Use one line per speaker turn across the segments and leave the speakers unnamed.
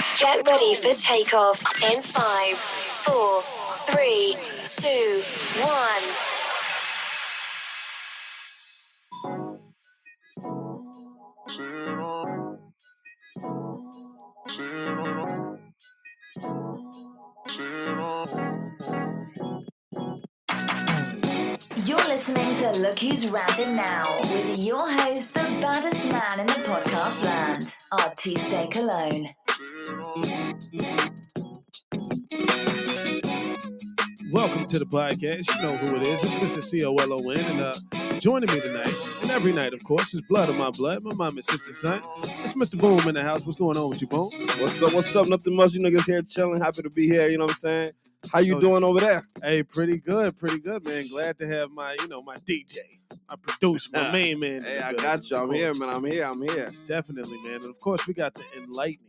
Get ready for takeoff in five, four, three, two, one. You're listening to Look Who's Ranting Now with your host, the baddest man in the podcast land, Artiste Cologne.
Welcome to the podcast. You know who it is. It's Mr. C O L O N, and uh, joining me tonight and every night, of course, is Blood of My Blood, my mom and sister son. It's Mr. Boom in the house. What's going on with you, Boom?
What's up? What's up? Nothing much. You niggas here chilling. Happy to be here. You know what I'm saying? How you
Oh, yeah.
doing over there?
Hey, pretty good, pretty good, man. Glad to have my, you know, my DJ, my producer, my main man. in
Hey,
the
I
building.
got you. I'm
Boom.
here, man. I'm here. I'm here.
Definitely, man. And of course, we got the enlightening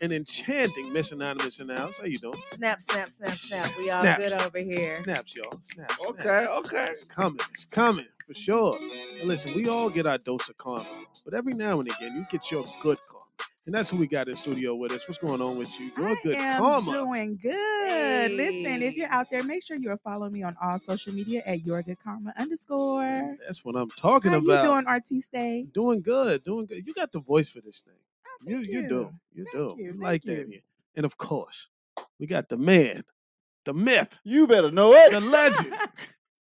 and enchanting Miss Anonymous in the house. How you doing?
Snap, snap, snap, snap. We all
Snaps.
good over here.
Snaps, y'all. Snaps. snaps.
Okay, okay.
It's coming. It's coming for sure. And listen, we all get our dose of karma, but every now and again, you get your good karma, and that's who we got in studio with us. What's going on with you? Your
I
good
am
karma.
doing good. Listen, if
Hey.
you're out there, make sure you're following me on all social media at your good karma underscore.
That's what I'm talking
How
about.
you doing, Artiste?
Doing good. Doing good. You got the voice for this thing.
Oh,
You
thank
you do. You do.
Thank you,
We
thank
like that.
you.
here. And of course, we got the man, the myth,
You better know
the
it.
legend,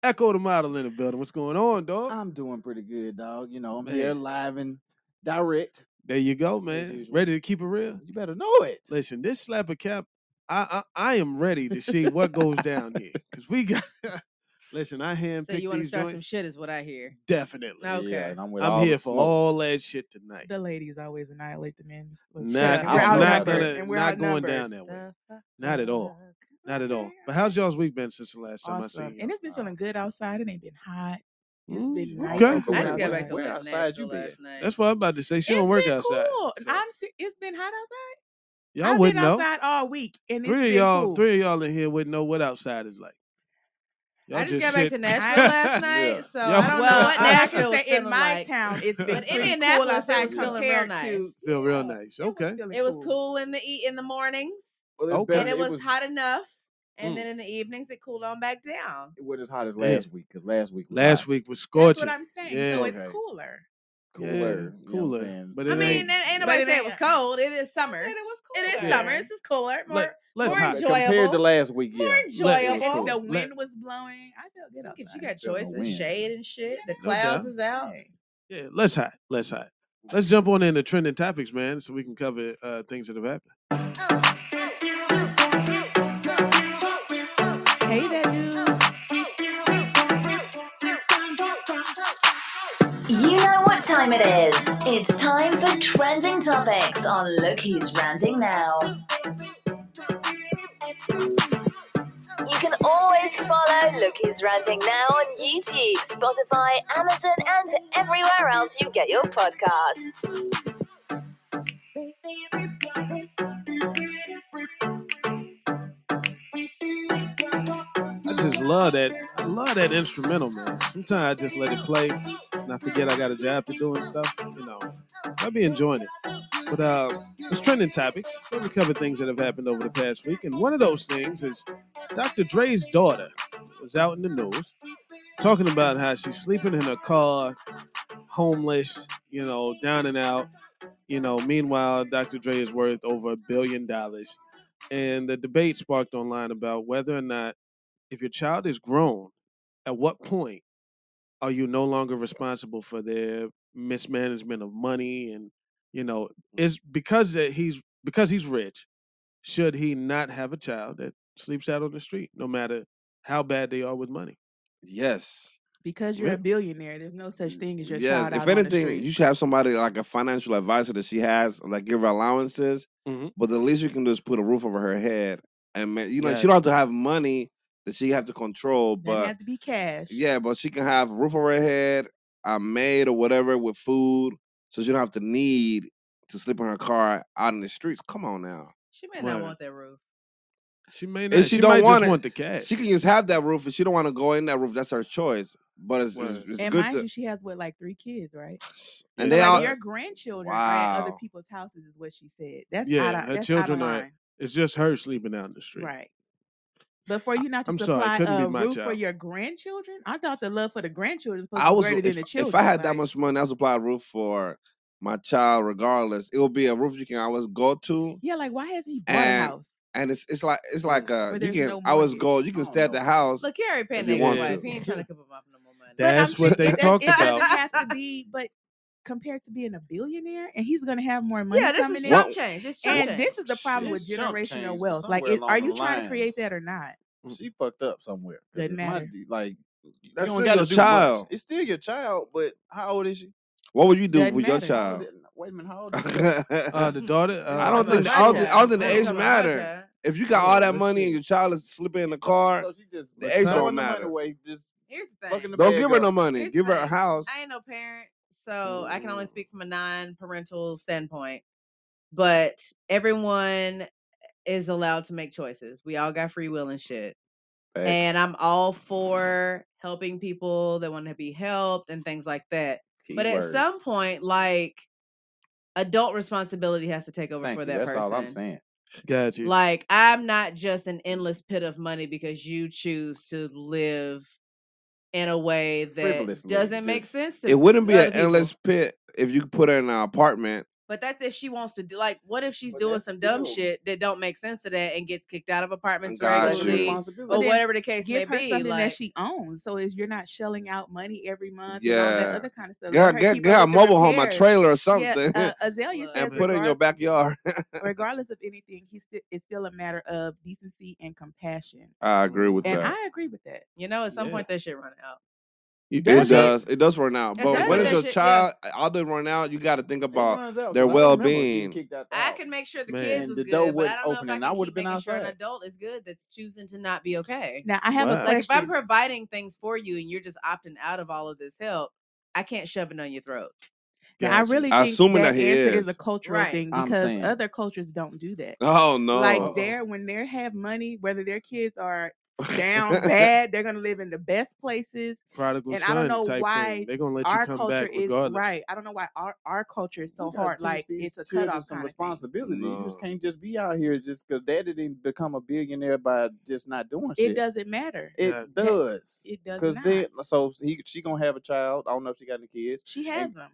Echo the model in the building. What's going on, dog?
I'm doing pretty good, dog. You know, I'm here
Man.
live and direct.
there you go, man.
usual.
Ready to keep it real?
You better know it.
Listen, this slapper cap, I, I I am ready to see what goes down here because we got. Listen, I handpicked
So you want to
these
start some
joints.
shit is what I hear.
Definitely,
No. Okay.
Yeah, and I'm with
I'm
all
here
the
for
smoke.
all that shit tonight.
The ladies always annihilate the men. Just let's-
Nah,
Shut
it's
up. We're
not
outnumbered,
gonna,
and we're Mm-hmm.
not going
outnumbered.
down that way. Not at all. Not at all.
Okay,
But how's y'all's week been since the last time I
Awesome.
seen you?
And it's been feeling good outside. It ain't been hot. It's
Mm,
been nice.
uh, okay.
and
But
I
where-
just got
where-
back to
where
Atlanta
outside you
last
been?
night.
That's what I'm about to say. She
It's
don't work
been
outside.
Cool.
so
I'm. se- It's been hot outside.
y'all
I've been
wouldn't know.
outside all week, and it's
Three of
been
y'all,
cool.
three of y'all in here wouldn't know what outside is like. Y'all
I just, got back
sit-
to Nashville last night,
Yeah.
so
Y'all-
I don't
Well,
know
Well,
what
uh, I
Nashville
can
was
say in
feeling
my
like.
town, it's been
But
pretty
Indianapolis,
cool
it
outside
was feeling real
compared
nice.
to
Feel real
yeah,
nice.
it was
Okay.
feeling
It was
cool.
cool in the e- in the mornings,
Well, it's
Okay.
better.
and it was, hot enough.
Mm.
And then in the evenings, it cooled on back down.
It wasn't as hot as
Yeah.
last week because last week was
Last
hot.
week was
That's
scorching.
what I'm saying.
Yeah.
So it's
Okay.
cooler.
cooler.
Yeah,
you know what I'm
cooler,
saying?
but
I
It
mean,
ain't-
ain't, ain't
But
nobody
it
say it
ain't-
was cold. It is summer.
Said it was
It
cooler.
is summer. It's just cooler. More,
Let, let's
more
hot.
But compared
enjoyable.
to last week, yeah.
more
it was
And
enjoyable.
cool.
the
Let-
wind was blowing. I felt good
Look at you
outside.
got
Feel no
choices,
wind.
shade and shit. The
No
clouds
doubt.
is out.
Hey.
Yeah, let's hot. Let's hot. Let's jump on into trending topics, man, so we can cover uh, things that have happened.
Hey, that dude.
You know what time it is. It's time for trending topics on Look Who's Ranting Now. You can always follow Look Who's Ranting Now on YouTube, Spotify, Amazon, and everywhere else you get your podcasts.
I just love that. I love that instrumental, man. Sometimes I just let it play, and I forget I got a job to do and stuff. You know, I'll be enjoying it. But uh, it's trending topics. Let me cover things that have happened over the past week, and one of those things is Dr. Dre's daughter was out in the news talking about how she's sleeping in her car, homeless, you know, down and out. You know, meanwhile, Dr. Dre is worth over a billion dollars. And the debate sparked online about whether or not, if your child is grown, at what point are you no longer responsible for their mismanagement of money? And, you know, is because that he's because he's rich, should he not have a child that sleeps out on the street, no matter how bad they are with money?
Yes.
Because you're
Yeah.
a billionaire, there's no such thing as your
Yes.
child.
If
out on the
anything,
street.
you should have somebody like a financial advisor that she has, like give her allowances.
Mhm.
But the least you can do is put a roof over her head, and ma- you know
Yeah.
she don't have to have money that she have to control,
doesn't
but
have to be cash.
Yeah, but she can have a roof over her head, a maid or whatever with food, so she don't have to need to sleep in her car out in the streets. Come on now.
She may
Word.
not want that roof.
She may not.
she
she,
don't
might
want
just
it,
want the cash.
She can just have that roof if she don't want to go in that roof. That's her choice. But it's, it's,
Word.
it's
and
good
mind
to.
you, she has what like three kids, right?
And
So,
they
like,
all.
your grandchildren are at other
Wow.
people's houses, is what she said. That's
Yeah,
out of,
her
that's
children
out
are
of
at
line.
It's just her sleeping out in the street.
right? But for you not to
I'm sorry, it
supply
couldn't be
a
my
roof for
child.
your grandchildren, I thought the love for the grandchildren was supposed
I
to be
was
greater
if,
than the children.
if I had that
like-
much money, I would supply a roof for my child. Regardless, it would be a roof you can always go to,
yeah, like why hasn't he bought a
And-
house?
and it's it's like it's like uh
Where
you
there's
can
no
always
mortgage.
go. You can
I
stay at
don't
the
know.
house.
Look, he already paying
If you
that
want
nigga wife.
to.
He ain't trying to give him up no more money.
But I'm
That's what they
saying that
talked
it doesn't
about.
have to be, but compared to being a billionaire, and he's gonna have more money
yeah, this
coming
is
in.
jump change. It's jump
and
change.
this is the problem with
It's chump change,
generational
but
wealth. Like,
somewhere
it, are
along
you
the
trying to create
lines-
that or not?
She fucked up somewhere. 'cause
Doesn't
it might
Mm. matter.
be, Like you
That's
don't
still
gotta
your
do
child.
Much. It's still your child, but how old is she?
What would you do
Doesn't
with your
matter.
How old
child?
is- Wait a minute, how old is she?
Uh,
I
the daughter. Uh,
don't think
Talking
the-
about
I don't
my
think- I
child.
don't think the
Talking
age
about my
matter.
child.
If you got
Yeah,
all that
let's
money
see.
and your child is sleeping in the car,
So she just
the age
throwing
don't
the money
matter.
away, just
Here's the
fucking
thing.
the
Don't
bag
give her
up.
no money.
Here's
give her
the
a
thing.
house.
I ain't no parent, so I can only
Mm.
speak from a non-parental standpoint. But everyone is allowed to make choices. We all got free will and shit. And I'm all for helping people that want to be helped and things like that. But at
Keyword.
some point, like adult responsibility has to take over
Thank
for
you,
that
That's
person.
all I'm saying.
got you.
Like I'm not just an endless pit of money because you choose to live in a way that
Frivolously,
doesn't make
just-
sense to
It wouldn't be
other
an
people.
endless pit if you put her in an apartment.
But that's if she wants to do like what if she's
But
doing
that's
some dumb
still-
shit that don't make sense to that and gets kicked out of apartments
Got
That's your
you.
regularly
responsibility.
or
then
whatever the case may
Give her
be.
something
like
that she owns, so is you're not shelling out money every month and all
Yeah.
that other kind of stuff. Let
Get
her
her, get,
keep
get
up
her a
with the
mobile home, a
repairs.
trailer or something,
Yeah, uh, Azalea
Look.
says
and put it in your
regard-
backyard.
regardless of anything, he's sti- it's still a matter of decency and compassion.
I agree with
And
that.
I agree with that.
you know, at some
Yeah.
point that shit run out.
You
it
got
does. It does run out.
It
But
does
when
run
it's
out.
your
Shit, yeah.
child, all they run out, you got to think
It
about
runs out,
their
'cause I remember getting
well-being.
kicked out the
I
house.
can make sure the
Man.
kids
And
was
the
good,
door
but I
wouldn't
don't know
open
if I
and
can
I
keep
would've been
making sure an
outside.
adult is good that's choosing to not be okay.
Now I have
Wow.
a
Like if I'm
question.
providing things for you and you're just opting out of all of this help, I can't shove it down your throat.
Now, I
you.
really
I
think
assuming
that
that he
answer is. a
is.
cultural
Right.
thing
I'm
because
saying.
other cultures don't do that.
Oh no.
Like
Uh-oh.
they're when they have money, whether their kids are down bad, they're gonna live in the best places.
prodigal
and I
son
don't know
type
why
thing. They're gonna let you
Our
come
culture
back
is
regardless.
right. I don't know why our our culture is so
You gotta
hard.
teach
Like
these
it's a
children
cutoff
some
kind of thing.
responsibility. You
No.
just can't just be out here just because daddy didn't become a billionaire by just not doing
It
shit.
doesn't matter.
It
That-
does.
It does
Cause
not.
then, so he she gonna have a child. I don't know if she got any kids,
she
and
has them.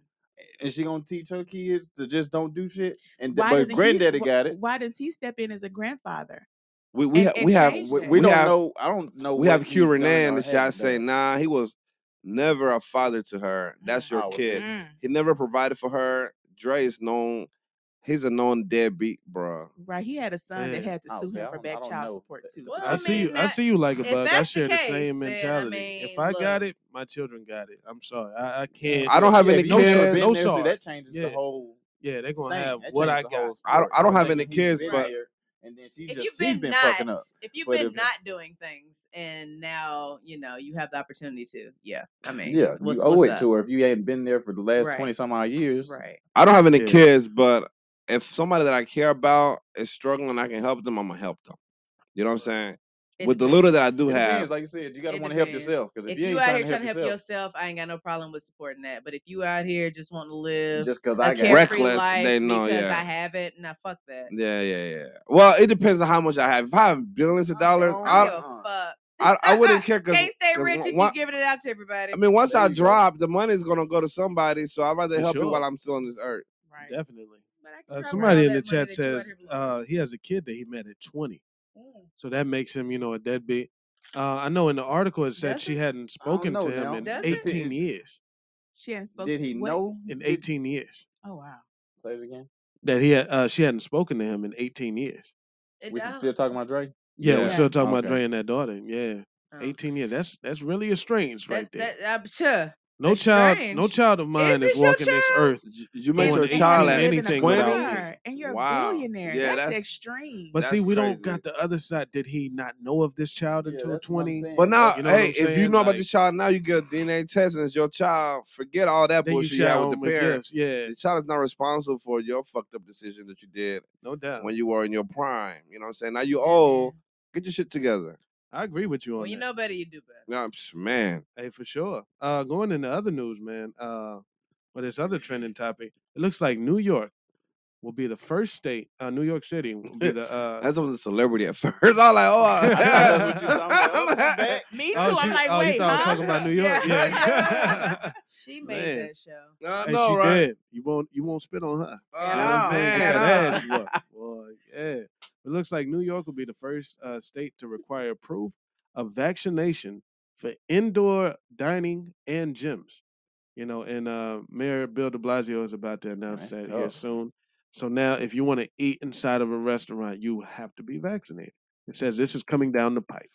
and she gonna teach her kids to just don't do shit. And
Why
but
doesn't he?
granddaddy
wh-
got it.
Why doesn't he step in as a grandfather?
We we
And-
ha-
and
we have
change
We,
that.
we
we
don't
have
know. I don't know.
we
what
have
he's
Q
done
Renan in
or
the chat
hasn't
saying,
done.
nah, he was never a father to her. That's
Mm.
your
I would
kid.
say-
Mm,
He never provided for her. Dre is known, he's a known deadbeat, bruh.
Right. He had a son
Man.
that had to
I would
sue
say, I
him for
don't- I
bad
don't
child
know
support
that-
too.
Well,
I
I
see you.
mean,
I
that-
see you like a
if
bug. I
that's the
share the
case,
same
then, I
mentality. if
mean,
I got
look.
it, my children got it. I'm sorry. I, I can't.
I don't have
Yeah,
any
if you never
kids.
been
No
there,
sorry.
See, that changes
Yeah.
the whole
Yeah, they're gonna
thing.
have
That
what
changes
I
the
got.
I
whole
don't-
story.
I don't
You
have
thinking
any kids,
he's been
but-
there, and then she
if
just
you've
she's
been
been fucking
not
up.
if you've
But
been
if-
not doing things and now you know you have the opportunity to yeah i mean
Yeah,
what's,
you owe
what's
it
up?
to her if you ain't been there for the last
Right.
twenty some odd years.
right
I don't have any
Yeah.
kids, but if somebody that I care about is struggling, I can help them. I'm gonna help them. You know what I'm saying?
It
With the
depends.
little that I do
It
have,
depends, like you said, you gotta
It
want to help
depends.
yourself because if,
if
you
you
ain't
out
trying
here
to help
trying to help
yourself,
yourself i ain't got no problem with supporting that but if you out here just wanting to live
just because
a
I got
Rec-
it.
carefree
Reckless,
life
they know,
because
yeah.
i have it and i fuck that
yeah, yeah, yeah. Well, it depends on how much I have. If I have billions
Oh,
of
I'm
dollars,
gone.
i don't
I
give a fuck
I, I wouldn't care. Cause,
can't stay
'cause
rich if
one-
you're giving it out to everybody
I mean, once
There
I
you go.
drop, the money's gonna go to somebody. So I'd rather
For
help you while
sure.
I'm still on this earth.
Right.
Definitely.
But I can
Uh,
drop
somebody
all
in the
that money
chat
that you out
says
here blowing.
uh, he has a kid that he met at 20,
Mm.
so that makes him, you know, a deadbeat. Uh, I know in the article it said
Does
she
it?
hadn't
I don't
spoken
know
to him
now.
in
Does it?
18 years.
She hadn't spoken.
Did he
what-
know?
In
Did-
18 years,
Oh wow.
Say it again.
that he had, uh, she hadn't spoken to him in 18 years.
It
We
don't-
still talking about Dre.
Yeah, we're
Yeah.
still talking about
Okay.
Dre and that daughter. Yeah,
oh.
18 years. That's that's really estranged right
that,
there.
that, I'm sure.
No
That's
child, no
strange.
child of mine is,
this your
walking this
child?
earth.
You, you
Doing
met your
And you
child
live
at
in a
anything
twenty.
without
car and you're a
Wow.
billionaire.
Oh, Yeah,
that's,
that's
extreme.
But see,
That's
we don't
crazy.
got the other side. Did he not know of this child
Yeah,
until
that's what I'm
twenty?
saying.
But now,
That's
You know what
hey,
I'm
if you
saying?
know about your
Like
child now, you get a DNA test, and it's your child. Forget all that
then you
bullshit you had
shower
with the
him with
parent.
gifts. Yeah,
The child is not responsible for your fucked up decision that you did
no doubt. Mm-hmm.
when you were in your prime. You know what I'm saying? Now you
That man.
old Get your shit together.
I agree with you on
When you
that.
know better, you do better.
Nah, psh, man.
Hey, for sure. Uh, going into other news, man. Uh, well, this other trending topic. It looks like New York will be the first state. Uh, New York City will be the. Uh,
That's was a celebrity at first. I was like, oh,
I thought that's what you
talking about. Oh, she's back.
Me too.
oh,
I'm
she-
like,
oh, you
wait,
thought I was
huh?
talking about New York.
Yeah.
Yeah.
She made
Man.
that show.
I
Hey,
know,
she
right?
did. You won't. You won't spit on her.
Oh,
You know what I'm saying?
man.
Get that ass
At
you up. Boy, yeah. It looks like New York will be the first uh, state to require proof of vaccination for indoor dining and gyms. You know, and uh, Mayor Bill de Blasio is about to announce
That's
that here
tough.
soon. So now, if you want to eat inside of a restaurant, you have to be vaccinated. It says this is coming down the pipe.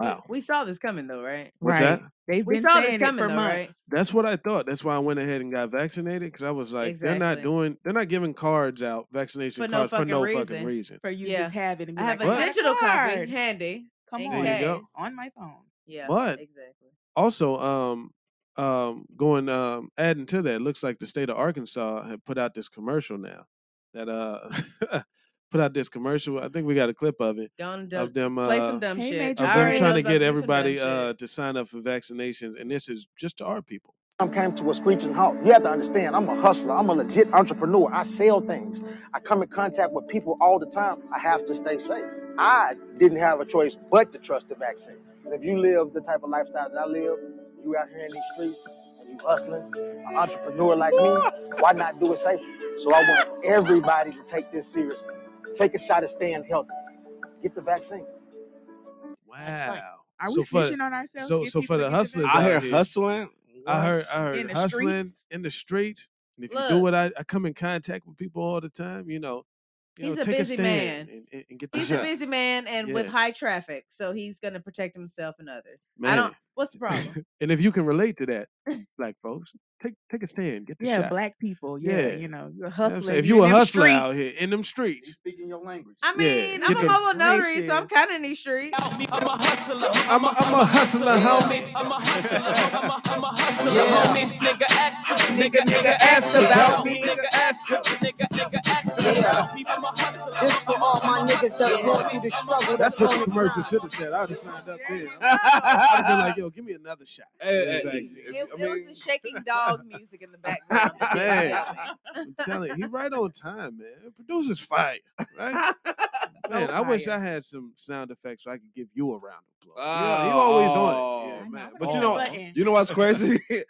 We-
Wow.
We saw this coming though, right?
What's
right.
that?
They've
We
been
saw this
saying
coming
it for
though,
months.
right?
That's what I thought. That's why I went ahead and got vaccinated because I was like, they're not
Exactly.
doing, they're not giving cards out, vaccination
For no
cards for
fucking
no fucking
reason.
reason.
For you
Yeah.
just have it. And be
I have
like,
a
"I got
digital copy
card.
handy.
Come
in
on,
There you go.
case.
on my phone.
Yeah,
But-
exactly.
Also, um, um, going um, adding to that, looks like the state of Arkansas had put out this commercial now that uh put out this commercial. I think we got a clip of it
Gone dumb.
of them uh,
play some dumb
Hey,
shit.
Major.
of
them
I
them
already
trying
know
to get
it's about to be some dumb
everybody
shit.
uh to sign up for vaccinations, and this is just to our people.
I came to a screeching halt. You have to understand, I'm a hustler. I'm a legit entrepreneur. I sell things. I come in contact with people all the time. I have to stay safe. I didn't have a choice but to trust the vaccine. 'Cause if you live the type of lifestyle that I live, you out here in these streets and you hustling, an entrepreneur like me, why not do it safely? So I want everybody to take this seriously. Take a shot at staying healthy. Get the vaccine.
Wow.
Are
so
we
for
snitching on ourselves?
so-
if
so for
people
the
get
hustlers
vaccine?
out
I hear
here.
hustling.
I heard
What?
I heard
in the
hustling
streets.
in the streets. And if you do
Look.
what I, I come in contact with people all the time, you know, you know,
He's a
take
busy
a stand
man.
and, and, and get the
He's a
shot.
busy man and with
Yeah.
high traffic, so he's gonna protect himself and others. I don't.
Man.
What's the problem?
and if you can relate to that, black folks, take take a stand, get the
Yeah,
shot.
black people. Yeah,
Yeah.
you know, you're
You know what I'm
hustling.
saying? If you a
in them
hustler
streets.
out here in them
He's
streets,
speaking your language.
I
Yeah,
mean, I'm
get
a
the-
mobile notary, so I'm
Gracious.
kind of in these streets.
I'm a, I'm a hustler, homie.
Nigga, nigga, ask about me.
This for all my niggas that's going through the struggle.
That's what the
on
commercial
grind.
should have said. I'd have signed up then.
There you
I'd
go.
have been like, yo, give me another shot.
Hey, hey,
Exactly.
if-
It,
I
it was
mean-
the shaking dog music in the background. that did
Man.
it to me.
I'm telling you, he right on time, man. Producer's fire, right? Man, I wish
fire.
I had some sound effects so I could give you a round of applause. you, you
Oh,
always on it.
oh,
Yeah.
I know,
man.
I'm gonna
But
hit
you
the
know,
button.
you know what's crazy? you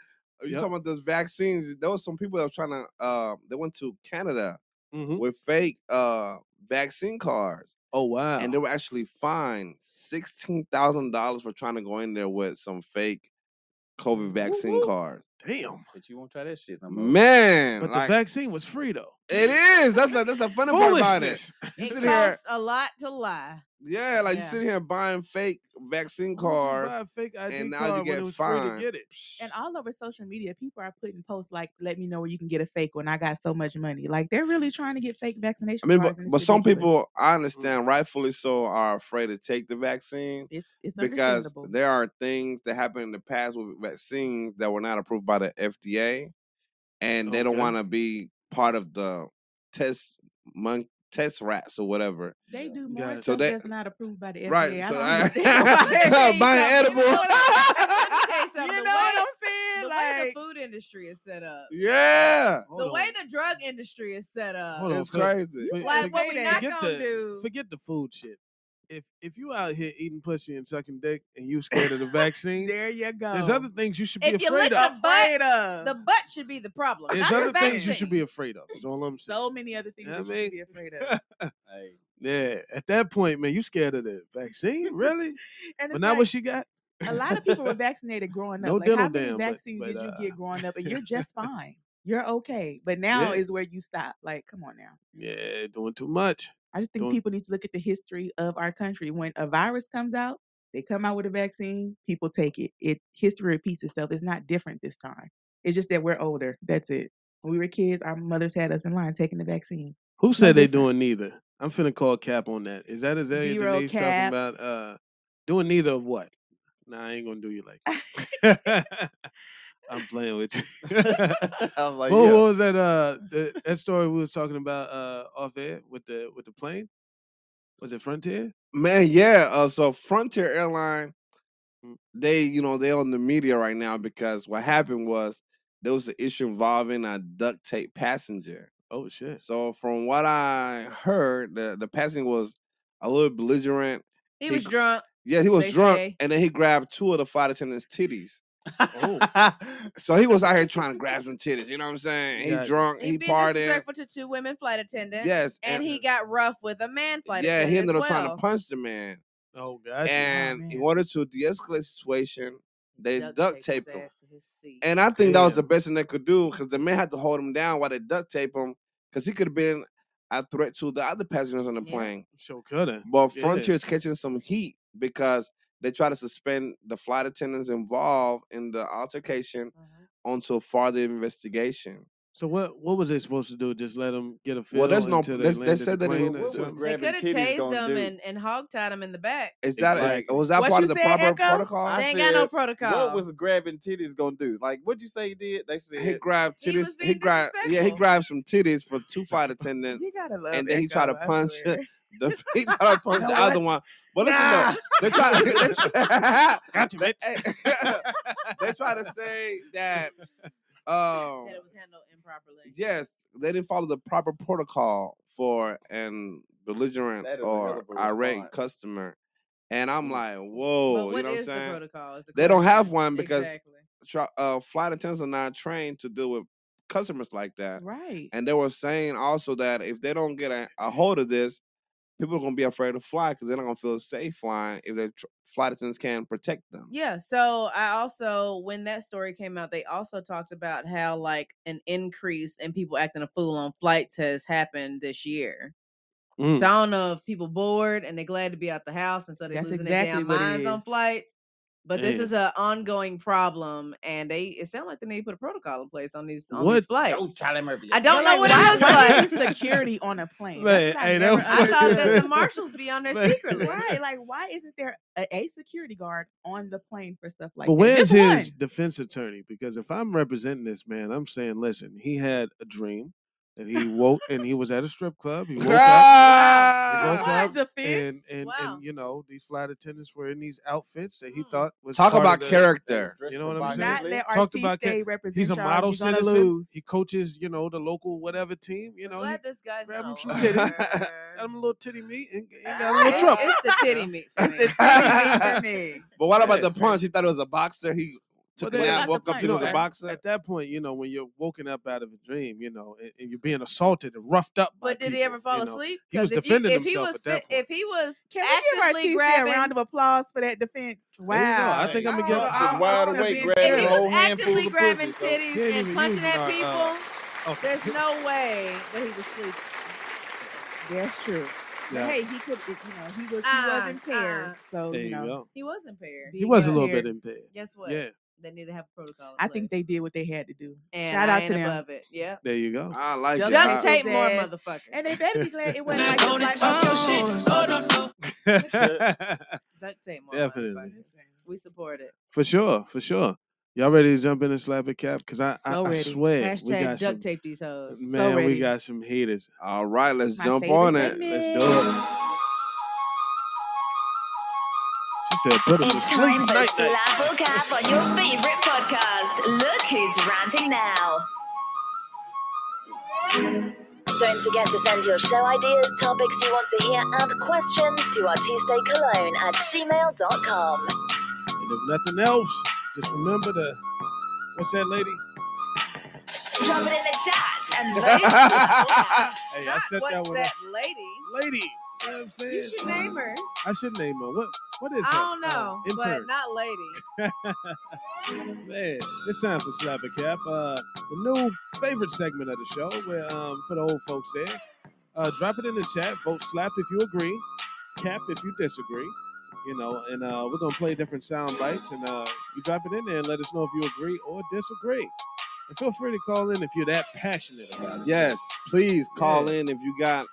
Yep.
talking about those vaccines? There was some people that was trying to. Uh, they went to Canada
hmm
with fake uh vaccine cards,
Oh wow.
and they were actually fined sixteen thousand dollars for trying to go in there with some fake COVID vaccine
Woo-woo.
cards.
Damn.
But you won't try that shit no more.
Man,
But
like
the vaccine was free though.
it is. That's the that's the funny part about it.
Foolishness.
You
It
sit here,
costs a lot to lie.
yeah, like you
Yeah.
sit here buying fake vaccine
Why would you
cards,
buy a fake ID
and now
card
you
when it
get
was
fined.
free to get it.
And all over social media, people are putting posts like, "Let me know where you can get a fake one." I got so much money. Like they're really trying to get fake vaccination
I mean, but,
cards, and it's
but some
ridiculous.
people, I understand, rightfully so, are afraid to take the vaccine
It's it's
because
understandable.
there are things that happened in the past with vaccines that were not approved by the FDA, and they don't
Okay.
want to be part of the test monk test rats or whatever.
They do more
Gotcha.
stuff
that-
that's not approved by the FDA.
Right.
I
So
don't
I,
understand why.
There you
buying
go.
edible.
You know what I'm saying? Let me tell you something.
you
The
know what
way-
I'm saying?
the way
Like,
the food industry is set up,
yeah.
Hold
the
on.
way the drug industry is set up,
Hold on,
It's
cause-
crazy.
for-
wanna
like
forget-
what
say
we
that.
not
forget
gonna
the-
do.
Forget the food shit. If if you out here eating pussy and sucking dick and you scared of the vaccine,
there you go.
there's other things you should be
If you
afraid
lick
of.
the butt,
afraid of
the butt should be the problem.
There's
not
other
the
things you should
vaccine.
be afraid of. Is all I'm saying.
so many other things
Yeah, I
that you
mean-
should be afraid of.
Hey,
Yeah, at that point, man, you scared of the vaccine, really?
And it's
but not
like,
what she got.
a lot of people were vaccinated growing up.
No
like
dental
how many
dam, but-
vaccines
but,
did you
uh,
get growing up? And you're just fine. You're okay. But now
Yeah.
is where you stop. Like, come on now.
yeah, doing too much.
I just think
Don't-
people need to look at the history of our country. When a virus comes out, they come out with a vaccine, people take it. It history repeats itself. It's not different this time. It's just that we're older. That's it. When we were kids, our mothers had us in line taking the vaccine.
Who
It's no
said they
different.
doing neither? I'm finna call cap on that. Is that Azalea
Zero
Denise
cap.
talking about uh doing neither of what? Nah, I ain't gonna do you like that. I'm playing with you.
I'm like,
What,
yeah.
what was that? Uh, the, that story we was talking about uh, off air with the with the plane. Was it Frontier?
Man, yeah. Uh, so Frontier Airline, they you know they on the media right now because what happened was there was an issue involving a duct tape passenger.
Oh shit.
So from what I heard, the the passenger was a little belligerent.
He
He
was
gr-
drunk.
Yeah, he was
They
drunk,
say.
and then he grabbed two of the flight attendants' titties.
Oh,
So he was out here trying to grab some titties. You know what I'm saying? He
Yeah.
drunk.
He,
He,
being
partying.
disrespectful to two women flight attendants.
Yes,
And he got rough with a man flight
yeah,
attendant.
he ended
as
up trying to
well.
punch the man.
oh god.
and in
man.
order to de-escalate the situation, they duct, taped
his
him.
ass to his seat.
And I think that was the
Damn.
best thing they could do because the man had to hold him down while they duct tape him because he could have been a threat to the other passengers on the
Yeah.
plane.
Sure couldn't.
But
Yeah.
Frontier's catching some heat because they try to suspend the flight attendants involved in the altercation
Uh-huh.
until further investigation.
So what what was they supposed to do? Just let them get a feel
Well, there's no-
until they,
there's- they
landed
said
the
that it
plane
wa-
or
what was
something?
gra-
They
Grabbing
could have
titties
tased
gonna
them
do-
and, and hogtied him in the back.
Is that is-
Exactly.
was that
What
part
you
of the
said,
proper
Echo?
protocol?
They ain't got no
said,
protocol.
What was the grabbing titties gonna do? Like, what'd you say he did? They said
he grabbed
He
titties.
was
He,
being
grabbed yeah, he
disrespectful.
grabbed some titties for two flight attendants.
You gotta love
and then he tried to
Echo, I
punch
swear.
the, he tried to punch
know
the other
what?
one. But listen though, they try to
Got you, bitch.
they, they try to say that um
that it was handled improperly.
yes, they didn't follow the proper protocol for an belligerent
That is a hell
or
of a
irate
response.
customer. And I'm
Mm.
like, whoa,
but what
you know what I'm
is the
saying?
protocol? is the
They don't have
question.
one because
exactly.
tra- uh, flight attendants are not trained to deal with customers like that.
Right.
And they were saying also that if they don't get a, a hold of this, people are gonna be afraid to fly because they're not gonna feel safe flying if their tr- flight attendants can protect them.
Yeah. So I also, when that story came out, they also talked about how like an increase in people acting a fool on flights has happened this year.
Mm.
So I don't know if people bored and they're glad to be out the house, and so they're
That's
losing their
exactly
damn
what it
minds on
is.
flights. But this
Damn.
is an ongoing problem, and they it sounds like they need to put a protocol in place on these on
What-
these flights.
Charlie Murphy.
I don't
And,
know
like,
what it
why-
looks
why
like.
is security on a plane?
Man,
That's what I
hey, that
never
was-
I thought that the
understood.
marshals be on there
Man.
secretly.
right. Like, why isn't there a, a security guard on the plane for stuff like
but
that?
where's
Just one.
his defense attorney? Because if I'm representing this man, I'm saying, listen, he had a dream that he woke and he was at a strip club. He woke up. He
Ah!
woke
Wow,
up.
defense.
And and,
Wow.
and you know these flight attendants were in these outfits that he
Mm.
thought was
Talk
part of
about
the-
character.
You know what I'm saying?
Not that
Talked
artiste
about Ke-
represents
He's a
y'all,
model
you're gonna
citizen.
lose.
He coaches, you know, the local whatever team. You
I'm
know, he
glad this guy's
grab him
not
some
a
titty.
lawyer.
got him a little titty meat and, and got a little
It's-
trouble.
It's the
Yeah.
titty meat for
It's
me.
the TV for me.
But what about
Yeah.
the punch? He thought it was a boxer. He
Well,
took a
then-
nap,
Not the
woke up,
punch.
he
You
was
know,
a
at-
boxer.
At that point, you know, when you're woken up out of a dream, you know, and, and you're being assaulted and roughed up. by
But did he
people,
ever fall
you know.
asleep?
He was
'Cause if
defending
you, if he
himself
was
at that
fi-
point.
If he was
Can we
actively
give artiste a round
grabbing,
of applause for that defense? Wow.
There you go. I think
Hey,
I'm gonna
you
give.
was
I-
wide
I wanna
awake
be
grabbing
if
grabbing
he
intelligent.
whole handfuls
was actively
of pussy.
grabbing
So
titties
Can't
and
even
punching
use
at
our,
people,
uh, oh,
there's no way that he was sleeping.
That's true. But
yeah,
hey, he could, it- you know, he was he
Uh,
was impaired,
uh.
so
There
you
you
know.
go.
He was impaired.
He
Being
was a little bit
impaired.
impaired.
Guess what?
Yeah.
They need to have a protocol. In
I think
place.
they did what they had to do.
And
Shout
I
out
ain't
to them.
above it. Yeah.
There you go.
I like
Duck
it.
Yeah,
Duct
I-
I,
tape more
Yes.
motherfuckers.
And they better be glad it wasn't like it was like oh. on yours.
duct tape more
Definitely.
motherfuckers. We support it.
For sure. For sure. Y'all ready to jump in and slap a cap? Cause I, I,
So
I
ready.
swear we
Hashtag
got some.
duct tape these hoes.
Man, we
ready.
got some haters.
all right, let's
My
jump
favorite
on it.
segment.
Let's do it. She said, "Put him to
It's
sleep."
time
Night,
for
night.
Slap Cap on your favorite podcast. Look who's ranting now. Don't forget to send your show ideas, topics you want to hear, and questions to our Tuesday Cologne at gmail.com.
And if nothing else, just remember the what's that lady?
Drop it in the chat and vote Slap Cap.
Hey, I
Not
set that
what's
one
that
up.
lady.
Lady. You know what I'm
You
saying?
should name her.
I should name her. What what is
I
her?
don't
Uh,
know, but
intern.
not lady.
Man, it's time for Slap a Cap, uh, the new favorite segment of the show where, um, for the old folks there. Uh, drop it in the chat. Vote slap if you agree, cap if you disagree. You know, and uh, we're gonna play different sound bites, and uh, you drop it in there and let us know if you agree or disagree. And feel free to call in if you're that passionate about it.
Yes, please call
Yeah.
in if you got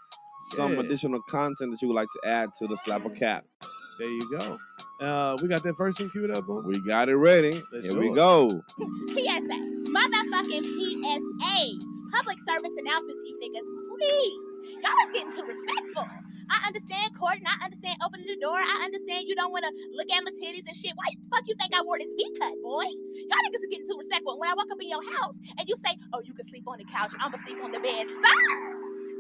some
Yeah.
additional content that you would like to add to the Slapper Cap.
There you go. Uh, we got that first one queued up. Boom.
We got it ready.
Let's
Here
do
we
it.
go.
PSA. Motherfucking PSA. Public service announcement to you niggas, please. Y'all is getting too respectful. I understand courting. I understand opening the door. I understand you don't want to look at my titties and shit. Why the fuck you think I wore this V cut, boy? Y'all niggas are getting too respectful. When I walk up in your house and you say, "Oh, you can sleep on the couch. I'ma sleep on the bed," sir.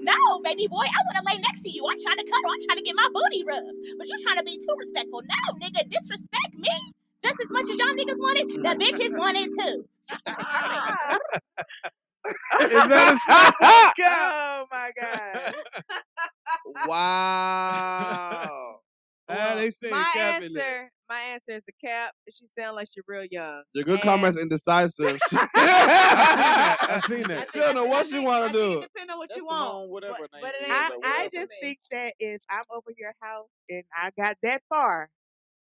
No, baby boy, I want to lay next to you. I'm trying to cuddle. I'm trying to get my booty rubbed. But you're trying to be too respectful. No, nigga, disrespect me. That's as much as y'all niggas wanted. The bitches wanted too.
Is that a shout?
Ah!
Oh my god! wow.
Ah, they say
my
cap in there.
answer, my answer is a cap. She sound like she real young.
Your good comments indecisive.
I seen
I
that.
think-
She don't know
I
what
think-
she wanna
I think
do.
It depend on what
That's a
you want.
long whatever
but,
name
but it
it
ain't
is
I,
or
gonna
I
work for
just
me.
think that if I'm over your house and I got that far,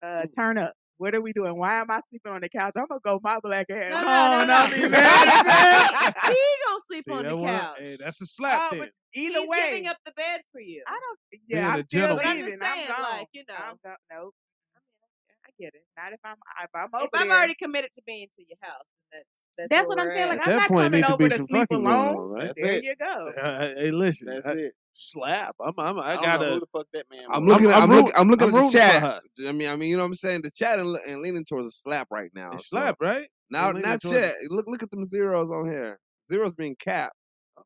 uh, turn up. What are we doing? Why am I sleeping on the couch? I'm gonna go my black ass
No, no,
home.
no,
I'll
no.
be mad as hell.
He gonna sleep
See,
on
that
the
one-
couch.
Hey, that's a slap
Oh,
then.
but either
He's
way,
giving up the bed for you.
I don't.
Being a
Yeah, I'm still
gentleman.
But I'm
leaving.
just
I'm
saying,
gone.
like you know,
I'm gone. Nope. I mean, I get it. Not if I'm if I'm over
if I'm
there.
already committed to being to your house, then that, that's
That's
where
what I'm
we're
saying.
at.
Like
At
I'm
that
not
point,
coming
need to
over
be
to
some
sleep
fucking going
alone.
on, right?
That's
There
it.
you go.
Uh, hey, listen,
That's
I-
it.
slap. I'm, I'm, I
I don't know
gotta.
who the fuck that man
I'm
was.
looking at
I'm
I'm, looking
root-
I'm
I'm
looking at the
rooting for
chat.
her.
I mean I mean you know what I'm saying the chat and, and leaning towards a slap right now.
It's
So
slap, right? They
now
leaning
not
towards
chat.
it.
Look look at them zeros on here. Zeros being capped.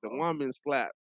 The
Uh-oh.
one being slapped.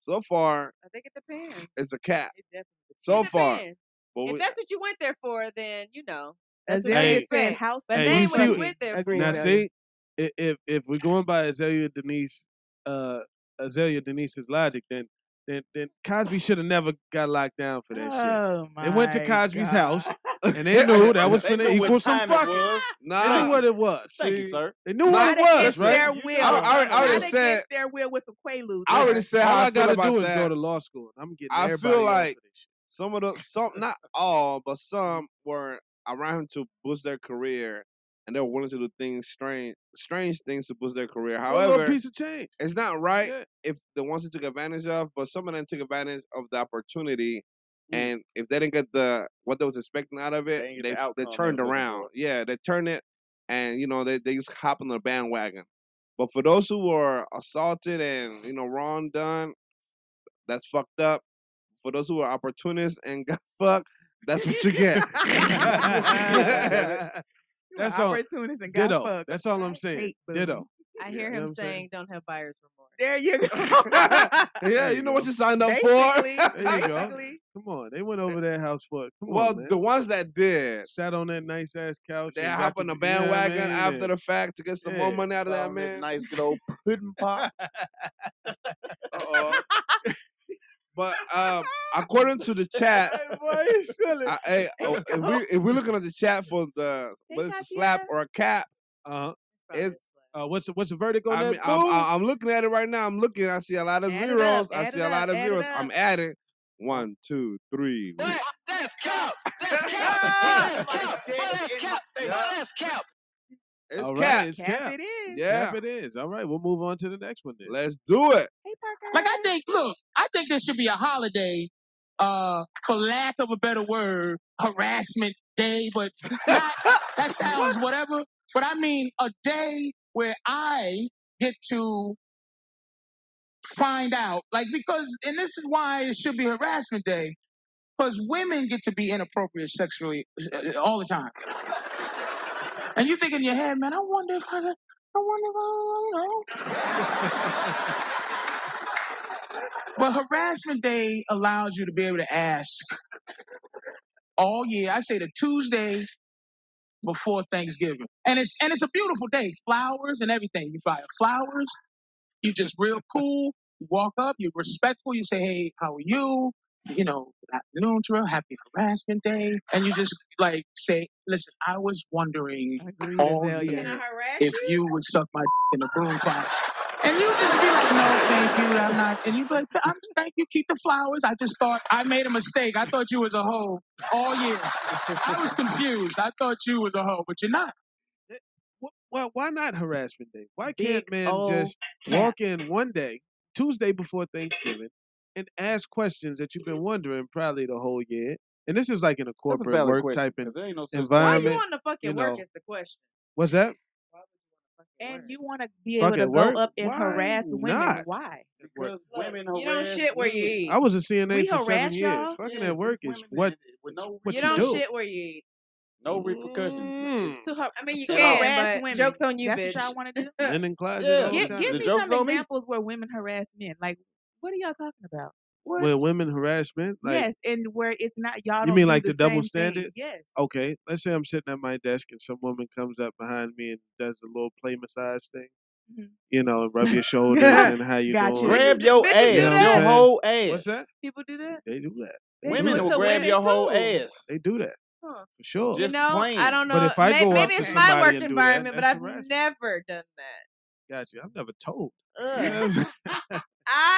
So far
I think it depends.
it's a cap.
It definitely
So
it
far,
depends.
but
If
we,
that's what you went there for, then you know
As if
that's what you
Hey.
they said
expect.
house
But
Hey,
that
you
ain't what
see-
you
fucking.
went there
Agree
Now
with
for.
Elliot.
see, i- if if we're going by Azalea Denise, uh, Azalea Denise's logic, then then then Cosby should have never got locked down for that shit.
Oh my
They went to Cosby's house
God.
and they knew that was
They
finna
knew
equal
what
some
time it
fucking.
was.
They knew
nah.
what it was.
Thank you,
See,
sir.
They knew what
Not
Not
it was,
against
listen.
right?
their
You know
will.
I,
what time
I
it
Not
already
was.
said
against their will with some Quaaludes.
I already
Okay.
said
All
how I
I
feel
gotta
about
do is go
that.
to law school. and I'm getting
I feel
everybody off
like
for this shit.
some of the some not all, but some were around him to boost their career and they were willing to do things strange strange things to boost their career.
For a little
However,
piece of change.
it's not right
Yeah.
if the ones he took advantage of, but some of them took advantage of the opportunity
Mm.
and if they didn't get the what they was expecting out of it,
They ain't get
they
the
they
outcome they
turned
was looking
around.
for.
Yeah, they turned it and you know they, they just hop on the bandwagon. But for those who were assaulted and, you know, wrong done, that's fucked up. For those who are opportunists and got fucked, that's what you get.
You
That's
That's
all.
opportunists and got
Ditto.
fucked.
That's all I'm
I
saying.
hate boo.
Ditto.
I
Yeah,
hear
you know
him
what I'm saying?
saying, "Don't have buyer's remorse."
There you go.
yeah,
There
you
you
know what
go.
you signed up for.
basically,
There you go.
basically,
Come on. They went over that house for it. Come
well,
on, man.
the ones that did,
Sat on that nice ass couch
they
and got
hop
the
on the
you know what I
bandwagon
mean?
after
And
the fact to get some more
yeah.
money out of that
Found that
man.
nice good old pudding pop.
Uh-oh. But um, according to the chat,
hey, boy, you silly.
I, hey, oh, if we if we're looking at the chat for the
They
whether it's
got
a slap
you.
or a cap,
uh,
It's probably
It's-
a slap.
uh what's the, what's the verdict on
I mean,
that
I'm,
boo?
I- I'm looking at it right now. I'm looking. I see a lot of
add it up,
zeros. I
add
see
it
a
up,
lot of
add it
zeros.
up.
I'm adding one, two, three. it's
All right,
cap.
it's
Cap
cap.
it in.
Yeah,
Cap it is. All right, we'll move on to the next one then.
let's do it.
Hey, Parker.
Like I think, look, I think there should be a holiday, uh, for lack of a better word, harassment day, but not, that sounds whatever. But I mean a day where I get to find out, like because, and this is why it should be harassment day, because women get to be inappropriate sexually uh, all the time, and you think in your head, man, I wonder if I, could- I wonder if I, you know. But harassment day allows you to be able to ask all year. I say the Tuesday before Thanksgiving, and it's and it's a beautiful day, flowers and everything. You buy flowers. You just real cool. You walk up. You're respectful. You say, "Hey, how are you?" You know, "Good afternoon, Terrell. Happy harassment day. And you just like say, "Listen, I was wondering
Agreed,
all
Azalea.
Can I
year
harass
if
you?
you would suck my in a broom closet." And you just be like, no, thank you, I'm not. And you be like, I'm thank you, keep the flowers. I just thought I made a mistake. I thought you was a hoe all year. I was confused. I thought you was a hoe, but you're not.
Wh- Well, why not harassment day? Why
Big
can't men
old
just
cap.
walk in one day, Tuesday before Thanksgiving, and ask questions that you've been wondering probably the whole year? And this is like in a
That's a
corporate
valid
work
question
type en-
because there ain't no such thing
Why
as
you
environment.
want to
You
fucking work
know,
is the question.
what's that?
and you want to be
Fuck
able to
at
go
work?
up and
Why
harass women.
not?
Why?
Because women
You don't
harass
shit where you
men.
eat.
I was a CNA
We
for seven
harass
years.
y'all?
Fucking
Yes,
at work
it's
is
women
what
that- with no
what
you
you,
don't
do.
shit where you eat.
no repercussions.
Mm.
To her, I mean, you
Tell
can,
all.
but
but women.
jokes on you,
That's
bitch.
what y'all want to do.
Linen closets
Yeah,
all the
Give,
time.
give
the
me
joke's
some
on me.
examples where women harass men. Like, what are y'all talking about?
What?
Where women harassment, like
yes, and where it's not y'all.
you
don't
mean
do
like
the,
the double
same thing.
standard?
Yes.
Okay, let's say I'm sitting at my desk and some woman comes up behind me and does a little play massage thing,
Mhm.
you know, rub your shoulders and how you
Got you.
doing.
Grab
Mm-hmm. Bitches, do-
your
bitches
You
do
know what I'm
ass, your
that.
saying?
whole
What's that?
ass.
People do that.
They do that. They
They
do
do
Women
But
it
will
to
to
grab
women
your
women
whole
too.
ass.
They do that
Huh.
for sure.
You
Just
know, I
plain.
don't
But
know.
if I
May-
go up
Maybe
to
Transparent.
it's my
somebody
work
and do that,
environment, but
that's
I've
harassment.
never done that.
Got you. I've never told. You
Ugh.
know what I'm saying?
I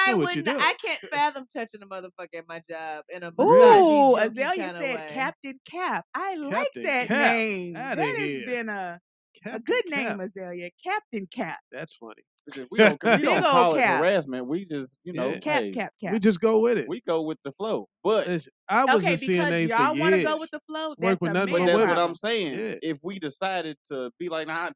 Do what you
wouldn't.
do.
I can't fathom touching a motherfucker at my job in a massagey,
Ooh,
jokey
Azalea
kind of
said
way.
Captain Cap. I like
Captain
that
Cap.
name.
Out of
That has
here.
been a, a
Captain
good
Cap.
name, Azalea. Captain Cap.
That's funny.
Because We don't, we
Big
don't
old
call it
cap.
harassment. We just, you know,
yeah.
Cap,
hey,
cap,
We
cap.
just go with it.
we go with the flow. But
Listen, I was a
Okay, because
CNA for
y'all want to go with
years.
the flow,
Work
that's
with
a
nothing
but
but
men
that's
women.
what I'm
problem.
saying.
Yeah.
If we decided to be like, nah,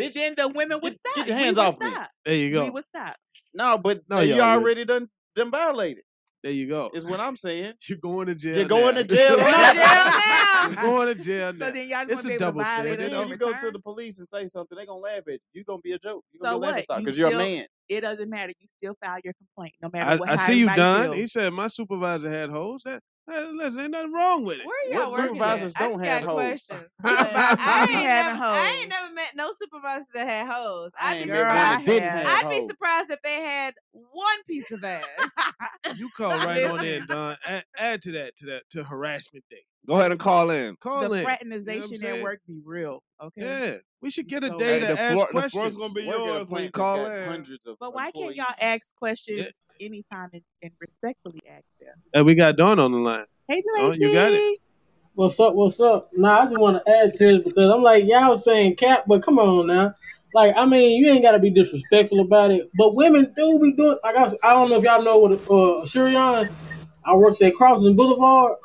bitch,
Then the women would
get get
stop.
your
We
hands
would
off me.
stop.
There you
We
go.
would stop.
No, but
No,
uh, you
y'all would.
already done done violated.
There you go.
Is what I'm saying.
You're going to
You're
jail
going
now.
to jail
Go to
now.
jail now.
You're going to jail
So
now.
then y'all
It's a
just want to be able to
double
violate
standard.
us
Then
in
you
Oh,
go to
return.
the police and say something. They gonna laugh at you. You gonna be a joke. You gonna
So
be a laughing
what?
stock
You
because you're a
still,
man.
it doesn't matter. You still file your complaint, no matter
I,
what.
I
How
see you,
everybody
Don. He
feels.
said my supervisor had hoes. That, that- listen, ain't nothing wrong with it.
Where
What
y'all working at?
supervisors
I
don't
just
have
got
hoes?
questions. Cause
Supervisors
I
be
ain't
having
never, I ain't
hoes.
never met no supervisors that had hoes.
I
I'd be
ain't met
Girl,
one
I
surprised.
that didn't
have.
have
I'd be
hoes.
surprised if they had one piece of ass.
You call right on in,
Listen,
Don. Add, add to that, to that, to harassment day.
Go ahead and call in.
the
Call in. You know what I'm
fraternization at
saying?
work be real, okay?
Yeah. We should get a
So
day
Hey,
real.
the
to ask
floor the floor's
questions.
gonna be
Work at a
yours when you
plant that's
call
got
in.
hundreds of
But why can't y'all
employees.
ask questions
Yeah.
anytime and, and respectfully ask them?
And we got Dawn on the line.
Hey,
Dawn, you got it.
Lacey.
What's up? What's up? Nah, I just want to add to it because I'm like, y'all saying cap, but come on now. Like, I mean, you ain't got to be disrespectful about it. But women do be doing, like, I, was- I don't know if y'all know what, uh, Sirion, I worked at Crossing Boulevard,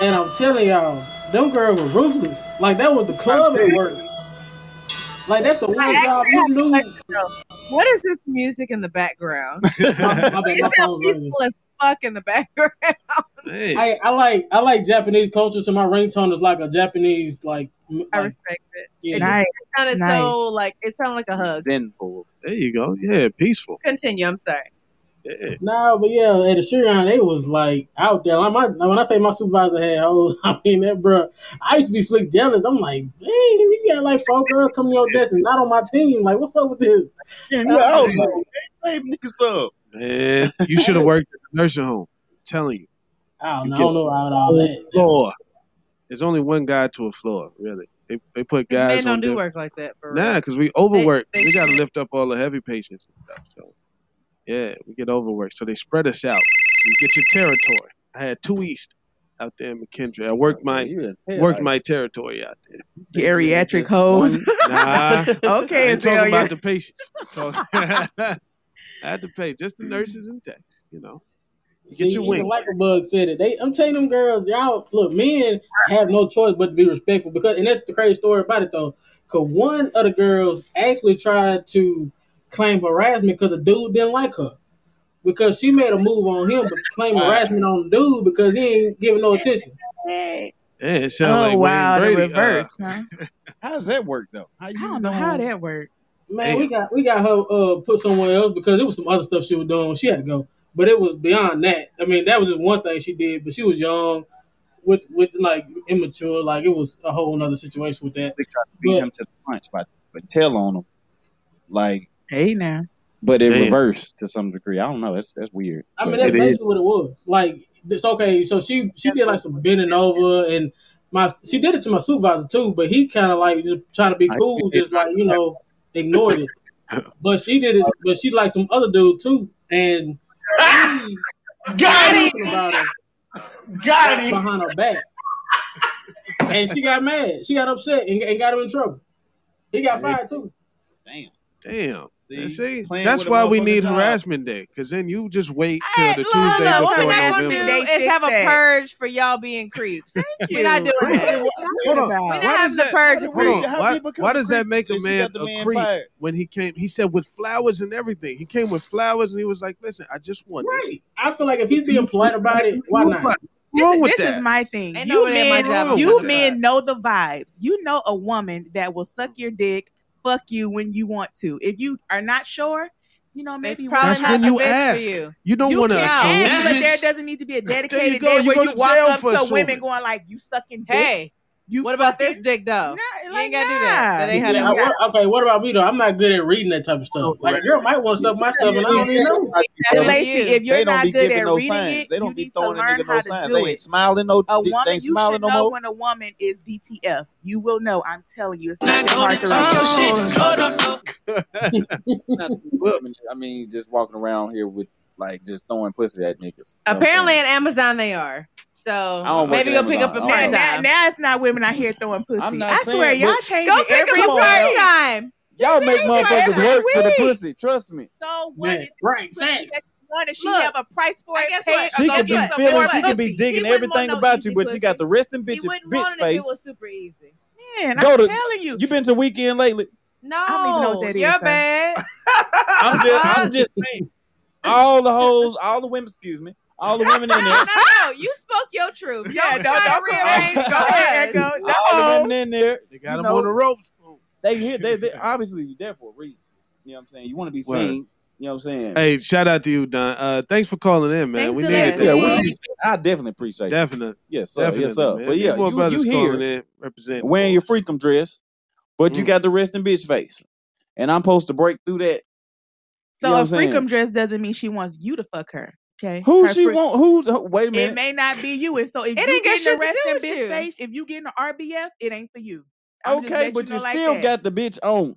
and I'm telling y'all, them girls were ruthless. Like, that was the club at work. Like, that's the one
I
job
actually
you
have a
knew.
question though. What is this music in the background?
My, my bad,
It
my
sounds
phone was ringing.
peaceful as fuck in the background.
Man.
I, I like I like Japanese culture, so my ringtone is like a Japanese like m-
I
like
respect it.
yeah.
It just
Nice,
it sounded
nice.
so like it sounded like a hug.
Zenful.
There you go. Yeah, peaceful.
Continue. I'm sorry.
Yeah.
No, but yeah, at the Shurion, they was like out there. Like my, when I say my supervisor had hoes, I mean that bruh. I used to be slick jealous. I'm like, dang, you got like four girls coming to your desk and not on my team. Like, what's up with this?
Damn, you
I
got
was
hoes.
Hey,
like,
Hey, niggas up.
man, you should have worked at the nursing home. I'm telling you.
I don't
You
know, I
get
don't know about all
whole
that.
floor. There's only one guy to a floor, really. They they put
Cause men
guys
don't
on
do
different
work like that for
Nah,
real.
because we
They
overwork.
they
We got to
shouldn't.
lift up all the heavy patients and stuff. So, yeah, we get overworked. So they spread us out. You get your territory. I had two East out there in McKendree. I
I
worked
said,
my
you in hell
worked
life.
my territory out there.
You think it was
Geriatric
just
hoes.
one?
Nah, I
okay,
ain't talking
Azalea.
about the patients. I'm talking.
Oh.
I had to pay just the nurses and techs. You know, you get
See,
your
even
wing.
like a bug said it. They, I'm telling them girls, y'all look, men have no choice but to be respectful because, and that's the crazy story about it though. Cause one of the girls actually tried to claim harassment because the dude didn't like her. because she made a move on him, but claimed
Wow.
harassment on the dude because he ain't giving no attention.
Hey.
Yeah, it sound
Oh
like Wayne
wow, the
Brady. Uh,
reverse, huh?
How does that work though? How
I
you
don't know how
gonna?
that worked.
Man,
damn.
we got we got her uh, put somewhere else because it was some other stuff she was doing. She had to go, but it was beyond that. I mean, that was just one thing she did, but she was young with with like immature. Like it was a whole nother situation with that.
They try to beat
But
him to the punch, but but tell on him like,
Hey now.
but in
Damn.
reverse to some degree. I don't know. That's that's weird.
I mean,
But
It
that's
is.
basically what it was. Like it's okay. So she she did like some bending over and. My, she did it to my supervisor too, but he kind of like just trying to be
I
cool,
did
just like you know, ignored it. But she did
not.
it. But she liked some other dude too, and he said
Got
something
him!
about her
Got
right
him!
behind her back, and she got mad. She got upset and, and got him in trouble. He got
Hey,
fired too.
damn.
Damn. And See,
playing
that's
with a
why we
motherfucking
need
job.
harassment day, because then you just wait till the
Lola,
Tuesday
what
before
we're not
November.
gonna do is have a purge for y'all being creeps. Thank you. We're not doing
Wait,
that.
what- hold on.
We're
Why
not
does
having the
that-
purge of
hold on.
creeps.
Why, why does that make a
Then she
man
got the
a
man
creep
fired.
when he came? He said with flowers and everything. He came with flowers and he was like, "Listen, I just want."
Right. I feel like if he's being polite about it, why not?
Wrong
this,
with
this is
that.
my thing.
Ain't
you
nobody at my
men,
job is
you
on the
men know the vibes. You know a woman that will suck your dick, fuck you when you want to. If you are not sure, you know maybe one
It's probably
That's
time-
not
when
the
you
bitch for
ask.
you.
You don't
You
want to
can
No.
assume.
ask, but there
Message.
doesn't need to be a
There you
dedicated
go.
day
You
where
go
you
to
walk
jail
up
for
to women
assuming.
going like, "You sucking dick."
Hey,
You
what about this
fucking
dick though?
nah,
You ain't
like
gotta do that. That
nah.
ain't how
Yeah,
that
I,
works.
what, okay, what about me though? I'm not good at reading that type of
Oh,
stuff. Like a girl might want to suck my stuff and I don't even know.
That's
But
up to
Lacey,
you.
if
They
you're
don't be
not good
giving
at
no
reading
signs.
it,
They
you
don't be
need to
throwing a
learn
nigga no
how to
signs.
do
They ain't
it.
smiling no.
A
They
woman,
ain't
you should
smiling no
know
more.
when a woman is DTF. You will know. I'm telling you, it's not that hard to read.
Oh. Not women. I mean, just walking around here with like just throwing pussy at niggas. You know what I'm
Apparently
saying?
at Amazon they are.
I
So
don't work
maybe
at
go pick
Amazon.
up
I
a
don't
Now,
part
know.
now,
time.
now, it's not women out here throwing
I'm
pussy.
not
I swear,
saying,
y'all
but
Go
changing
pick
every
up
come
a
on
part
now.
week.
time.
Y'all
Y'all make
changing
motherfuckers
every
work for the
week.
pussy. Trust me.
So what
Man,
if
right,
pussy
facts.
that you want? Does she
Look,
have a price for
I
it?
guess
Pay
what?
it or
She
go
Guess
could
get
be
what?
some
Guess
feeling,
more
she
what?
could be
pussy.
He
digging
wouldn't want
everything
no
about you,
easy
but she got
pussy.
the resting
He
bitch
wouldn't
bitch
want it if it
face.
was super easy.
Man, I'm
Go to
telling you,
you been to weekend lately?
I don't even know what
No,
that is,
you're
sir.
bad.
I'm just
Fuck.
I'm just saying. All the hoes, all the women, excuse me, all the women
No,
in there,
no, no. You spoke your truth.
Yeah, don't
Don't try to
don't come on.
rearrange
Go ahead,
for us.
Echo. The
all the women
hoes.
in there,
They got
you
him on the
know,
ropes.
they here they they obviously you there for a reason. You know what I'm saying? You want to be
Word.
seen, you know what I'm saying?
Hey, shout out to you, Don. Uh, thanks for calling in, man.
Thanks
We
to
needed
Yes,
that,
yeah,
bro.
we
Lexi.
appreciate I definitely appreciate you.
Definitely,
Yes, sir,
definitely,
yes, sir.
man.
But
Need
yeah,
more
you you
brothers calling
here
in representing
wearing your
cause.
freakum dress, but you
Mm.
got the resting bitch face. And I'm supposed to break through that, you know
So
what
a
I'm saying?
freakum dress doesn't mean she wants you to fuck her. Okay,
Who
her
she
freak.
want who's oh, wait a
It
minute.
may not be you, and so if
It
you
ain't got
get in
shit
the
to do
rest in
with
bitch
you.
face, if you get in the RBF, it ain't for you. I'm just
Okay,
let you
but
know
you
like
still
that.
got the bitch on.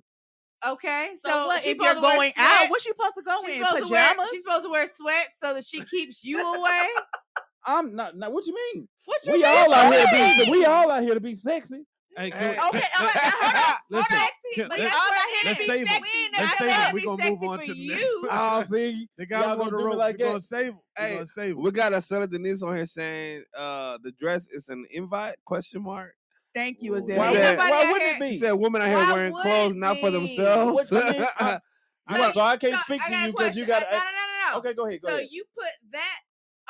Okay,
So
so
what
she
if
supposed
you're
to wear
going out?
sweat.
What you supposed to go
She's
in?
supposed to wear.
Pajamas?
She's supposed to wear sweat so that she keeps you away.
I'm not, not what you mean?
What you
We
mean?
all
What
out
you
here to be
mean?
we all out here to be sexy.
Hey, can we,
Hey.
Okay, all right, now hold on, hold
listen,
on.
Sexy,
can,
but
But
let,
that's
y'all
what
not
I
here
let's
to
mean.
be
save them.
We
sexy.
ain't
Let's
Shut
save
necessarily
them.
up.
to
We're
be
gonna move
sexy
on
for
to the
you.
next one.
Oh, see,
They got
y'all
him on the
gonna do me
ropes.
like
We're gonna
that?
save them. We're
Hey,
gonna save them.
we got a Sarah Denise on here saying uh the dress is an invite question mark.
Thank you,
Oh,
Why
Ain't
Azalea.
said
would
nobody
why
out
wouldn't it
here.
she
be?
said women out here
Why
wearing
would
clothes not for
we?
themselves.
What I mean? I,
So,
I'm
what?
sorry, I can't
so
speak
I
to
got a
you because
question.
you
Uh,
got
no,
to.
no, no, no.
Okay, go ahead, go
So
ahead.
you put that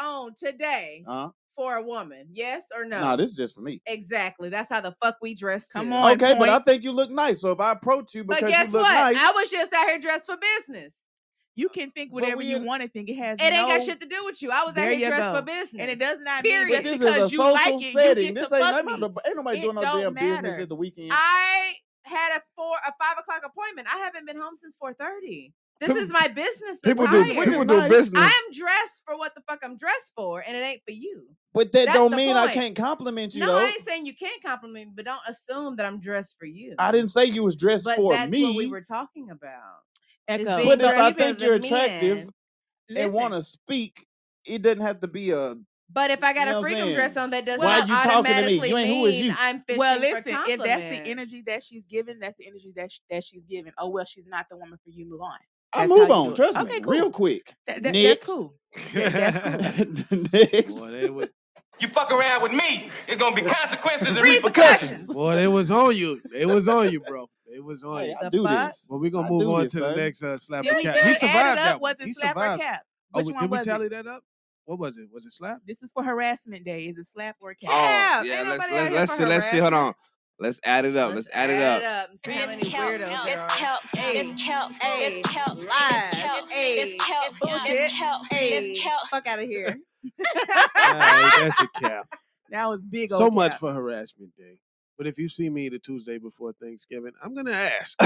on today
Uh huh.
for a woman, yes or
Nah,
no?
this is just for me.
Exactly. That's how the fuck we dress
Come
too.
on,
Okay, but I
point.
think you look nice. So if I approach you
But
because you
guess
look
what? I
nice,
was just out here dressed for business.
You can think
but
whatever
we
you
in,
want to think. It has
It ain't got
no.
shit to do with you. I was out
There
here
you
dressed for
go.
business.
And it does not mean
but
just
Period.
this is a
because you like
social
it, you
setting.
get to
This ain't
fuck
nothing.
me.
about- Ain't nobody
It
doing no
don't
damn business at
matter.
the weekend.
I had a four a five o'clock appointment. I haven't been home since four thirty. This
People,
is my business
Which
people
is
do
which is
attire.
people do
nice,
business.
I'm dressed for what the fuck I'm dressed for, and it ain't for you.
but that
That's
don't
the
mean I
point.
can't compliment you
No, I
though.
ain't saying you can't compliment me, but don't assume that I'm dressed for you.
I didn't say you was dressed
But
for
that's what we
me.
were talking about. Is
Echo.
being
But if
So
I
dressed for
even
think
the
you're attractive
men.
and want
Listen,
to speak, it doesn't have to be a.
but if I
You
got
know
a
what I'm
freedom dress
saying?
on, that does
Why
well,
not
you talking to me?
automatically
You ain't who is
mean
you?
I'm
well.
fishing
Listen,
for
if that's the
compliments.
energy that she's giving, that's the energy that sh- that she's giving. Oh well, she's not the woman for you. Move on.
I
That's how
move
you
on.
do it.
Trust me,
Okay,
real
cool.
quick.
That, that that's
Next,
cool. That that's cool.
next.
boy, they was
You fuck around with me, it's gonna be consequences and repercussions.
Repercussions.
boy, they was on you. They was on you, bro. They was on
Hey,
you.
I
The
do
fuck?
this.
But we're gonna
I
move
do
on
this,
to the
son.
next uh, slap
Still,
or
we
cap. He
good. Add it
survived
up.
that one.
Was
He
it slap or
survived.
cap?
Oh,
Which
we-
one
did we
was it?
tally that up? What was it? Was it slap?
This is for harassment day. Is it slap or cap?
Oh
Cap.
yeah,
Ain't
let's
nobody out
let's
here
let's
for
see let's see. Hold on,
harassment.
let's add it up.
Let's
Let's add it
add it
up.
up and see how
Let's
many
count.
weirdos there
Let's
are.
count. Let's
Hey,
count. Let's
hey,
count. Let's
lies.
count. Let's
Hey,
count. Let's
bullshit.
count. Let's
Hey,
count.
fuck out of here.
All right, that's a cap.
That was big
So
old
much
cap.
for harassment day. But if you see me the Tuesday before Thanksgiving, I'm gonna ask.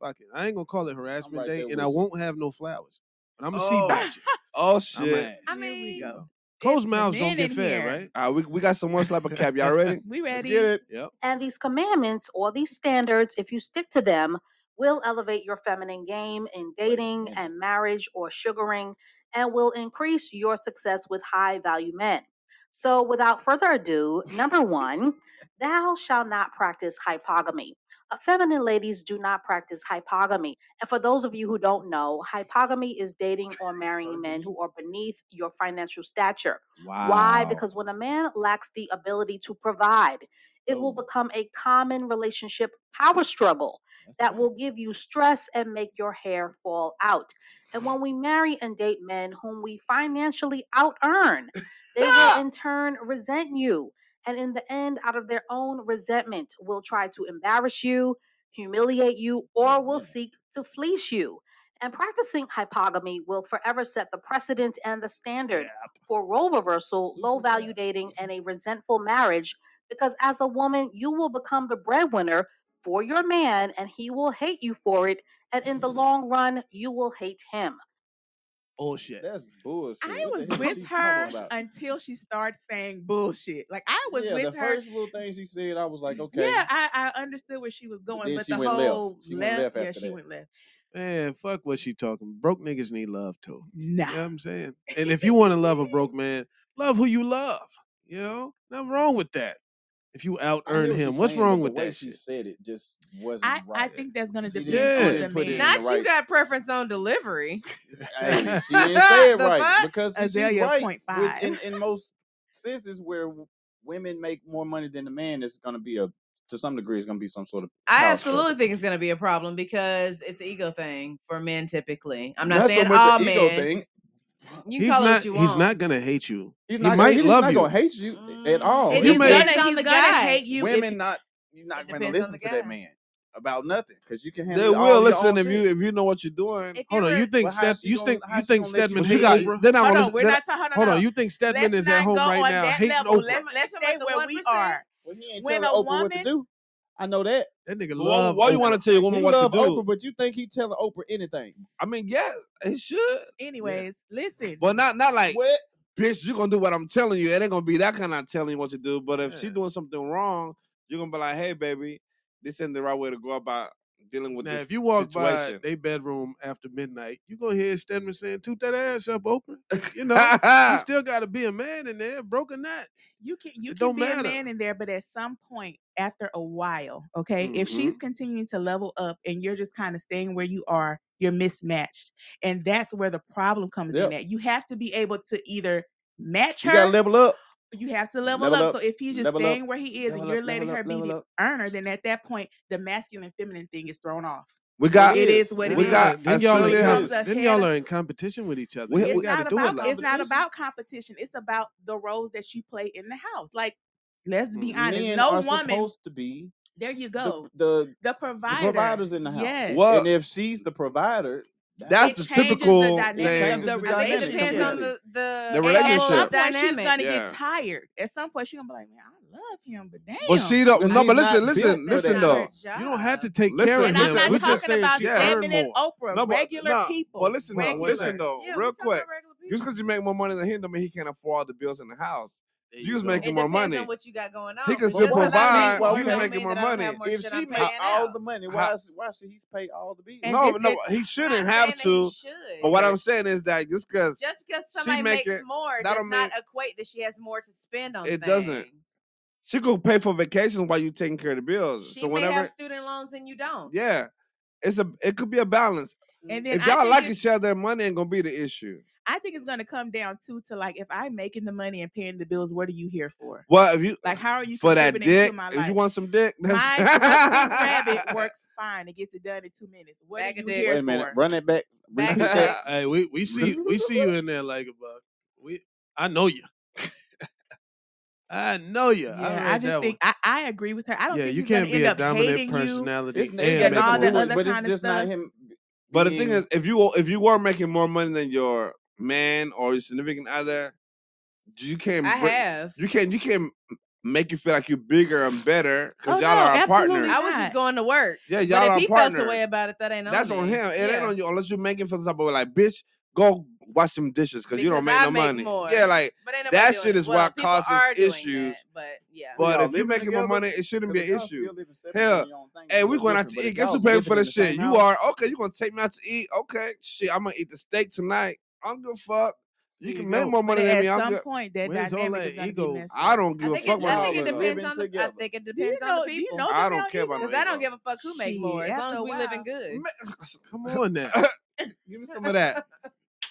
Fuck it. I ain't gonna call it
I'm
harassment
right
day,
there
and I
with you.
won't have no flowers. But I'm gonna see
oh,
about you.
oh
I'm gonna
shit.
ask.
I
Here we
You
mean,
go.
know,
It's
closed
the
mouths don't
men
get
in
fed,
here.
right?
Uh, we we got some more slap a cap. Y'all ready?
We
Let's get
ready?
it.
yep.
And these commandments or these standards, if you stick to them, will elevate your feminine game in
Wait a
dating
minute.
and marriage or sugaring and will increase your success with high value men. So, without further ado, number one, thou shalt not practice hypogamy. Effeminate ladies do not practice hypogamy. And for those of you who don't know, hypogamy is dating or marrying men who are beneath your financial stature. Why?
Wow.
Because when a man lacks the ability to provide, it will become a common relationship power struggle that will give you stress and make your hair fall out. And when we marry and date men whom we financially out earn, they will in turn resent you. And in the end, out of their own resentment, will try to embarrass you, humiliate you, or will seek to fleece you. And practicing hypogamy will forever set the precedent and the standard for role reversal,
Mm-hmm.
low value dating, and a resentful marriage. Because as a woman, you will become the breadwinner for your man, and he will hate you for it. And in
Mm-hmm.
the long run, you will hate him.
Bullshit.
That's bullshit.
I
What the
was
hell is
with
she
her
talking about?
until she started saying bullshit. Like I was
Yeah,
with
the
her. Mm,
first little thing she said, I was like, okay.
Yeah, I, I understood where she was going,
then
but
she
the
went left.
whole
She went left
yeah,
after
she
that.
went left.
Man, fuck what she talking. Broke niggas need love too.
Nah.
You know what I'm saying? And if you want to love a broke man, love who you love. You know? Nothing wrong with that. If you out
I hear
earn
what she's
him, what's
saying, but
wrong
the
with
way
that
she
shit?
said it just wasn't
I I
right.
think that's gonna
She
depend
didn't. She
on
Yeah.
the
didn't put it in
man.
the
Not you
right.
got preference on delivery.
Hey, she didn't say it
the
right
fuck?
because see, she's
Azalea
right
point
with
five.
in in most senses where w- women make more money than the man. It's gonna be a to some degree. It's gonna be some sort of
I
power struggle.
absolutely think it's going to be a problem because it's an ego thing for men typically. I'm not
Not so
saying
much an
all
ego
men.
thing.
You
He's
call it what
not
you
he's
want.
not gonna hate you.
He's
He
not gonna.
might
He's
love
not gonna
you.
hate you at
Mm-hmm.
Mm,
all.
it
He
just
He's
may
depends
gonna
on
he's
the
gonna
guy.
hate you if
Women not. You're
It
not gonna
depends on
listen
the
to that
guy.
man about nothing because you can
They
handle
will
all your own
listen if you
shit.
if you know what you're doing.
if
Hold
you
on, you
were
think
But how
Sted
she
you
gonna?
think
How
you
she
think
gonna let you
Stedman
But you
do
hate
got
that?
Oprah?
they're not
hold
gonna
on,
listen.
we're
They're not,
not talking. Hold
Hold on,
on.
you think Stedman
Let's
is at
not go
home right
on
now
that
hating
level.
Oprah?
Let's let's
Talking
stay
about the
where
one
we
percent.
are.
Well, he ain't
When
telling
a
Oprah what to
woman
do. I know that.
That nigga
Why,
love
why you
Oprah.
want to tell your
He
woman what to
love
do?
Oprah, but you think he telling Oprah anything?
I mean, yes, it should,
Yeah.
Anyways, listen.
but not not like
What?
bitch. You're gonna do what I'm telling you. It ain't gonna be that kind of telling you what to do. But if she
Yeah.
doing something wrong, you're gonna be like, hey, baby, this ain't the right way to go about dealing with
Now,
this
if you walk by
situation.
they bedroom after midnight, you gonna hear Stedman saying, "Toot that ass up, Oprah." You know, you
yeah,
still gotta be a man in there, broken that.
you can you
It
can
don't
be a
matter.
man in there but at some point after a while okay if
hmm
she's
Mm-hmm.
continuing to level up and you're just kind of staying where you are you're mismatched and that's where the problem comes in
Yep.
at you have to be able to either match
You gotta
her
level up.
you have to level
Level
up.
up.
So if he's just
Level up.
staying where he is and
Level up.
you're letting
Level up.
her be
Level
the
up.
earner, then at that point the masculine feminine thing is thrown off.
we
It
got
It is
is.
what
Now,
it
we
is.
got
then
as
It
y'all
soon
in
as
comp-
becomes a
then
head
y'all
of
are in competition with each other.
we,
You
it's
we
got to
not
do it
about
like
it's
that.
not
Competition.
about competition it's about the roles that you play in the house like let's be
hmm
honest
Mm-hmm. Men
no
are
woman
supposed to be
there you
the
go
the
the
the
provider
providers in the house,
yes
well,
and if she's the provider, that's
that's
it
the
changes the
typical
it
dynamic of
thing.
changes
the
I
the
think it
dynamic
depends on the the level
The
completely.
relationship and at some
relationship,
of
point she's
dynamic.
gonna get
yeah.
tired at some point she's gonna be like man i love him but
But
damn
she don't.
Because
No,
i
but
she's
listen,
not built
listen,
for
that's
listen
not
that.
though.
her
You don't have
job
to take care
Listen,
of
and i'm
him.
listen,
not
We just
talking
listen.
saying
about
she
Yeah.
earned
Stedman and
more.
oprah
No, but
regular
no. But
people
listen
No, what's
though,
regular
listen
that?
though,
yeah we
real
talking
quick.
about regular
Just
people
because you make more money than him, don't mean he can't afford the bills in the house.
There you
You's
go.
making
It
more
depends on
money.
what you got going
He
on.
can
Because
still
But
just because
why
I make
she make?
provide.
more
Well,
You's
don't
okay.
making
mean
more
that I don't have
money.
more
If
shit
she
I'm
make
paying
all
out.
the money,
How,
why is why should he pay all the bills?
and
no,
this
but
is
no, he
Not
shouldn't have
saying that he
to. But
should.
what
Okay.
I'm saying is that just because
Just because
she
somebody makes
making,
more
that
does
don't mean
not equate that she has more to spend on
it doesn't.
things.
She could pay for vacations while you taking care of the bills.
She
So
may have
whenever,
student loans and you don't.
yeah, it's a it could be a balance.
and then
If
i
y'all
think
like
it's
each other, money ain't gonna be the issue.
I think it's gonna come down too to like if I'm making the money and paying the bills, what are you here for?
Well, if you
Like how are you
for that
contributing to
dick,
my
if you
life?
want some dick, that's
My Russian rabbit works fine. It gets it done in two minutes. What are
Bag of
you
Wait
here
a
dicks.
minute.
for?
Run it back.
Bag
Repeat
of
that.
dicks.
Hey, we, we see we see you in there like a bug. We I know you. I know you. I
Yeah, I
heard
just
that one.
think I, I agree with her. I don't
Yeah,
think
you
he's gonna
can't be
end
a
up
dominant
hating you
personality
It's n- it
and
got
make
and all
nothing to
more
do
that
money.
with.
other
But it's
kind of
just not
stuff.
him
But the thing
being.
is, if you if you are making more money than your man or your significant other, you
I
can't bring
have.
you can't you can't make you feel like you're bigger and better because
Oh
y'all
no,
are a
absolutely
partner.
I was just
not.
going to work.
Yeah,
But
y'all
if
are a
he felt a
partner.
way about it, that ain't on
That's on
me.
him. It ain't
Yeah.
on you unless you're making for something. But like, bitch, go wash some dishes because you
Because
don't make
I
no
make
money. Yeah,
more.
like
But ain't nobody
that
doing
shit
it.
is
Well,
what
people
causes
are doing
issues.
that, but yeah.
Well,
But
y'all
if you're
living
making more
together?
money, it shouldn't
Because
be
if
an
y'all
issue.
still living separate on
Hell,
your own thing,
hey,
then
we're
that's
going out
different.
to
But if
eat. Guess
y'all
who paid for
living
the
in the
shit?
same
You
house,
are okay. You're gonna take me out to eat. Okay, shit, I'm gonna eat the steak tonight. I'm gonna fuck. You
Here
can
you
make
go.
more money
But
than
at
me. I'm
some
good.
point, that Where's all dynamic that is gonna be ego? messed
I don't give
I
a
think
fuck
it,
what
I
all
think it
that.
depends on the, I think it depends on
know-
the
do you
people.
know
I don't care about
Because
my
I
ego.
don't give a fuck who make
Shit,
more as long
after
as
a
we living good.
Come on now.
Give me some of that.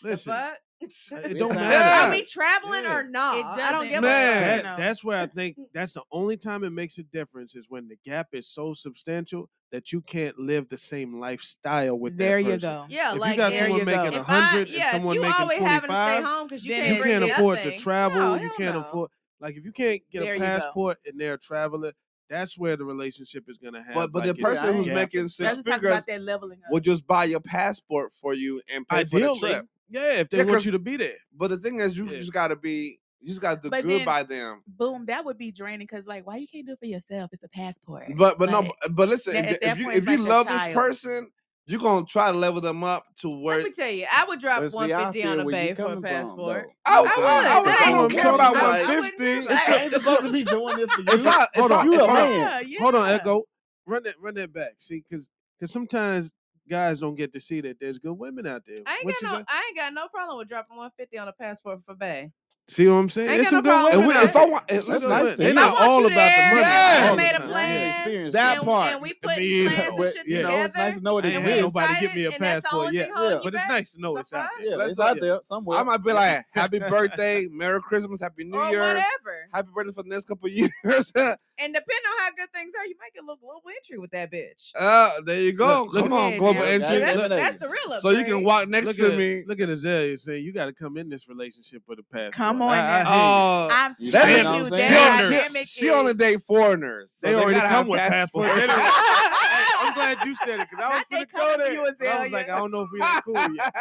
Listen,
Fuck.
it don't
sound-
matter.
Are we traveling
Yeah.
or not?
It
I don't
doesn't
give
matter.
a
That-
fuck.
No.
that's where I think that's the only time it makes a difference is when the gap is so substantial that you can't live the same lifestyle with
There
that
you
person.
go.
Yeah,
If
like
you got
There
someone
you
making
go.
a
If I
hundred and
yeah, if
someone
you
making
always
twenty
having to stay
five,
home because you
Then
can't
you
it's-
bring
can't afford to
nothing.
travel.
No,
you
hell
can't
no.
afford like if you can't get
There
a
you go.
passport and they're a traveler, that's where the relationship is gonna have.
But but the
like, its
person who's
gap
making
and
That's
six
what
stuff.
talking about
figures
that leveling up.
will just buy your passport for you and pay for the
ideally,
trip.
yeah, if they
Yeah,
want
'cause-
you to be there,
But the thing is, you
Yeah.
just gotta be, you just gotta do
But
good
then-
by them.
Boom, that would be draining because like, why you can't do it for yourself? It's a passport.
But but no,
Like,
but, but listen,
that-
if,
at
if
that
you
point,
if
it's
you
like a
love this
child.
person, you're gonna try to level them up to
Let
where.
me tell you, I would drop
But see, I
150 on
feel
a
where you
bay for a
coming from,
passport.
though.
I,
You
I
I,
know what
would.
I'm
I was I
That ain't
don't
what I'm
care
even
talking
about
I,
about.
one
I wouldn't
fifty.
care about
This
it.
ain't supposed to be doing this for you.
If I if
Hold
I
on,
you a
hold on.
man.
Yeah,
hold on,
eh,
yeah.
Echo. Run that, run that back. See, because because sometimes guys don't get to see that there's good women out there.
I ain't
Which is
got no
a-
I ain't got no problem with dropping 150 on a passport for bay.
see what I'm saying.
I ain't
There's some
got no
good
problem
women
And
out
we, if
with that.
I
there.
want, eh,
Some
That's
good
nice
women.
to
They're
If
hear.
I
not all
want you
about the
there
money.
Yeah.
and
all
we
the
made a
time. Yeah.
plan
experience
That
and,
part.
and we
I
putting
mean,
plans and
But
shit
you know, it's nice
together
to know it
I ain't had
and we
exists.
nobody give
excited
me a
and that's the
passport
only
yet,
thing holding
Yeah.
you
but it's
back.
nice to know
The
it's out
fuck?
there.
Yeah,
That's
it's
all.
out
Yeah.
there
I
somewhere.
might be like, Happy birthday, Merry Christmas, Happy New
Or
Year,
whatever.
Happy birthday for the next couple of years.
And depending on how good things are, you might get a little global entry with that bitch.
uh, there you go.
Look, look
Come
at-
on,
Yeah,
global
now.
Yo,
entry.
gotta
That's
have
Look-
an
that's the
ace.
real upgrade.
so you can walk next
Look
to
at
me.
look at Azalea saying you got to come in this relationship with a passport.
Come
I, I
on now.
hear you.
Oh,
I'm
You
that
see
telling
what
Standard-
I'm
you,
Standards.
that
she only,
saying?
dynamic
she only
is
date foreigners, so
They
they,
already
gotta have
come with passports.
passports.
They don't- hey, I'm glad you said it because I was
not they
finna go
coming for
there.
you,
but I was like,
Azalea.
I don't know if we done cool yet.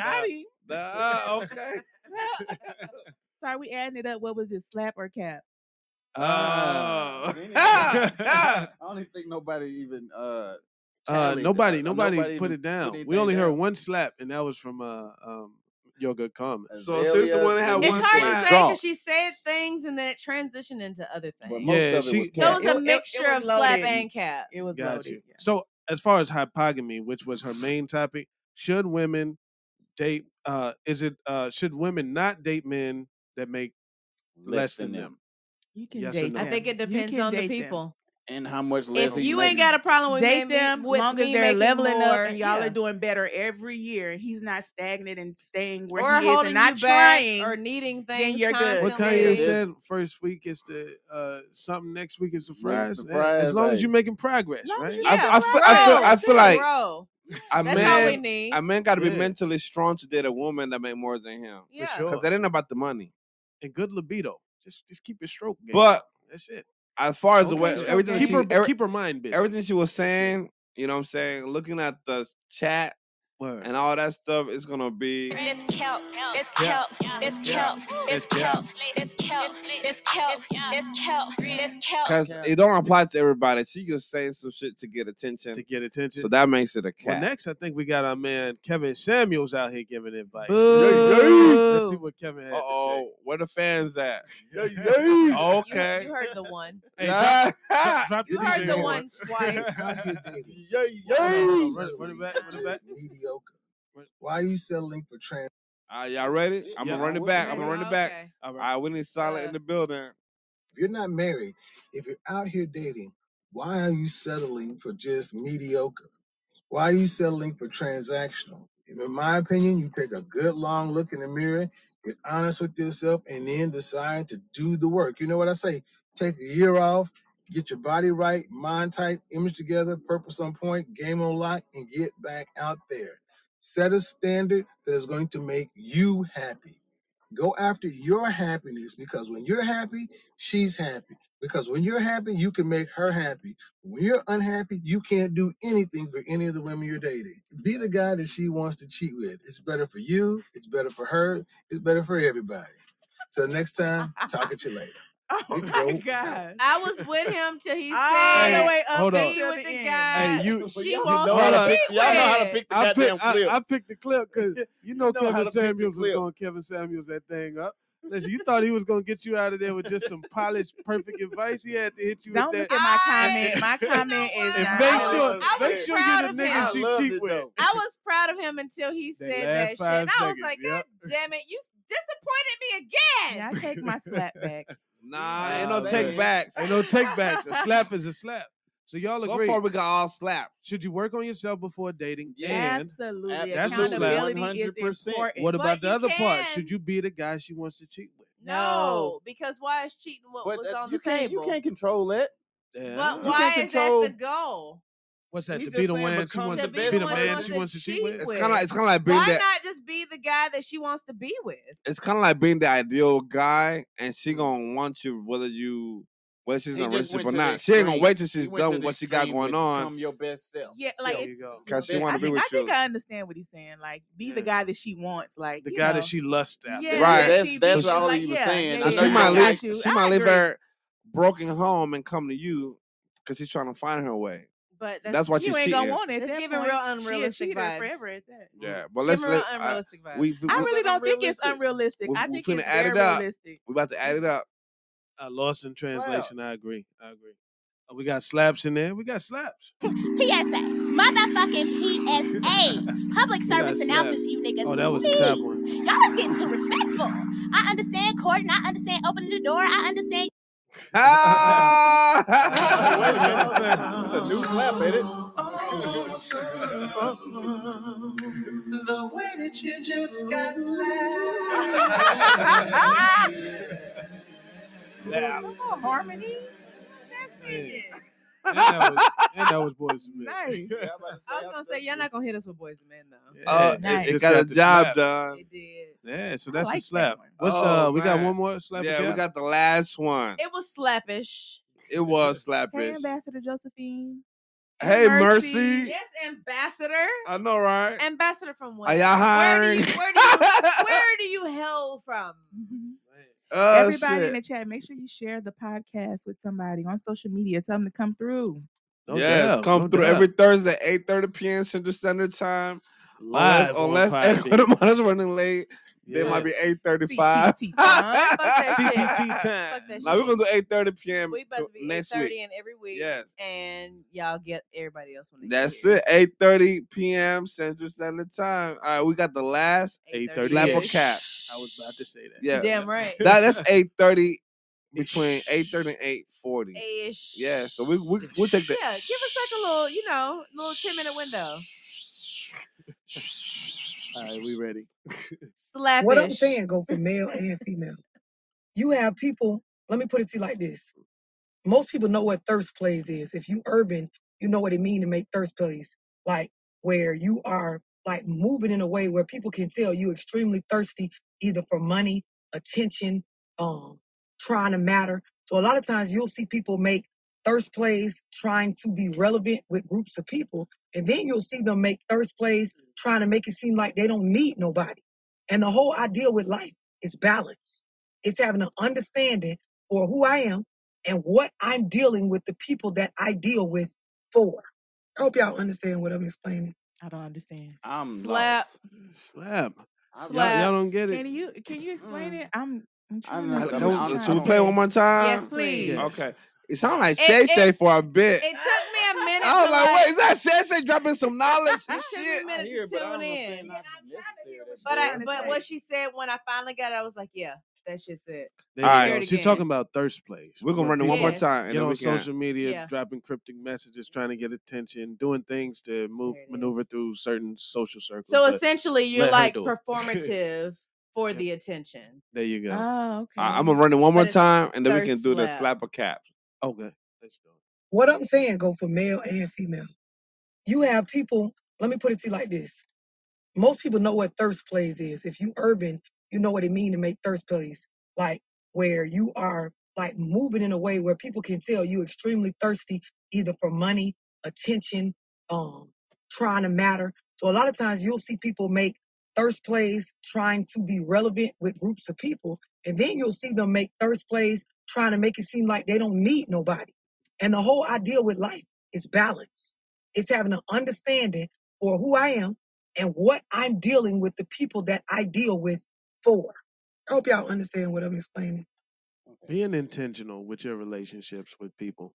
Uh,
Got him.
uh, okay.
Sorry, we adding it up. What was it, slap or cap?
Oh.
Uh,
I don't even think nobody even uh
uh,
tallied.
nobody,
uh,
nobody,
nobody
put
even
it
put
down. We
anything
only heard
down.
one slap, and that was from uh, um, Yoga Common.
so since the
Azalea,
one that had
Denise
It's
one
was
hard to
slap,
say because
drunk,
she said things and then it transitioned into other
but
things.
most
Yeah,
of it was
she
So
cat.
it was
It,
a
wa- it, it
mixture
was
of slap
loaded.
and cap.
It was
got
loaded.
you.
yeah.
So as far as hypogamy, which was her main topic, should women date? Uh, is it uh, should women not date men that make
less
less
than
than
them.
them?
You can
Yes or
date
no?
I
them.
think it
You
depends
can
on the
date them.
people.
And how much
If
less
If
he
you
you
ain't
making?
got a problem with
date
men me,
them,
with
long as
me
they're
making
leveling up
more,
and y'all are
yeah,
doing better every year, and he's not stagnant and staying where
or
he is and
holding you
not
back
trying,
or needing
then
things
you're good.
What
There
Kanye
it
constantly.
is.
said first week is the uh, something, next week is the
Next
fries.
to
Eh, As
fries,
long as
hey.
you're making progress,
long as
right?
you
I, f-
making
Yeah,
I, feel, I feel, I
progress.
grow,
feel like
grow.
a
That's all we
man,
need.
a man got to be
Yeah,
mentally strong to date a woman that make more than him,
for
Yeah.
because
sure.
that ain't about the money.
And good libido. Just just keep your stroke game.
But
up. That's it.
as far as the
Okay,
way
stroke
everything
game. Keep
she, e,
her
every,
keep her mind busy.
everything she was saying, you know, what I'm saying, looking at the chat
Word.
and all that stuff, it's gonna be.
It's kelp. It's
Yeah.
kelp. It's
Yeah.
kelp. It's
It's yeah.
kelp. It's kelp. It's kelp. It's kelp. It's
oh,
kelp.
Cause it don't apply to everybody. She just saying some shit to get attention.
To get attention.
So that makes it a
Well,
cat.
next, I think we got our man Kevin Samuels out here giving advice. Let's see
Boo.
what Kevin had
Uh oh, where the fans at?
to say.
You, he-
okay.
you heard the one.
hey, drop,
Yeah.
drop, drop
You
your
heard
DJ
the
horn.
one twice.
Hold
Yeah,
on,
yeah.
hold on. Run, run it back. Run it back.
All right, y'all ready? I'm
Yep.
gonna run it back. I'm gonna run it back.
Okay.
All right.
All right, we need solid in
Uh,
the building.
oh my god!
I was with him till he
All the
Hey,
said
way up
hold on.
be
until
with
the
the
end.
Hey,
guy
you.
But
she
y'all
wants
know
to
how
Hold
to
on.
pick.
cheat
Y'all know how to
with.
pick the
I pick.
goddamn
I, I
clips.
picked the clip because you know
You
Kevin
know how to pick the
Samuels was
clip.
going. Kevin Samuels that thing up. Listen, you thought he was gonna get you out of there with just some polished, perfect advice. He had to hit you
Don't
with
look
that.
at my comment. My comment is
And
not-
make sure,
I was
make sure
proud
you're
of
the
him. I
nigga
loved
she cheat with.
I was proud of him until he
That
said
last
that shit.
five
And I was
seconds,
like, God
yep.
damn it, you s- disappointed me again.
I take my slap back.
Nah, ain't
Nah,
no take
man.
backs.
Ain't no take backs. A slap is a slap. So y'all
So
agree?
far we got all slapped.
Should you work on yourself before dating? And
Absolutely.
That's a slap.
Accountability is
100%.
important.
what about
But
the
you
other part?
can-
Should you be the guy she wants to cheat with?
No, because why is cheating what
But
was
that-
on
you
the
can't
table?
you can't control it.
but
Yeah.
you
why
can't
is that
control-
the goal?
What's that?
He
To be
just
the
saying
man she
become
wants
the
to be
best
the
one she
man
wants
she
to
wants to cheat
cheat
with?
It's
with.
kind of it's kind of like being
Why
that
not just be the guy that she wants to be with?
it's kind of like being the ideal guy, and she gonna want you whether you whether she's in
He
a
just
relationship
went
or
to the
not. She ain't gonna
extreme.
wait till
He
she's
went to
done
the
what she got
extreme with
going on.
Become your best self.
Yeah, like
So,
it's,
you go.
Cause she
I
want to be
think,
with
I
you,
think I understand what he's saying. Like, be the guy that she wants. Like
The
you
guy
know.
that she lusts after.
Right.
Yeah, that
That's-
she-
that's
she
all
like-
he was
yeah,
saying.
yeah,
I
and
yeah,
know
she
yeah,
you
might
I
don't
got
leave.
you.
She
I
might leave
agree.
her broken home and come to you, cause she's trying to find her way.
But
That's, why
you
she's
ain't gonna
cheating.
want it. at
Let's
that
give it
point.
real
She a
unrealistic
cheater
vibes.
forever at that.
Yeah, but
Give
let's
her real
let. I,
unrealistic vibes.
we we
I
we,
really don't think it's
unrealistic.
unrealistic.
we,
I
we
think
finna
it's
add
very
it up.
realistic.
We about to add it up.
I Uh, lost in
Slap.
translation. I agree. I agree. Uh, We got slaps in there. We got slaps.
PSA, motherfucking PSA, public
We got
service announcement to you niggas.
Oh, that was a
please.
top one.
Y'all is getting too respectful. I understand courting. I understand opening the door. I understand.
Ah!
Wait a minute. It's a new slap, ain't it?
The way that you just got
Yeah.
Come on, harmony.
Man. And that was, and that was Boys to Men.
Nice.
Yeah, I'm about to say,
I was gonna say you're not gonna hit us with boys and men though.
Oh,
Yeah,
it, it
just
got a
the
job
slap.
done.
It did.
Yeah, so
I
that's
like
a
that
slap.
one.
What's
Oh,
uh? We got
man.
one more slap.
Yeah, we
again?
got the last one.
It was slappish.
It was
Hey,
slappish.
Ambassador Josephine.
Hey, Mercy.
Yes, ambassador.
I know, right?
Ambassador from what?
Are y'all
Where
hiring?
do you where do you where do you hail from?
Mhm.
Oh,
Everybody
shit.
in the chat, make sure you share the podcast with somebody on social media. Tell them to come through.
No
yes,
doubt,
come
no
through
doubt.
every Thursday, 8.30 p.m. Central Standard Time.
Live
unless
on
unless
Podbean.
everybody's running late,
Yeah.
they might be
CPT
8.35.
time.
Fuck that shit.
CPT time.
Fuck that
now we're
shit.
gonna do 8.30 p.m.
We about
to
to be eight
next week.
thirty in every week.
Yes.
And y'all get everybody else when they
That's
get
it. 8.30 p.m. Central Standard Time. All right, we got the last
here.
Eight
8:30
thirty
slap or
ish.
cap.
I was about to say that.
Yeah.
Damn right.
That that's 8.30
Ish.
between 8.30 and 8.40.
Ish.
Yeah, so we, we we'll take the
Yeah, give us like a little, you know, little ten minute window.
All right, we ready.
Slappish.
What I'm saying go for male and female. You have people, let me put it to you like this. Most people know what thirst plays is. If you urban, you know what it mean to make thirst plays. Like where you are like moving in a way where people can tell you extremely thirsty, either for money, attention, um, trying to matter. So a lot of times you'll see people make thirst plays trying to be relevant with groups of people. And then you'll see them make thirst plays trying to make it seem like they don't need nobody. And the whole idea with life is balance. It's having an understanding for who I am and what I'm dealing with the people that I deal with for. I hope y'all understand what I'm explaining.
I don't understand.
I'm
Slap.
lost.
Slap.
I'm
Y'all,
Slap.
y'all don't get it.
Can you can you explain
Mm.
it? I'm I'm
I don't know.
trying
I- can
I'm-
to I'm
we-
I'm
trying
should
to
we play it
think.
one more
Yes,
time?
please.
Yes.
Okay. It sounded like
It-
Shay Shay
it-
for a bit.
It took me a minute.
I was
to
like,
like,
wait, is that Shay Shay dropping some knowledge and
It took me
shit?
a
I
minute
hear it,
to
but I
tune
don't know if it's
in.
not necessary. that
But
she
I,
trying to
but
think.
what she said when I finally got it, I was like, yeah, that shit's it.
There
All
you
right.
Hear
go.
it
She's
again.
talking about thirst plays.
We're gonna
where
run it one
people
more
Yes.
time and
get
then
on
we can
social media,
Yeah.
dropping cryptic messages, trying to get attention, doing things to move,
There it
maneuver
is.
through certain social circles.
So
but
essentially, you're
let her
like
do it.
performative Ah. for
Yep.
the attention.
There you go.
Oh,
I,
okay.
I'm gonna run it one more
But it's
time and then we can
thirst
do the
slap.
slapper cap.
Okay. Let's go.
What I'm saying go for male and female. You have people, let me put it to you like this. Most people know what thirst plays is. If you urban, you know what it mean to make thirst plays. Like where you are like moving in a way where people can tell you extremely thirsty, either for money, attention, um, trying to matter. So a lot of times you'll see people make thirst plays trying to be relevant with groups of people. And then you'll see them make thirst plays trying to make it seem like they don't need nobody. And the whole idea with life is balance. It's having an understanding for who I am and what I'm dealing with the people that I deal with for. I hope y'all understand what I'm explaining.
Being intentional with your relationships with people,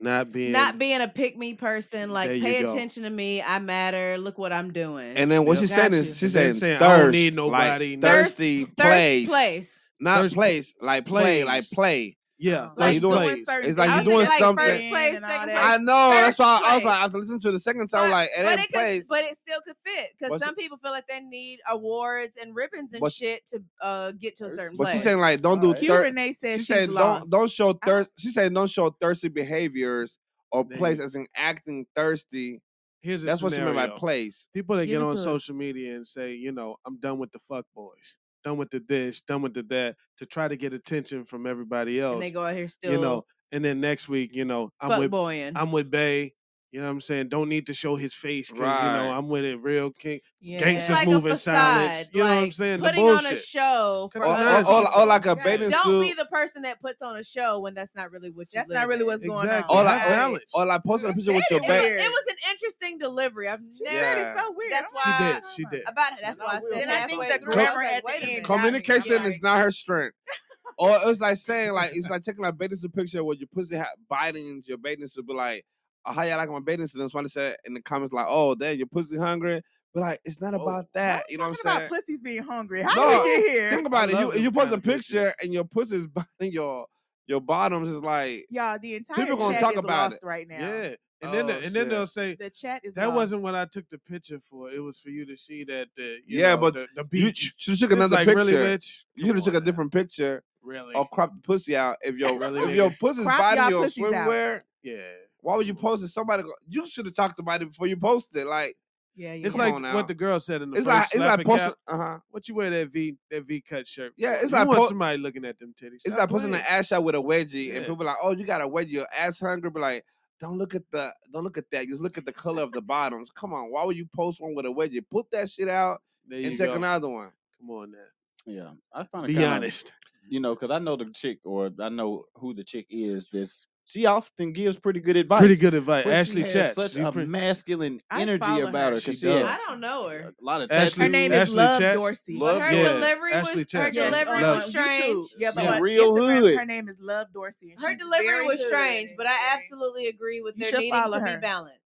not being
Not being a pick me person, like
There you
pay
go.
attention to me. I matter. Look what I'm doing.
And then what
Yep.
she saying
Got
is
you.
she
They're
saying,
saying,
thirst,
I don't need nobody,
like,
no- Thirst-
thirsty
thirst
place,
place.
not
Thirst-
place, like play, like
plays.
play.
Yeah,
Like
thirst
you doing,
plays.
it's
I
like
was
you doing
thinking, like,
something.
First place, second place.
I know. That's why I was
place.
like, after listening to the second time, like it
but
ain't
it could,
place.
but it still could fit because
But she-
some people feel like they need awards and ribbons and
But she-
shit to uh, get to a certain
But
place.
she's saying like, don't do.
Q
thir-
Renee says
she's
she's
saying don't
lost.
don't show thirst. She's saying don't show thirsty behaviors or
There you
place
go.
as in acting thirsty.
Here's a
That's what she meant by
scenario.
place.
People that
Give
get
it
on
to her.
social media and say, you know, I'm done with the fuck boys, done with the this, done with the that, to try to get attention from everybody else.
and they go out here still
you know, and then next week, you know, I'm
fuck
with
boying.
I'm with Bay. You know what I'm saying? Don't need to show his face because you know
Right.
I'm with it real king.
Yeah.
Gangsters
like
move in
a facade.
silence. You know what I'm
like,
saying? The
Putting on a
bullshit.
show for
Or,
other
or, or,
people.
or like a bathing
Don't be
suit.
the person that puts on a show when that's not really what you.
That's not really what's going
Exactly.
Or
on.
like
Have
or,
balance.
or like posting a picture with your
It was,
back.
Weird.
it was an interesting delivery. I've never
That
Yeah.
is so weird.
That's
I'm
why
She
like, what are you
did.
talking
She
about?
did.
about it. That's
I
why I
will
said
Then I
say
think
halfway
the
through. I
grammar
was like,
at the
wait a
end
minute.
got me. I'm
Communication
like,
is not her strength. Or it's like saying like it's like taking like bathing suit picture with your pussy hat biting your bathing suit, be like, oh, how y'all like my bathing suit? And somebody said in the comments like, oh, damn, your pussy hungry. But like, it's
Oh,
not about
why
that.
we
You know what I'm
talking
saying?
about pussies being hungry? How
No,
did we get here?
think
I
about it.
love
You
them
you post
kind
a
of pictures.
picture and your pussy's biting your your bottoms is like
Y'all, the entire
people gonna
chat
talk
is
about
lost
it.
right now.
Yeah. And then
Oh,
the- and then
shit.
they'll say
The chat is
that
lost.
wasn't what I took the picture for. It was for you to see that the you
yeah,
know
but
the, the
you
beach.
should took
It's
another
like really,
picture.
bitch.
You
Come
should have took
on,
a
now.
different picture
really,
or cropped the pussy out. If your
really,
Oh, if your
nigga.
pussy's
Crop
biting
y'all
your
pussies out.
swimwear,
Yeah.
why would you post it? Somebody go, you should have talked about it before you posted. Like,
Yeah, yeah.
It's
come
like
on
what
now.
the girl said in the
It's like
first
it's like
slapping cap.
posting. Uh huh.
What you wear that V that V cut shirt
Yeah,
for?
it's
You
like
want
po-
somebody looking at them titties.
it's
Stop
like posting an
playing.
ass shot with a wedgie, and
Yeah.
people like, "Oh, you got a wedgie, your ass hungry." But like, don't look at the, don't look at that. Just look at the color of the bottoms. Come on, why would you post one with a wedgie? Put that shit out
There
and
you
take
go.
another one.
Come on now.
Yeah, I find it
Be
kind of
honest.
you know because I know the chick or I know who the chick is. This she often gives pretty good advice,
Pretty good advice.
but she
Ashley
has
Chats.
such
You
a
pre-
masculine
I
energy
follow
about
her.
her
she
because she had
does.
I don't know her,
a lot of
Her
Ashley
name is
tattoos,
Ashley
Love
Chats.
Dorsey.
but
love
her
Yeah.
Dorsey.
delivery was
Ashley
her
Chats.
Yes,
I
delivery
on,
love
was
on YouTube.
strange.
Yeah,
She
but
yeah.
on
real
Instagram,
hood.
her name is Love Dorsey, and
Her
she's
delivery
very
was
hood.
strange, but I
and
absolutely agree with
You
there
should
needing
follow
to be
her.
balance.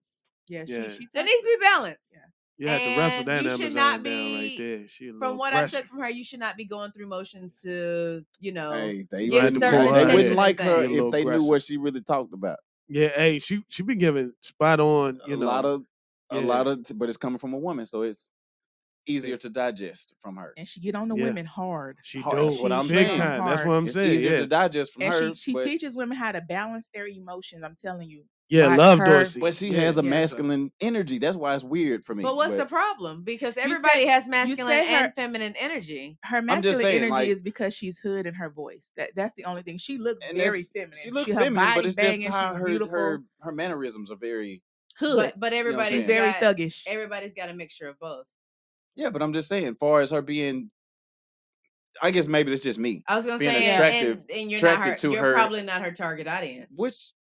Yeah, she
Yeah.
she
There
tough.
needs to be balance,
Yeah.
You had to wrestle
and
that
you should not
Amazon down right
be.
there. She a
From
little
what I
aggressive.
took from her, you should not be going through motions to, you know,
Hey, they
Trying
get
wouldn't
to
certain
pull
they
her
wouldn't
in.
attention and
like her
She a
things.
if
little
they knew
aggressive.
what she really talked about.
Yeah, hey, she she be giving spot on,
A
Oh,
you
lot
know.
of a
Yeah.
lot of but it's coming from a woman, so it's
Yeah.
easier to digest from her.
And she get on the
Yeah.
women hard.
She
Hard, that's
do.
what
She
I'm
she
Big
on them
saying.
time. That's what
hard.
I'm
It's
saying.
easier
Yeah.
to digest from
And she
her,
she
but
teaches women how to balance their emotions. I'm telling you,
Yeah,
by
love
her.
Dorsey.
but she
Yeah.
has a
Yeah.
masculine energy. That's why it's weird for
But
me.
what's the
But
problem? Because
You
everybody
say
has
you
masculine
say her
and feminine energy.
her
I'm just
masculine
saying,
energy
like,
is because she's hood in her voice. That that's the only thing. She looks
and
very
that's she
feminine. She
looks
her
feminine, but
body
it's just
banging.
how
She's
her
beautiful.
her her mannerisms are very.
Hood.
But but
You know what I'm
She's
saying?
everybody's
very
got
thuggish.
everybody's got a mixture of both.
Yeah, but I'm just saying, far as her being, I guess maybe it's just me
I was gonna
being
say,
Yeah.
attractive,
and and you're not
attracted
her.
to
You're
her,
probably not her target audience.
which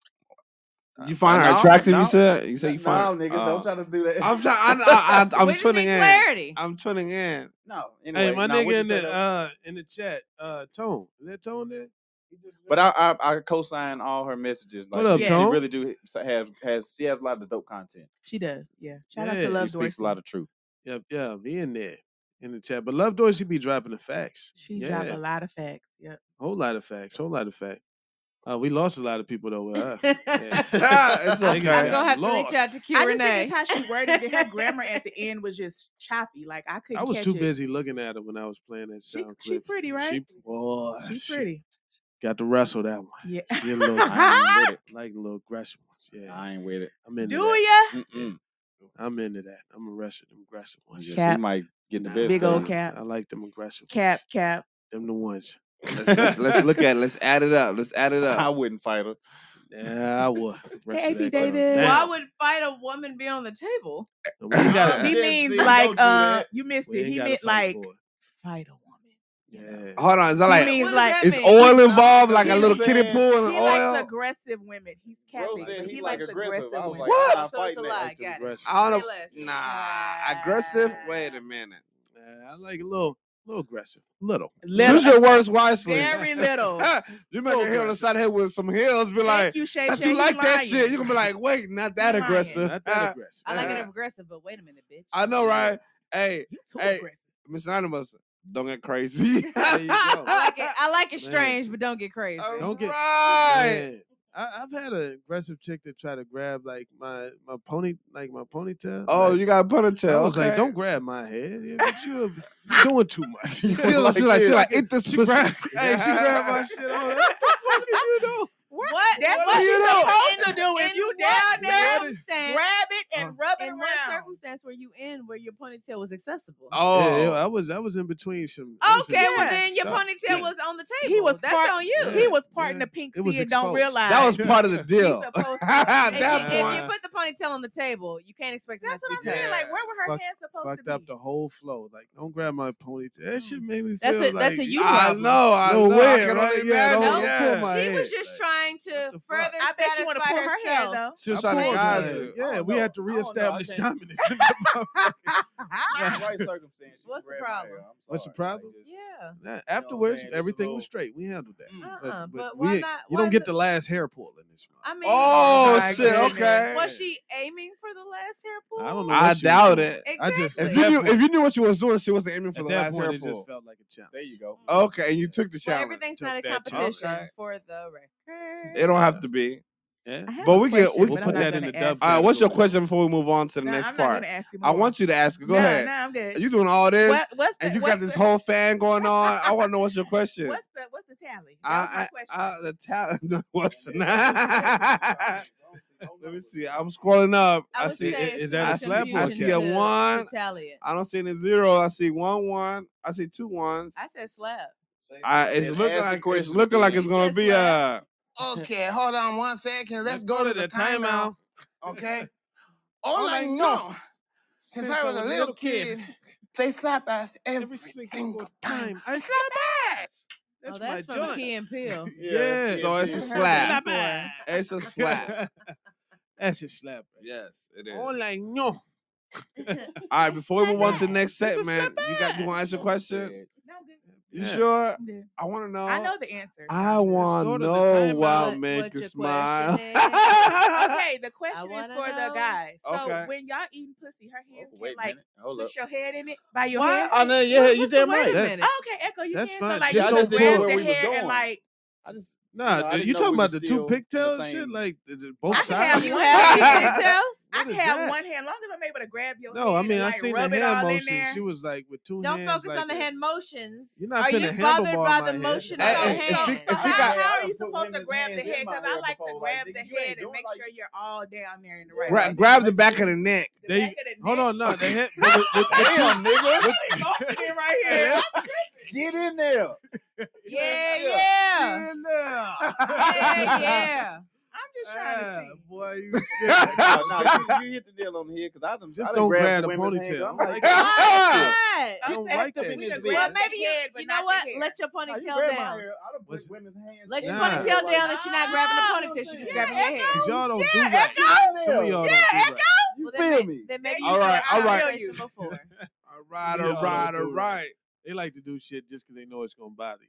uh,
You
uh,
find her
no,
attractive? You
no,
said you
no,
said you find.
no, oh, niggas,
Uh,
don't try to do
I'm trying. I, I, I,
that.
I'm
We just
tuning
need
in.
clarity.
I'm tuning in.
no,
Hey,
anyway,
my
no, what
nigga
you
in
say
the
though?
uh in the chat, uh Tone. Is that Tone there? He just
But
joined.
I, I, I co-sign all her messages.
What
Like
up,
she,
Yeah.
she
Tone?
really do have has she has a lot of dope content.
She does. Yeah. Shout out to
Yeah.
She
Love
speaks a
Dorsey.
lot of truth.
Yep, yeah, be in there in the chat. But Love Dorsey be dropping the facts.
She drop
Yeah.
a lot of facts. Yep.
Whole lot of facts. Whole lot of facts. Uh we lost a lot of people though with her. Yeah.
it's
I'm
Niggas
I'm
okay.
gonna
got
have to reach out
lost.
to Q
I just think it's
Renee.
how she worded it. Her grammar at the end was just choppy. Like I
I
couldn't
was
catch
too
it.
busy looking at her when I was playing that
She
sound
she
clip.
pretty, right?
She boy
She
she
pretty.
got to wrestle that one.
Yeah.
She a little
I ain't with it.
like a little aggressive ones. Yeah.
I ain't with it.
I'm into
Do
that.
ya?
Yeah.
Mm-mm.
I'm into that. I'm a Russian. I'm aggressive ones.
Niggas, we
Cap.
might get the
Nah,
best
Big
of
old
you.
nah.
cap.
I like them aggressive
Cap.
ones.
Cap.
Them the ones.
Let's let's let's look at. It. Let's add it up. Let's add it up.
I wouldn't fight her.
yeah, I would
Hey
wrestle that
AP
girl
David.
Why
down.
would fight a woman be on the table?
And we ain't gotta
Oh,
fight.
he means
Jesse,
like
don't do
um
that.
you missed
We
it.
ain't
He
gotta
meant
fight
like
for it.
fight a woman, you know.
Yeah.
Hold on. Is that
He
like
means
What does
like
that
is
mean?
oil
No,
involved?
because
Like
he
a
he
little
was
kiddie
saying
pool and
he likes
oil?
aggressive women. He's
Rose
capping,
said
but
he
he
like
likes
aggressive.
aggressive
I was like, I'm
women.
What?
not
So it's a
fighting that
lie.
active
Got it.
Aggressive.
I
Say
don't
less.
know. Nah, aggressive. Wait a minute.
Ah.
Ah. I like a little. little aggressive. Little.
Use your words wisely.
Very
little.
you make a hill on the side of the head with some heels, be like,
you, Shay
"Don't
Shay,
you
you
like that
lying."
shit? You're gonna be like, wait, not that
You lying.
aggressive. Ah,
Not
that aggressive.
I like it aggressive, but wait a minute, bitch.
I know, right? Hey,
too
hey,
aggressive.
Miss Anonymous, don't get crazy.
I like it. I like it
Man.
strange, but don't get crazy.
Don't get
right.
Man, I, I've had an aggressive chick that tried to grab like my my pony like my ponytail.
Oh,
like,
you got a ponytail.
I was
okay.
like, don't grab my head. Yeah, but you're you're doing too much.
She like, she like, she like, eat this pussy.
hey, she grabbed my shit. I was like, what the fuck is you doing?
What?
what
That's
do
what
you
you're
know?
supposed to do. If
In
you
what
down there, grab
circumstance-
it and rub it
in what
around.
circumstance were you in where your ponytail was accessible?
Yeah,
"Oh."
yeah, I was I was in between some. I was in
Okay, well
between
then your
stuff.
ponytail
Oh, Yeah.
was on the table.
He was
that's
part-
on you.
Yeah,
he was parting
yeah.
the pink
It was
sea and don't
exposed.
realize.
That was part of the deal.
He's supposed to-
At
If,
that
you, if
point,
you put the ponytail on the table, you can't expect that's what
I'm saying,
like,
where were
her Fuck-
hands supposed
fucked up the whole flow. Like, don't grab my ponytail. That shit made me
Mm. That's
feel
a- that's a
like-
you
I
problem.
know, I
No
know. I
way,
can
right?
only
Yeah,
imagine.
don't, don't
yeah.
pull my
She
hair.
was just trying to
the fuck?
further
I bet you want to
satisfy
pull her hair
herself.
though. Oh,
She was
I
trying to
pulled
guide
my-
you.
Yeah, we
know.
had to
I don't know. I
reestablish
can't-
dominance.
In the right circumstance. you
What's
can
the
grab my hair.
problem?
I'm
What's the
sorry. Like,
problem?
just-
Yeah.
Nah,
I'm
afterwards,
saying? Just a
everything
little-
was straight. We handled that.
Mm.
Uh-uh, but
we
why
ain't-
not-
You
why
don't get
not-
the last hair pull in this one.
I mean,
Oh,
my
shit.
goodness.
Okay.
was she aiming for the last hair pull?
I don't know.
I
what she was
doubt
doing.
it.
I just
Exactly.
If
at
you
that
knew,
point-
if you knew what you was doing, she wasn't aiming for
at
the
that
last
point,
hair
it
pull.
just felt like a challenge.
There you go.
Okay, and you took the
Mm. Well,
challenge.
everything's
Took
not a
that challenge.
competition
Okay.
for the record.
It don't have
Yeah.
to be.
Yeah.
I have
But
a
we get- we-
question, but
We'll
I'm
put
not
that in
gonna
the
ask
dub.
All right,
it.
what's your question before we move on to the
No,
next
I'm not
part?
gonna ask it.
I want you to ask it. Go
no,
ahead.
No, I'm good.
You doing all this,
What, what's the,
and you
what's
got this
the,
whole fan going on. I want to know what's your question.
What's the what's the tally? That was my
I,
question.
I, I the talent was not. Let me see. I'm scrolling up. I,
I would
see.
say
Is-
it's
is that
more
I
a
see.
slap or
I
a
confusion
see a
to-
one.
to tally it.
I don't see any zero. I see one one. I see two ones.
I said slap.
I, it's
Said
looking
ask the
like it's
question
looking like
again.
it's gonna
Just
be a.
Okay, hold on one second. Let's go to the timeout. Okay. All I know since I was a little kid, they slap ass every
Every
single
single
time.
time. I
Slap ass.
oh, that's
my
from
joint.
Key and Peele.
Yeah.
So it's a
Slap
slap.
ass.
It's a slap.
That's a slap.
yes, it is.
All I know.
All right, before we move on to the
ass.
next
It's a
segment,
slap
you got you want to ask your question?
Shit.
No, I'm good.
You
Yeah.
sure?
I'm good.
I want to know.
I know the answer.
I
I'm good.
want
go
to
to the
know
timeout.
what
What-
make
what
you
your question
smile.
is?
Okay, the question is
wanna
for the
know.
guys. So
Okay.
when y'all eating pussy, her hands
Oh,
can
wait a
like
minute. Hold up.
push your head in it by your
Why?
hair.
Oh no, yeah,
What-
you
what's the
damn
wait a
right.
That-
minute?
Oh, okay, Echo, you
That's
can. So
fine.
like
Just
you
I
can
don't
just didn't know
grab
pull.
where
the
we was
hair and
going.
like
I just, you
Nah,
know, I
the-
didn't
you
know
talking
we was
about the two
still the
pigtails shit?
same.
Like the- the- both
I can have
sides?
You
one
have any
hand.
pigtails?
I
What
can
is
have
that?
one hand, long as I'm able to grab your
No, I
head
mean
and
I
like
seen the
rub it
hand
all in
motion.
there.
She was like with two
Don't
hands.
focus
like
on the
that.
hand motions.
You're not
Are
finna
you bothered
handlebar my
by the
head.
motion
So,
of the
Hey,
so,
if you
hands?
so
if you
how,
got
Yeah,
how are
I
you
put
supposed to
women's
grab
hands in
the head?
my
Because I
hair
like to
before. Like,
grab the
nigga, you ain't
head and
doing
make
like
sure you're all down there in the right
gra-
place.
grab the back of the neck.
The
They
back of the
hold
neck.
on, no, the hand with, with, with two,
Damn, nigga,
I'm emotional right here.
yeah,
get in there.
Yeah,
Yeah.
yeah. Yeah, yeah.
I'm just trying to see.
boy, you
no, no, you, you hit the nail on the head because I done
Just
I done
don't
grabbed
grab
some
the
women's hand.
ponytail.
I'm
I don't
like,
like that.
Why
I
not?
You
don't
said
like
the
that
we
Women's
could
shit.
big.
Well,
grab
maybe
the
you,
head, but
you know
not the
what?
hair.
Let your
Nah, you
ponytail
grabbed my hair. I
down.
done put
What's-
women's hands.
Let
in
your
Nah.
my hair
ponytail
like
down
that.
if you're not grabbing
Oh,
the ponytail. She's just
yeah,
grabbing your hair.
Cause
Echo.
y'all don't
Yeah,
do right.
Echo.
Some of y'all
Yeah,
don't do right.
You
Well, then,
feel
may,
me?
then
There
maybe
you
you
All
should
go.
right,
I
have
all
had
right,
that
feel
conversation
you.
before.
all right,
Some of
all
y'all
right,
don't
all
do right.
right.
They like to do shit just because they know it's gonna bother you.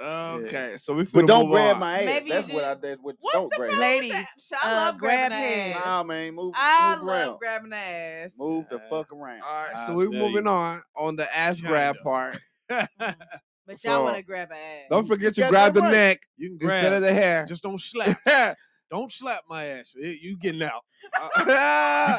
Okay, so we
But
finna
don't
move
grab
on.
my ass.
Maybe you
That's what I
do-
did. What
What's
don't
the
grab.
problem?
Ladies,
So I
uh,
love grab
grabbing
head.
ass.
Nah, man, move
I
move
love
around.
grabbing ass.
Move the
Uh,
fuck around.
All right, so
I
we're
tell
moving
you,
on on the ass grab
kinda.
part.
But y'all
So-
want to grab ass.
Don't forget to
You got
grab the
that right.
neck
you can
instead of
grab,
the hair.
just don't slap. Don't slap my ass. It- you getting out? You
okay,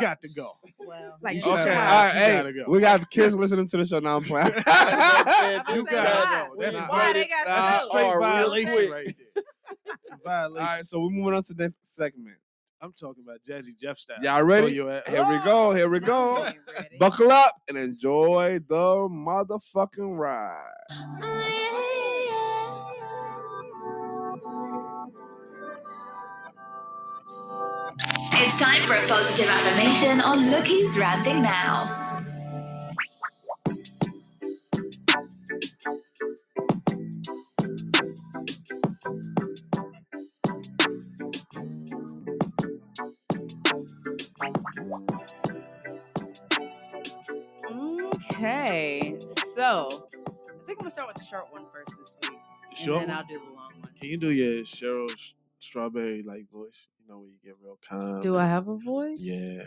got to go.
Well,
Like,
You
shut
all
got
your
to
mouth.
ass.
right,
You
hey,
gotta go.
we got kids listening to the show now. I'm playing.
Said
I'm
You gotta
this
saying
guy
why?
go.
we
That's
Why
straight.
they
That's
gotta
Nah,
a
go?
straight
are real
violation
quick.
right there. It's a
all
violation.
right, so we're moving on to the next segment.
I'm talking about Jazzy Jeff style.
Y'all
Throw
ready?
your ah, ass.
Here we go. Here we
No, we
go.
ain't ready.
Buckle up and enjoy the motherfucking ride.
It's time for a positive affirmation on Look Who's Ranting Now.
Okay, so gonna start with the short one first this week. and
Short
Then
one?
I'll do the long one.
Can you do your Cheryl S- Strawberry like voice? You know where you get real calm.
Do I
and-
have a voice?
Uh, Yeah,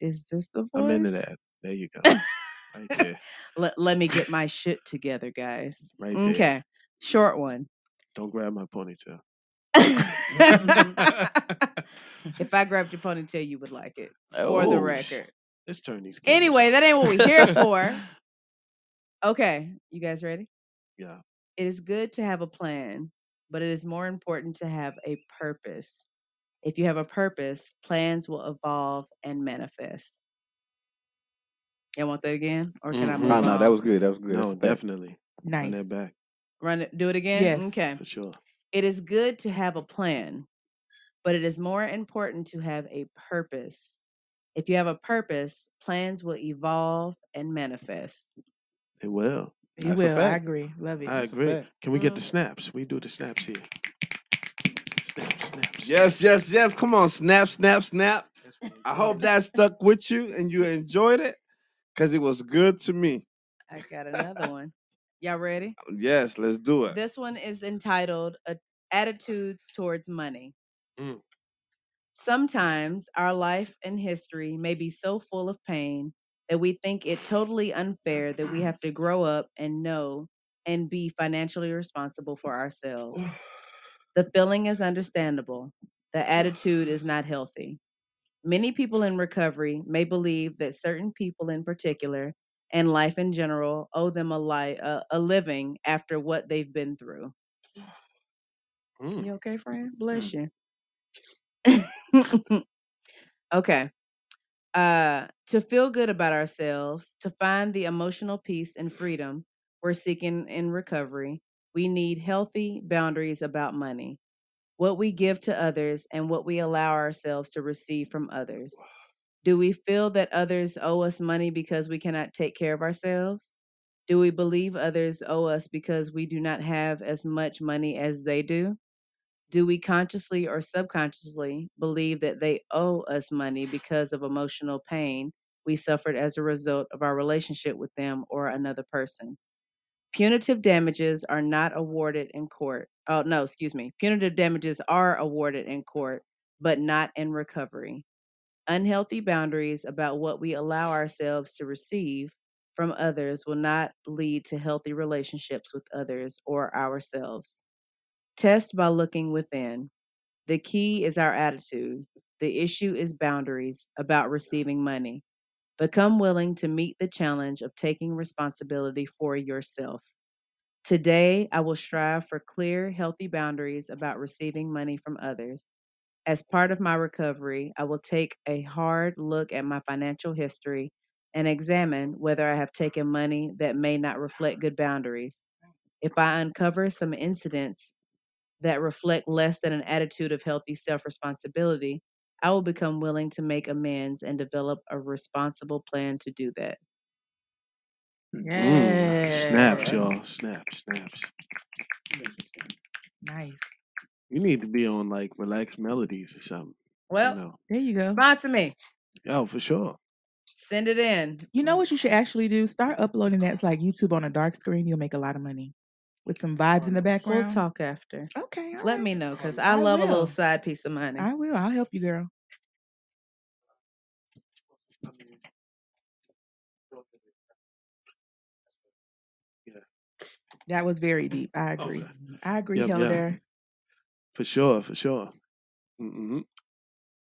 Is this the voice?
I'm into that. There you go. Right there.
Let Let me get my shit together, guys.
Right there.
okay. Short one.
Don't grab my ponytail.
if I grabbed your ponytail, you would like it. For the
Oh, sh-
record.
Let's turn these. Games.
Anyway, that ain't what we're here for. Okay, you guys ready?
Yeah.
It is good to have a plan, but it is more important to have a purpose. If you have a purpose, plans will evolve and manifest. Y'all want that again? Or can I
Mhm.
move
No,
on?
no, that was good. That was good. That's
No,
a fact.
definitely. Run
Nice.
that back
Run it do it again?
Yes.
Okay.
for sure.
It is good to have a plan, but it is more important to have a purpose. If you have a purpose, plans will evolve and manifest.
It will.
You That's a will. I fact. agree. Love it. Mm-hmm.
I
That's a
agree.
fact.
Can we get the snaps? We do the snaps here. Snap, snap.
Yes, yes, yes. Come on, snap, snap, snap. I hope that stuck with you and you enjoyed it because it was good to me.
I got another one. Y'all ready?
Yes, let's do it.
This one is entitled "A- Attitudes Towards Money. Sometimes our life and history may be so full of pain that we think it totally unfair that we have to grow up and know and be financially responsible for ourselves. The feeling is understandable, the attitude is not healthy. Many people in recovery may believe that certain people in particular and life in general owe them a, li- a, a living after what they've been through. You okay, friend? Bless you. Okay. Uh, to feel good about ourselves, to find the emotional peace and freedom we're seeking in recovery, we need healthy boundaries about money, what we give to others, and what we allow ourselves to receive from others. Do we feel that others owe us money because we cannot take care of ourselves? Do we believe others owe us because we do not have as much money as they do? do we consciously or subconsciously believe that they owe us money because of emotional pain we suffered as a result of our relationship with them or another person? Punitive damages are not awarded in court. Oh, no, excuse me. Punitive damages are awarded in court, but not in recovery. Unhealthy boundaries about what we allow ourselves to receive from others will not lead to healthy relationships with others or ourselves. Test by looking within. The key is our attitude. The issue is boundaries about receiving money. Become willing to meet the challenge of taking responsibility for yourself. Today, I will strive for clear, healthy boundaries about receiving money from others. As part of my recovery, I will take a hard look at my financial history and examine whether I have taken money that may not reflect good boundaries. If I uncover some incidents that reflect less than an attitude of healthy self responsibility, I will become willing to make amends and develop a responsible plan to do that.
Mm, Snaps,
Yes.
y'all. Snaps, snaps.
Nice.
You need to be on like relaxed melodies or something.
Well,
you know.
There you go.
Sponsor me.
Oh, for sure.
Send it in.
You know what you should actually do? Start uploading that to like YouTube on a dark screen. You'll make a lot of money with some vibes in the
We'll
background.
talk after.
Okay. all
Let
right.
me know because
Um,
I
I love a little
will.
side piece of money.
I will. I'll help you, girl. That was very deep. I agree. I agree,
Yep, yeah.
Helder.
For sure, for sure. Mm-hmm.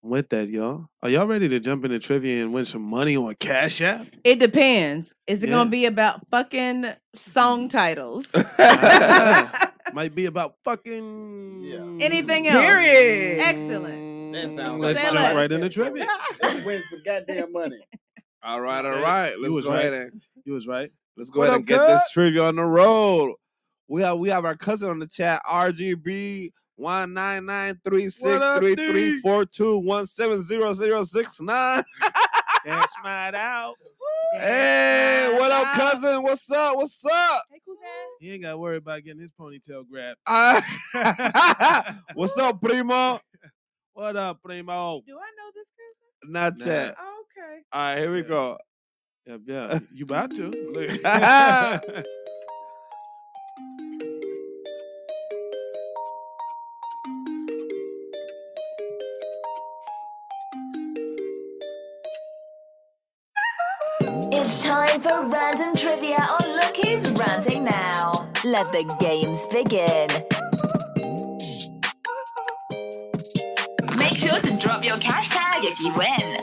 With that, y'all. Are y'all ready to jump into trivia and win some money on Cash App?
It depends. Is it going
Yeah.
to be about fucking song titles?
Might be about fucking. Mm,
Anything else?
Period.
Excellent.
That
Mm,
sounds
Let's
like
jump
somebody
right into
said, "Yo,
trivia.
This wins some goddamn money.
All right, all
Okay,
right.
You
Let's
was
go
right.
ahead and
You was right.
let's go
What
ahead
up,
and get this
cuz?
trivia on the road. We have we have our cousin on the chat, RGB one nine nine three
What
six
up,
three three
D?
four two one seven zero zero six nine.
That's my out.
Hey, what up,
out.
cousin? What's up? What's up?
He ain't got to worry about getting his ponytail grabbed.
Ah, what's up, primo?
What up, primo?
Do I know this person?
Not
Nah.
yet.
Okay.
All right, here we
Yeah.
go.
Yep, yeah. You about to. Look.
It's time for random trivia on Look Who's Ranting Now. Let the games begin. Make sure to drop your cash tag if you win.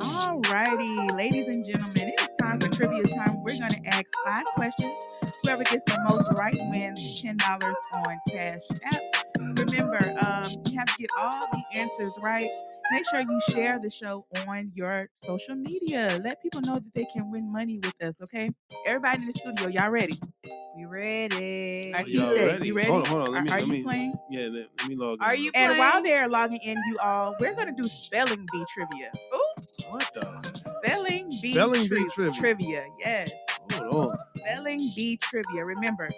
Alrighty, ladies and gentlemen, it is time for trivia time. We're going to ask five questions. Whoever gets the most right wins ten dollars on Cash App. Remember, um, you have to get all the answers right. Make sure you share the show on your social media. Let people know that they can win money with us. Okay, everybody in the studio, y'all ready?
We ready.
Are
Y'all ready?
You ready?
Hold on, hold on. Let
Are-
me,
are
let
you
me,
playing?
Yeah, let, let me log
Are
in.
you
And
playing?
while they're logging in, you all, we're gonna do spelling bee trivia. Ooh,
what the?
spelling bee,
Spelling
tri-
bee trivia. Oh.
trivia. Yes,
Hold on.
spelling bee trivia. Remember,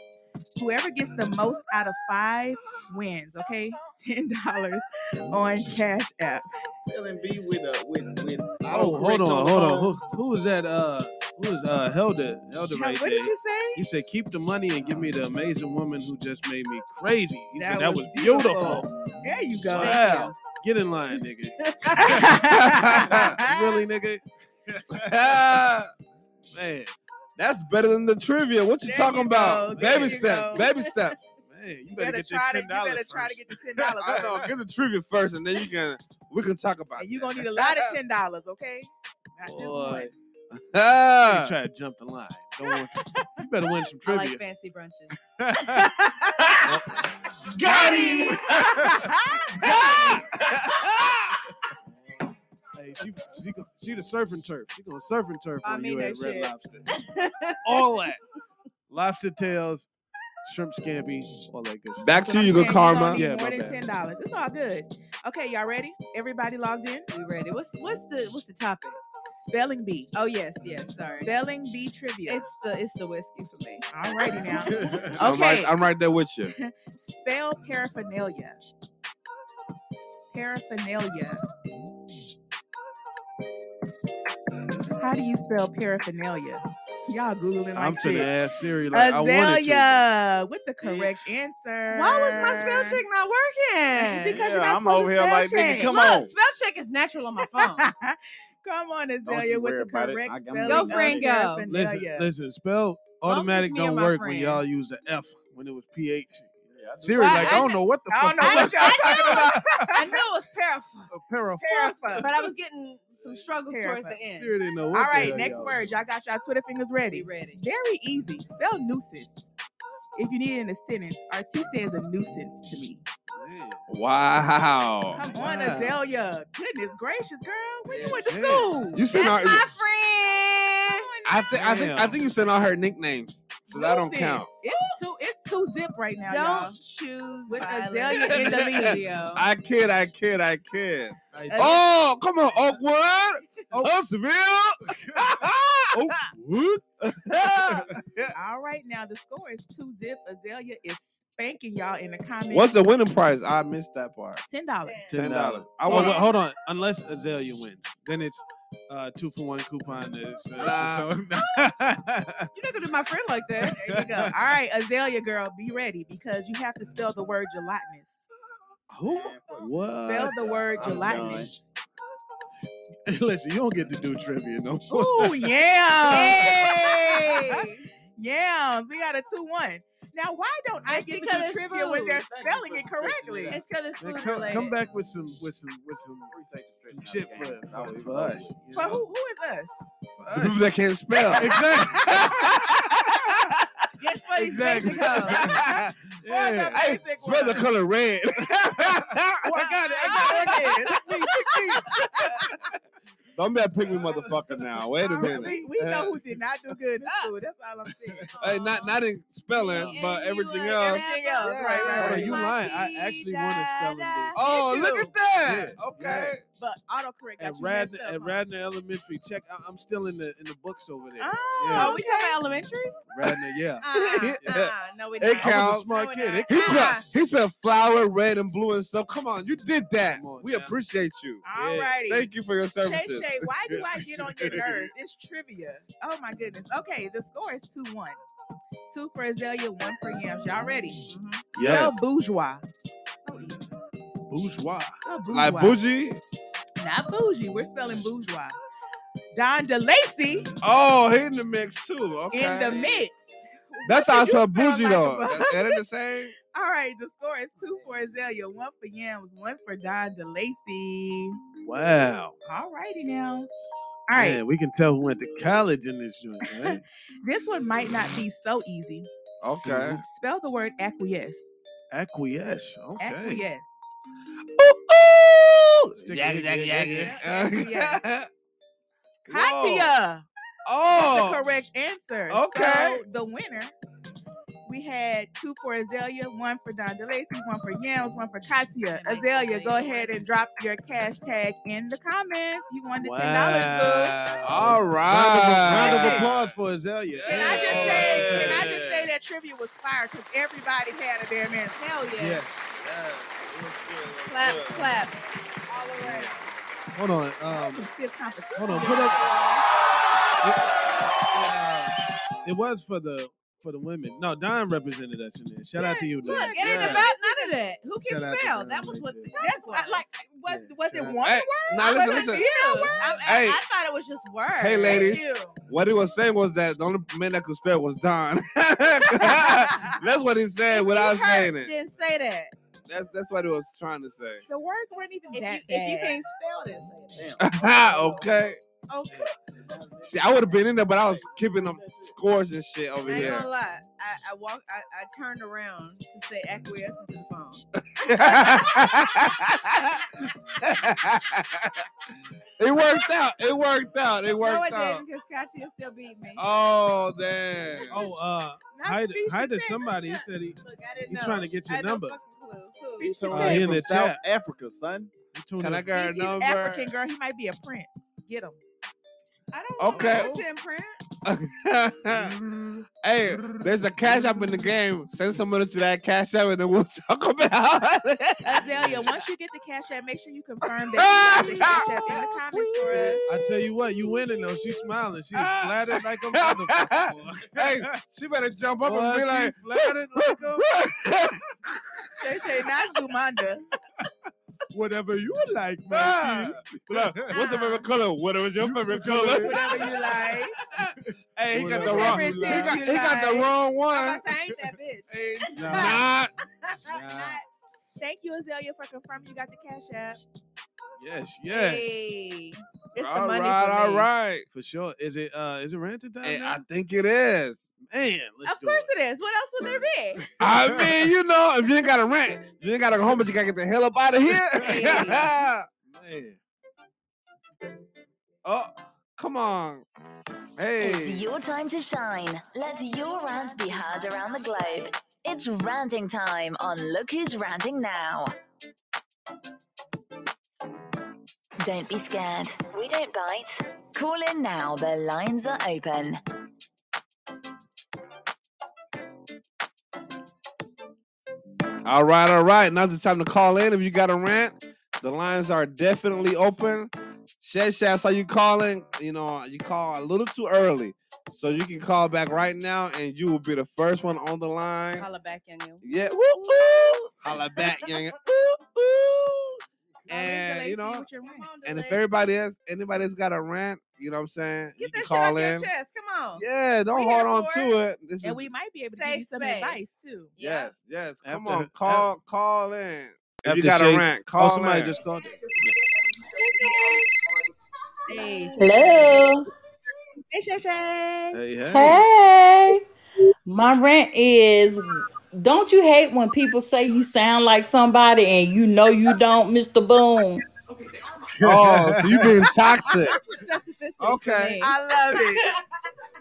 whoever gets the most out of five wins. Okay, ten dollars on Cash App.
Spelling bee with a with with
Oh,
autocorrect
hold on,
on the
hold
phone.
on. Who, who was that? Uh, who was uh Helda? Helda
Now,
right
what
there.
did you say?
You said keep the money and give me the amazing woman who just made me crazy. You
That
said that
was
was
beautiful.
beautiful.
There you go.
Wow. Get in line, nigga. really, nigga. Man,
That's better than the trivia. What you
There
talking
you
about?
go, there
Baby
you
steps.
go.
Baby steps.
man, you,
You
better,
better
get this
try to.
ten
You
dollars
better try to
first.
get the ten dollars.
I know. Get the trivia first, and then you can we can talk about
and
it.
you gonna need a lot of ten dollars, okay? Not just one.
Boy, you
Ah.
try to jump the line. Don't want you better win some
I like
trivia.
fancy brunches.
Got him. hey, she, she go- she the surfing turf. She gonna surfing turf
I
on
mean,
you
no
at Red
shit.
Lobster. All that lobster tails, shrimp scampi, all that good stuff.
Back
That's what
to
I'm
you, good
saying. You
karma.
gonna
Yeah,
need
my
more than
bad.
ten dollars. It's all good. Okay, y'all ready? Everybody logged in?
we ready. What's what's the what's the topic?
Spelling bee.
Oh yes, yes. Sorry,
Spelling bee trivia.
it's the it's the whiskey for me.
All righty now.
I'm right.
Okay.
I'm right there with you.
Spell paraphernalia. Paraphernalia. How do you spell paraphernalia? Y'all googling
I'm
like
finna
shit.
ask Siri like I wanted to.
Azalea with the correct answer.
Why was my spell check not working?
Because
Yeah,
you're not
I'm
supposed
over
to
here
spell
like, nigga,
check.
come
Look,
on.
spell check is natural on my phone.
Come on,
Don't
Azalea,
you
with
worry
the
about it.
correct
I, I'm
spelling
go,
ready
of
for
friend,
you.
go.
Listen,
paraphernalia.
listen. Spell
Long as it's
automatic
me and
don't
my
work when
friend.
y'all use the F when it was PH.
Yeah, I just
Siri
Well,
like I
read
I,
don't
kn-
know what the
I
fuck
don't know
I
I,
what y'all talking about.
I knew it was parapher,
a pair of
Parapher.
but I was getting some struggles towards
Parapher.
the end.
Siri didn't know
All
what the
right,
hell
next
y'all.
word. Y'all got y'all Twitter fingers ready.
We ready.
Very easy. Spell nuisance. If you need it in a sentence, Artista is a nuisance to me.
Man,
Wow.
Come on,
Wow.
Azalea. Goodness gracious, girl. Where you
Yeah,
went to
damn.
school?
You sent out.
That's my friend.
I think. I think. I
Damn.
think you sent out her nicknames, so that don't
Nuisance.
count.
It's two. It's two zip right now, y'all.
Don't choose
With
violence
Azalea in the lead.
studio.
I kid. I kid. I kid.
I
Uh,
Oh, come on, Oakwood.
Oh.
Huntsville.
All right, now the score is two zip. Azalea is spanking y'all in the comments.
What's the winning price? I missed that part.
Ten dollars.
ten
Ten dollars.
dollars.
I
Oh,
want.
wait, hold on. Unless Azalea wins, then it's uh, two for one coupon. That's, uh, so-
You're not gonna do my friend like that. There you go. All right, Azalea girl, be ready because you have to spell the word gelatinous.
Who?
Spell
What?
the word
I'm done.
gelatinous.
Listen, you don't get to do trivia no more.
Ooh, yeah.
Hey.
yeah. We got a two one. Now why don't I
It's
get
because
to
it's
do trivia when
food.
they're
Thank you
spelling
for
it
stretching it
correctly?
out.
It's because it's
Man,
food
come, come
related.
back with some with some with some,
Appreciate the
some
stretching out
shit
the
for,
game. That
for,
was
for
over with.
us. You
But
know?
who who is us?
For
The
us.
people that can't spell.
Exactly.
Yes, for
exactly.
these basic hoes. For the
yeah.
hey,
basic
spell the
ones.
color red.
Oh, I got it. I got it. Pick me, pick me.
Don't be a pick me motherfucker now. Wait a
All right,
minute.
we, we know who did not do good in school. That's all I'm saying.
Hey, Uh, not not in spelling, but
And you
everything
will
else.
Everything
never
else, right, right,
Hold on,
right.
find
you
my
lying. I actually won a spelling bee.
P-da-da.
Oh,
Did
look
you?
at that.
Yeah,
Okay.
But autocorrect got
At
you messed
Radnor,
up.
at
huh?
Radnor Elementary, check. I, I'm still in the in the books over there.
Oh,
Yeah,
Oh, we talking about elementary?
Radnor. Yeah,
Uh, uh, no, we
It
not.
I was a
counts.
smart
No,
kid.
we're
It
He
not.
counts.
spelled he
Uh-uh.
spelled flower red and blue and stuff. Come on, you did that.
Come on
We
now.
appreciate you.
All
Yeah.
righty.
Thank you for your
Shay
services.
Shay, why do I get on your nerves? It's trivia. Oh my goodness. Okay, the score is 2 1. Two for Azalea, one for Yams. Y'all ready?
Mm-hmm.
Spell
Yes.
bourgeois. So easy.
Bourgeois.
Spell
Like
bourgeois.
bougie.
Not bougie. We're spelling bourgeois. Don DeLacy
Oh, he in the mix too. Okay.
in the mix.
That's how I
You
spell
sound
bougie
like a
though.
bum.
That, that ain't the same.
All right, the score is two for Azalea, one for Yams, one for Don DeLacy.
Wow.
All righty now. All right.
Man, we can tell who went to college in this joint, right?
This one might not be so easy.
Okay.
Spell the word acquiesce.
Acquiesce. Oh, Okay.
Acquiesce.
Stick
Jagger,
it,
jagger,
yeah,
jagger.
yeah, yeah.
Yes.
Whoa.
Katia.
Oh.
That's the correct answer.
Okay.
So the winner, we had two for Azalea, one for Don DeLacy, one for Yams, one for Katia. Azalea, go ahead and drop your cash tag in the comments. You won the $10, boo.
Wow.
All
Round of, round of
right.
applause for Azalea.
Can I just say, can I just say that trivia was fire because everybody had a damn answer. Hell yeah.
Yes.
Clap, clap. All the way.
Hold on. Um,
Some stiff competition.
hold on. Put up. uh, It, it was for the for the women. No, Don represented us in there. Shout out to you, Don.
Look, it ain't
Yeah.
about none of that. Who can
Shout out to
spell?
Don
That was
right
what
there.
the that's what, like
Was, was it one
Hey,
word?
now
I was
listen, listen.
confused.
I,
Hey.
I, I thought it was just words.
Hey, ladies.
Thank you.
What he was saying was that the only man that could spell was Don. that's what he said without
You hurt,
saying it.
Didn't say that.
That's that's what he was trying to say.
The words weren't even
If
that
you if you
bad.
can't spell it, say it.
okay.
Okay.
See, I would have been in there, but I was keeping them scores and shit over
I ain't
here.
gonna lie. I, I walked. I, I turned around to say acquiescence to the phone.
it worked out. It worked out. It
No,
Oh, worked
it
out.
didn't because Katia still beat me.
Oh damn.
Oh, uh,
Not
hi to,
speech
hi to
consent,
somebody. He
not-
said he,
Look, I didn't
he's
know.
trying to get
I
your
had no
number.
fucking clue. Who?
Speech
Tell
Uh,
consent.
him
he in
from
the
South
chat.
Africa, son.
You tuned
Can
in
I
for-
get her
He's, he's
number?
African girl. He might be a prince. Get him.
I don't want
Okay.
to put you in print.
hey, there's a cash app in the game. Send some money to that cash app and then we'll talk about it.
Azalea, once you get the cash app, make sure you confirm that you got the cash app in the comments for us.
I tell you what, you winning though. She's smiling. She's flattered like a motherfucker. boy.
hey, Ah. she better jump up
Boy,
and be
she
like,
flattered like a
They say not Zumanda.
whatever you like,
"Ah."
man.
Look, what's your favorite color? What was your favorite color?
Whatever you like.
hey, he got the
Whatever
wrong.
you
He
like.
got, he got the
Like.
wrong
I'm
one.
about to say, I ain't that bitch.
It's
Nah.
not.
Nah.
Thank you, Azalea, for confirming you got the cash app.
Yes, yes,
Hey. It's the
All
money
right,
for
all
me.
right.
for sure. Is it uh is it ranted time?
Hey,
now?
I think it is.
Man, let's
Of
do
course
it.
it is. What else would there be?
I mean, you know, if you ain't got a rent, you ain't got a home, but you gotta get the hell up out of here.
Hey.
Man,
oh, come on.
It's
Hey.
your time to shine. Let your rant be heard around the globe. It's ranting time on Look Who's Ranting Now. Don't be scared. We don't bite. Call in now. The lines are open.
All right, all right. Now's the time to call in if you got a rant. The lines are definitely open. Shed Shed, I saw you calling. You know, you call a little too early. So you can call back right now and you will be the first one on the line.
Holla back, young you.
Yeah. Woo, woo. Holla back, young. Ooh, ooh. And, you know, And if everybody else, anybody that's got a rant, you know what I'm saying?
Get
you can
that shit off
call
your
in.
chest. Come on.
Yeah, don't
We
hold
here
on
for
to it. This is
And we might be able to give
Safe
you some
space.
advice too.
Yeah.
yes, yes. Come
After-
on, call, call in. If
after
you got a
shade.
rant,
Oh,
call
somebody
in.
just called.
Hey, Shay Shay.
Hello.
Hey, Shay Shay.
Hey, hey.
Hey. My rant is don't you hate when people say you sound like somebody and you know you don't, Mr. Boom?
Oh, so you being toxic.
Specificity for
Okay.
me.
I love it.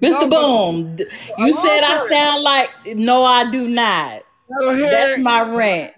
Mr.
No, but
Boom, d-
I
you
love
said I
it.
sound like no, I do not.
I don't hear
That's
it.
my rant.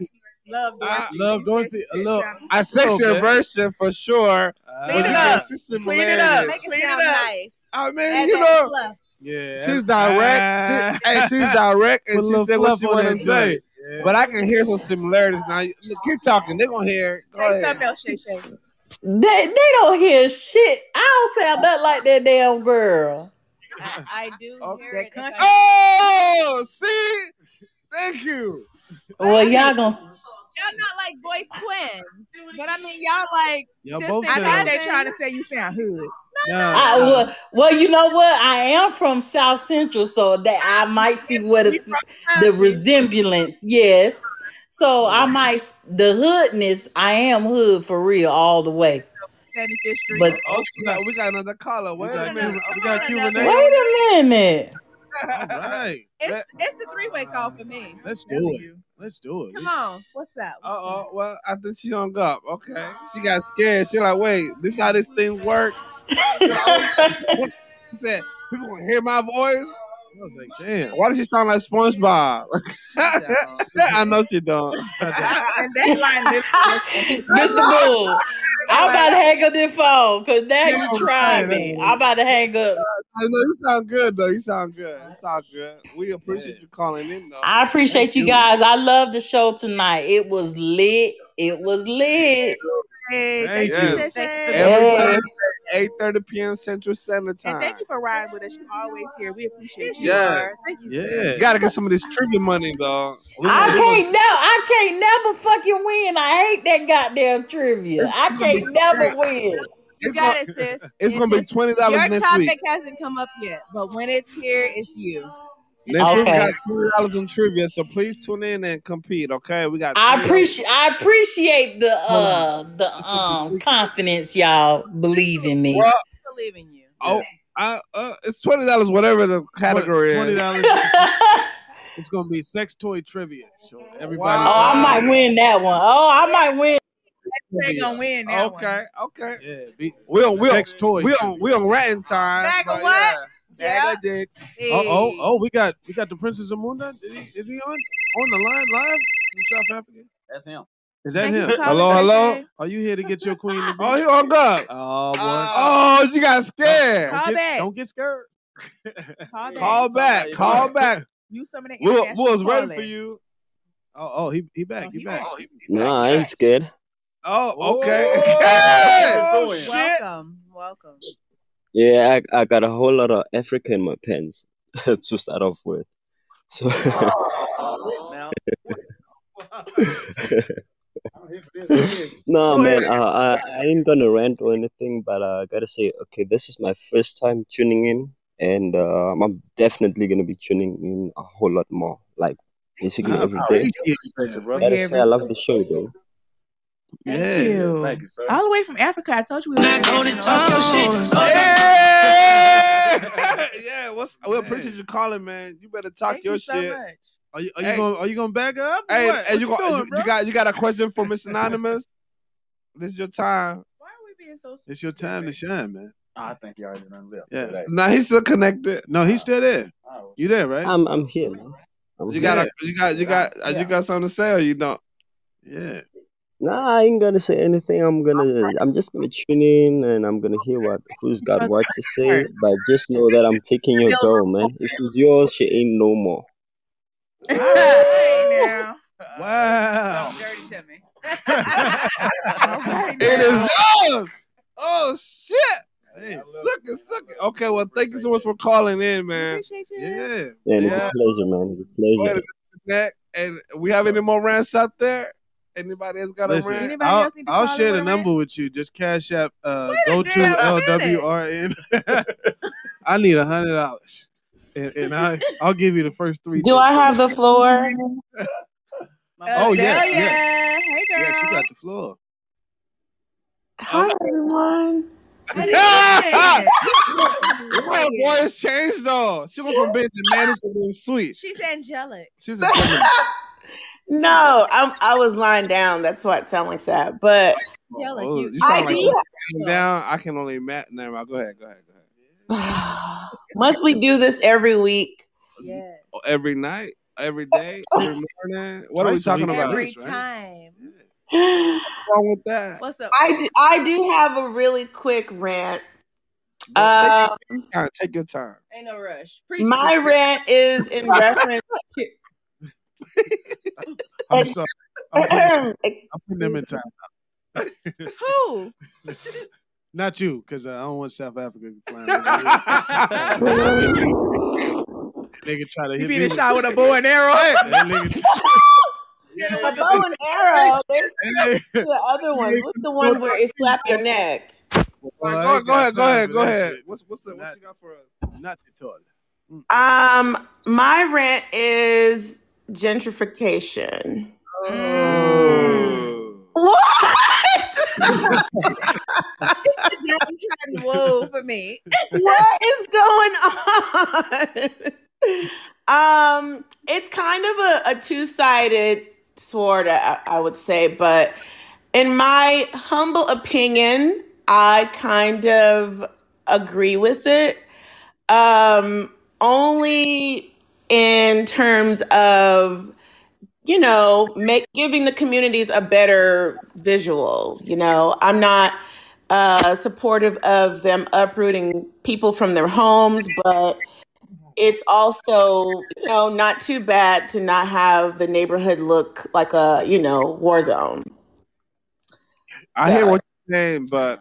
Love
I,
Dorothy.
Love Dorothy. I love.
She said she could sound-
I
Come
sense
on,
your
man.
version for sure,
Clean
but
it
you can
up.
Ah,
see
Clean it up.
similarities.
Make it
Clean it
sound
up.
nice.
I mean,
Add
you
that
know,
fluff.
yeah.
she's direct. She, hey,
Ah.
she's direct, and
Put a
she
little
said what
fluff
she
on
want to
that
say.
joint. Yeah.
But I can hear some similarities now. You- look, Keep talking. They're gonna hear. it. Go
Say
ahead.
something else, Shay Shay.
They, they don't hear shit. I don't sound nothing like that damn girl.
I, I do
Okay.
hear
That
it if
country.
I
Oh, see, thank you.
Well,
Thank you.
y'all gonna
Y'all not like
voice twins. But I mean, y'all like.
Y'all
this
both
thing
I think
happened.
they trying to say you sound hood.
I, well, well, you know what? I am from South Central, so that I might see what is the resemblance. Yes, so I might the hoodness. I am hood for real, all the way. But
Oh, we got, we got another caller. Wait a minute.
We got Cuban
wait a minute.
All right.
It's, it's the three way call for me.
Let's do it. Let's do it.
Come on. What's up?
Uh oh. Well, I think she hung up. Okay. She got scared. She like, wait, this how this thing work? she said, people gonna hear my voice.
I was like, damn.
Why does she sound like SpongeBob? I know she don't.
And that's why
Mr. Bull, I'm about to hang up this phone because now you tried me. I'm about to hang up.
I know you sound good though. You sound good. You sound good. We appreciate you calling in though.
I appreciate you guys. I love the show tonight. It was lit. It was lit.
Hey,
Thank
thank
you.
you. Thank you.
Every
Hey.
Thursday, eight thirty p.m. Central Standard
And
Time.
thank you for riding with us. You're always here. We appreciate you.
Yeah.
sir. Thank you.
You gotta get some of this trivia money though. We
I
gonna- we gonna-
can't no, I can't never fucking win. I hate that goddamn trivia. I can't never win.
You
It's
got
gonna-
it, sis.
It's gonna be twenty dollars
Your
next
topic
week.
hasn't come up yet, but when it's here, it's you.
Next week we
Okay.
got twenty dollars in trivia, so please tune in and compete. Okay, we got.
I
$20.
appreciate I appreciate the uh the um confidence y'all believe in me.
Well,
believe in you.
oh, I, uh, it's twenty dollars, whatever the category
Twenty
is.
dollars. it's gonna be sex toy trivia. So everybody.
Oh,
uh,
I might win that one. Oh, I might win.
They're gonna win that one.
Okay, okay.
Yeah, be,
We on we on
sex toy.
we on we on ratting time.
Bag of
but
what?
Bag
Yeah.
of dick.
Oh, oh, oh, we got we got the Princess of Munda. Is he, is he on on the line live from South Africa?
That's him.
Is that
Thank you
him?
for calling,
Hello, hello?
Shay Shay.
Are you here to get your queen to be?
Oh, he hung up.
Oh boy!
oh, you got scared.
Call
don't, get,
back.
don't get scared.
Call back.
Call back. Call back.
You some of the
We we
international
was waiting for
calling.
you.
Oh, oh, he he back. he,
he
back.
back.
No, I ain't scared.
Oh, okay.
Oh,
Hey!
shit.
Welcome. Welcome.
Yeah, I, I got a whole lot of Africa in my pants to start off with. So no, man, uh, I I ain't gonna rant or anything, but uh, I gotta say, okay, this is my first time tuning in, and um, I'm definitely gonna be tuning in a whole lot more, like basically
I
every day.
appreciate
Thank you,
that.
brother.
Gotta
Here
say, I
every
love the show though.
Thank
Yeah.
you.
Thank you, sir.
All the way from Africa. I told you we were
Yeah, yeah. What's we appreciate you calling, man. You better talk
Thank
your
you so
shit.
much.
Are you are you
Hey.
gonna are you gonna back up? or
Hey,
what?
hey,
What
you, got
doing,
you,
bro?
you got you got a question for Miss Anonymous? This is your time.
Why are we being so
It's your time to
specific?
shine, man.
I think y'all didn't live
Yeah.
today.
Now he's still connected.
No, he's still there.
Oh,
You there, right?
I'm I'm here now. I'm here.
You got
Yeah.
a, you got you got uh, you
Yeah.
got something to say or you don't?
Yeah.
Nah, I ain't gonna say anything. I'm gonna, I'm just gonna tune in and I'm gonna hear what who's got
Brother,
what to say.
sir.
But just know that I'm taking your girl, man. If she's yours, she ain't no more.
Hey, now.
Wow.
Talk dirty to me.
All right,
It
now.
is yours. Oh shit!
Hey.
Suck it, suck it. Okay, well, thank you so much for calling in,
We
man.
appreciate you.
Yeah.
And it's a
Yeah.
pleasure, man. It's a
Wait
pleasure.
a minute. And we have any more rants out there? Anybody else got a
Listen,
rant?
Anybody
I'll,
else need to
I'll
call in
share
with
the
a
number with you. Just cash app. Uh,
Wait a
go to
damn minute.
LWRN. I need a hundred dollars, and, and I I'll give you the first three.
Do I
digits.
have the floor?
Uh,
My
Oh
boy.
yes,
Delia.
yes,
Hey, girl.
yes. You got the floor.
Hi, everyone.
How you
Her voice changed though. She went from being demanding to being
doing?
sweet.
She's angelic.
She's a demon.
No, I'm, I was lying down. That's why it sounded like that. But
Angelic,
Oh,
you.
you
I
sound like
do.
you down. I can only imagine. Never mind. Go ahead. Go ahead. Go ahead.
Must we do this every week?
Yes.
Oh, Every night, every day, every morning. What
Twice a
are we talking
week at
about?
Every
least, right?
time.
I
What's wrong with that?
What's up?
do, I do have a really quick rant.
Go take
Um,
your time. Take your time.
Ain't no rush. Preach.
my rant is in reference to.
I'm sorry. I'm putting, I'm putting them in
Excuse
time.
Who?
Not you, because I don't want South Africa flying.
hey,
nigga try to
You
hit
be
me.
in the
with-
shot with a bow and arrow.
That nigga,
A bow and arrow. There's
Hey.
the other ones. What's the one where it slap your neck?
Go, ahead, go ahead, go ahead, go ahead. What's what's the what you got for us?
Not the toilet. Mm.
Um, my rant is gentrification.
Oh.
Mm. What? trying to woo for me.
what is going on? um, it's kind of a, a two sided sword, I, I would say, but in my humble opinion, I kind of agree with it. Um, only in terms of you know, make giving the communities a better visual. You know, I'm not uh, supportive of them uprooting people from their homes, but it's also you know not too bad to not have the neighborhood look like a you know war zone.
I hear what you're saying, but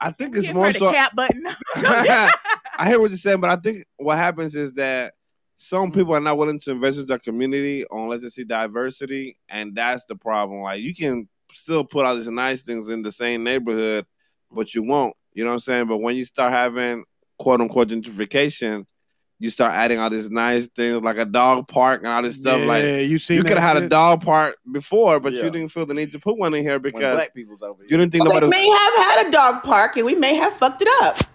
I think it's
Give
more
her the
so.
cat button.
Oh,
I hear what you're saying, but I think what happens is that some
Mm.
people are not willing to invest in their community unless they see diversity, and that's the problem. Like you can still put all these nice things in the same neighborhood, but you won't. You know what I'm saying? But when you start having quote unquote gentrification, you start adding all these nice things like a dog park and all this stuff.
Yeah,
like
you seen
could
that
have had a
shit?
dog park before, but
Yeah.
you didn't feel the need to put one in here because
black people's over
you didn't think
We
nobody was.
may have had a dog park and we may have fucked it up.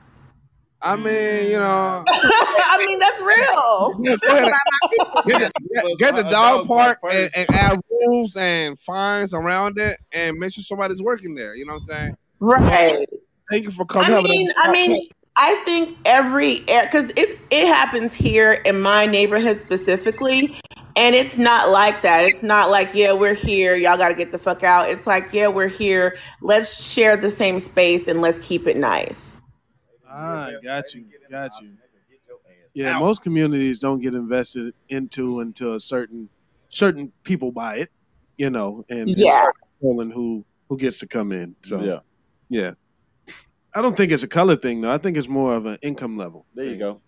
I mean, you know,
I mean that's real.
Yeah, go ahead. get, the- get- get the dog park and, and add rules and fines around it and make sure somebody's working there. You know what I'm saying?
Right.
Thank you for coming.
I
having a-
mean, I mean, I think every because it it happens here in my neighborhood specifically, and it's not like that. It's not like yeah, we're here, y'all got to get the fuck out. It's like yeah, we're here. Let's share the same space and let's keep it nice.
Ah, got you, got you. Yeah, most communities don't get invested into until a certain certain people buy it, you know, and and
Yeah.
start controlling who who gets to come in. So yeah, yeah. I don't think it's a color thing though. I think it's more of an income level. There you
go.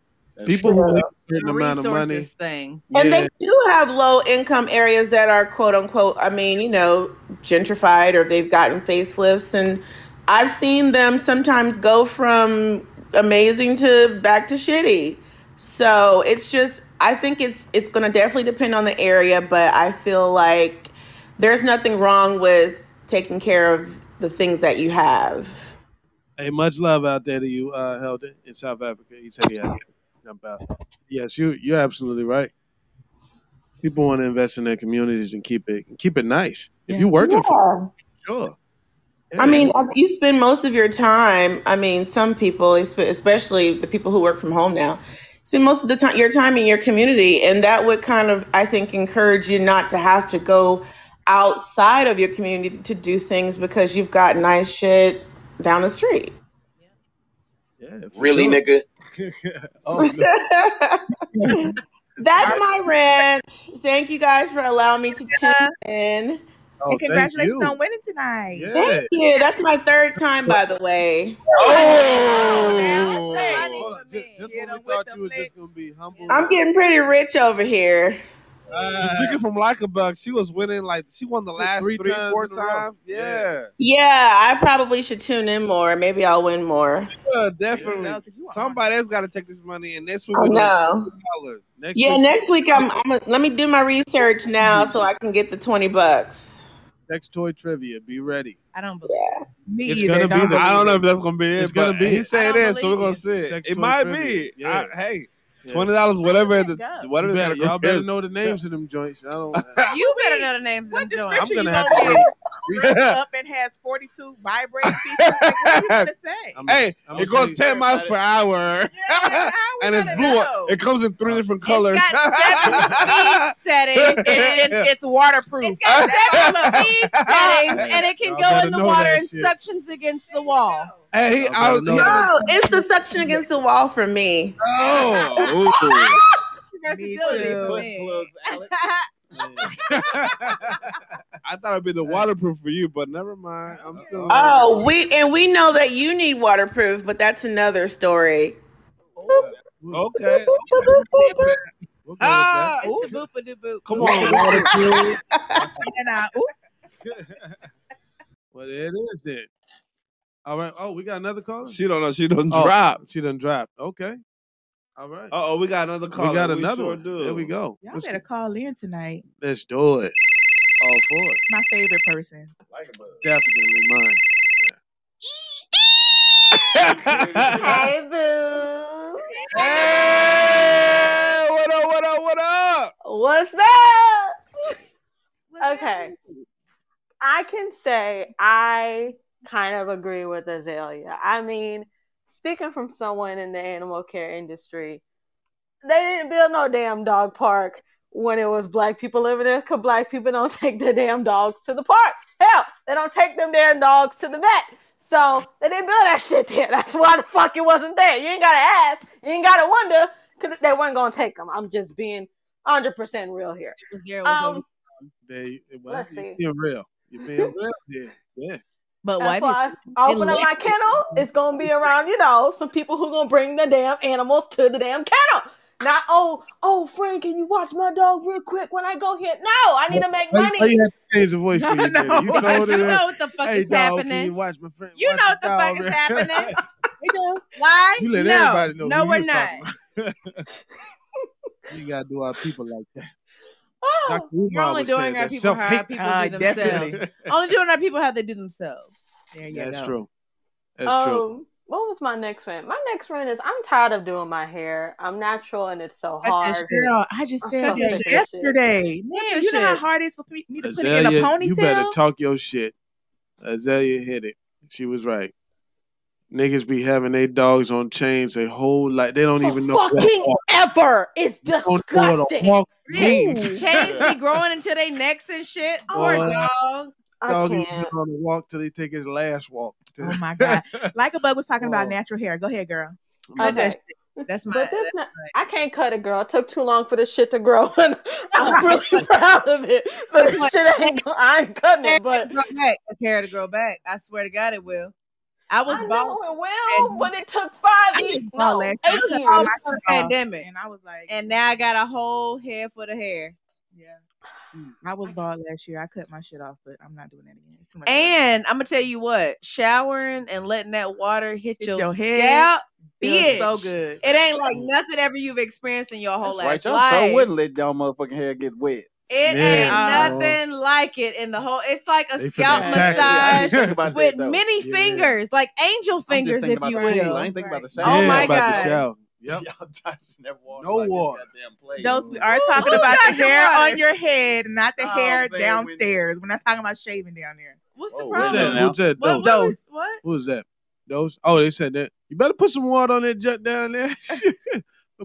people who
Sure.
make a certain
The
amount of money
resources
thing.
And
Yeah.
they do have low income areas that are quote unquote, I mean, you know, gentrified or they've gotten facelifts. And I've seen them sometimes go from amazing to back to shitty. So it's just, I think it's it's going to definitely depend on the area, but I feel like there's nothing wrong with taking care of the things that you have.
Hey, much love out there to you, uh, Helder, in South Africa. He said he had to jump out. Yes, you you're absolutely right. People want to invest in their communities and keep it keep it nice. If you're working for
Yeah.
it, sure.
I
Yeah.
mean, you spend most of your time. I mean, some people, espe- especially the people who work from home now, spend most of the time your time in your community, and that would kind of, I think, encourage you not to have to go outside of your community to do things because you've got nice shit down the street.
Yeah, for
Really,
sure.
nigga?
oh no.
That's my rant. Thank you guys for allowing me to tune in.
Oh,
And
thank
congratulations
you.
on winning tonight.
Yeah.
Thank you. That's my third time, by the way.
Oh!
Hold on, ju- Just, when we thought you were just gonna be humble.
I'm getting pretty rich over here.
you took it from Lockerbuck. She was winning like she won the last three, four times. Yeah.
Yeah, I probably should tune in more. Maybe I'll win more.
Yeah, definitely. Somebody else got to take this money, and this week
I
we're doing
know.
dollars.
Next
Yeah, next week I'm. I'm let me do my research now so I can get the twenty bucks.
Next toy trivia. Be ready.
I don't believe
Yeah.
me
It's gonna be the.
I don't know if that's gonna be it.
It's
but
gonna be
He
it.
said it, is, so we're gonna
believe
see
you.
it.
Sex
it
toy
might
trivia.
be.
Yeah.
I- hey,
Yeah.
twenty dollars, whatever the
You
whatever the
better, y'all better
category
know the names of them joints. I don't.
You better know the names of the joints.
I'm gonna
you
have to.
gonna get?
is.
Dressed up and has 42 vibrating features. Like, what are you gonna say?
hey,
I'm
it
gonna
goes
say-
ten miles per hour, and it's blue. It comes in
Oh.
three different colors.
Got seven speed settings.
It's,
and-
it's waterproof.
It's got seven speed settings, and it can
Y'all
go
better
in the
know
water
that
and
shit.
suctions against the wall.
Hey,
Y'all better know that.
No, Oh, it's the suction against the wall for me.
Oh,
Versatility for me.
I thought it'd be the waterproof for you, but never mind. I'm still.
Oh, we and we know that you need waterproof, but that's another story.
Okay.
We'll go with that.
Ah, it's the boop a boop.
Come on, water cube.
and I, ooh,
Well, there it is then. All right. Oh, we got another caller.
She don't know. She done
Oh,
dropped.
She done dropped. Okay. All right.
Uh oh, we got another caller.
We got another one.
Sure do.
There we go.
Y'all
Let's,
better call in tonight.
let's do it. All for it.
My favorite person.
Definitely mine.
hey,
boo.
Hey, what up? What up? What up?
What's up? okay. I can say I kind of agree with Azalea. I mean, speaking from someone in the animal care industry, they didn't build no damn dog park when it was black people living there because black people don't take their damn dogs to the park. Hell, they don't take them damn dogs to the vet. So they didn't build that shit there. That's why the fuck it wasn't there. You ain't gotta ask. You ain't gotta wonder because they weren't gonna take them. I'm just being 100% real here. Um,
They, well,
Let's
you're
see.
being real. You're being real. Yeah. yeah.
But
That's why I open up my kennel. It's gonna be around, you know, some people who gonna bring the damn animals to the damn kennel. Not oh, oh, friend, can you watch my dog real quick when I go here? No, I need to make
Why- why
money.
you had to change the voice
No,
for you,
no,
Jenny? You
I
sold it.
do
as,
know what the fuck
hey,
is
dog, Can
happening."
you watch my friend?
You know what the fuck
dog,
is
man?"
happening.
We do. Why?
You let
no.
everybody know
No,
who
we're
you was
not.
talking You gotta do our people like that. Dr.
Oh, You're
Umar
only
would say
doing our
that
people how
self-hate-
people do themselves. only doing our people how they do themselves. There you
That's
go.
true. That's true.
Um, what was my next rant? My next rant is I'm tired of doing my hair. I'm natural and it's so
Cut that
hard.
shit out. I just
I'm
said
so
that
sick of this shit.
yesterday.
Yeah,
Man, you know how
shit.
hard it is for me me to put it in a
Azalea, you better
ponytail?
talk your shit. Azalea hit it. She was right. Niggas be having their dogs on chains a whole like they don't even know what
Fucking
walk-
ever. It's
don't know what a
disgusting.
walk means.
Chains be growing into their necks and shit.
Oh,
Poor
Boy.
dog.
Dog ain't been on a walk till he take his last walk.
Oh my god! Like a bug was talking about natural hair. Go ahead, girl.
Okay.
That's my.
But this, not, I can't cut it, girl. It took too long for this shit to grow, and I'm really proud of it. So this shit ain't, go- I ain't cutting it. But
grow back. It's hair to grow back. I swear to God, it will. I was
I
bald.
know it will, but it took five
I
years.
was
No,
bald last
eight
year. I was
years.
bald before the pandemic, and I was like, and now I got a whole head full of hair. Yeah.
I was bald last year. I cut my shit off, but I'm not doing that again. It's too much.
And I'm gonna tell you what, showering and letting that water hit, your,
your head
scalp,
feels
bitch,
so good.
It ain't like nothing ever you've experienced in your whole
That's right.
ass
Y'all
life.
so wouldn't let y'all motherfucking hair get wet.
It
Yeah. Uh-huh.
ain't nothing like it in the whole. It's like
They
a
finna
scalp
attack me. I didn't
massage
think about that,
with
though.
many
Yeah.
fingers, like angel
I'm just
fingers,
thinking
if
about
you
the pool.
will.
I ain't thinking about the shower.
Oh my god!
Yep.
Y'all just never water.
No water.
Those we are
Who-
talking
who
about the
got your
hair
water?
on your head, not the
Oh,
hair
I'm saying
downstairs. We're not talking about shaving down there.
What's
Oh,
the
What's that?
problem?
What's that? Those.
What- what was- what?
What was that? Those. Oh, they said that. You better put some water on that junk down there.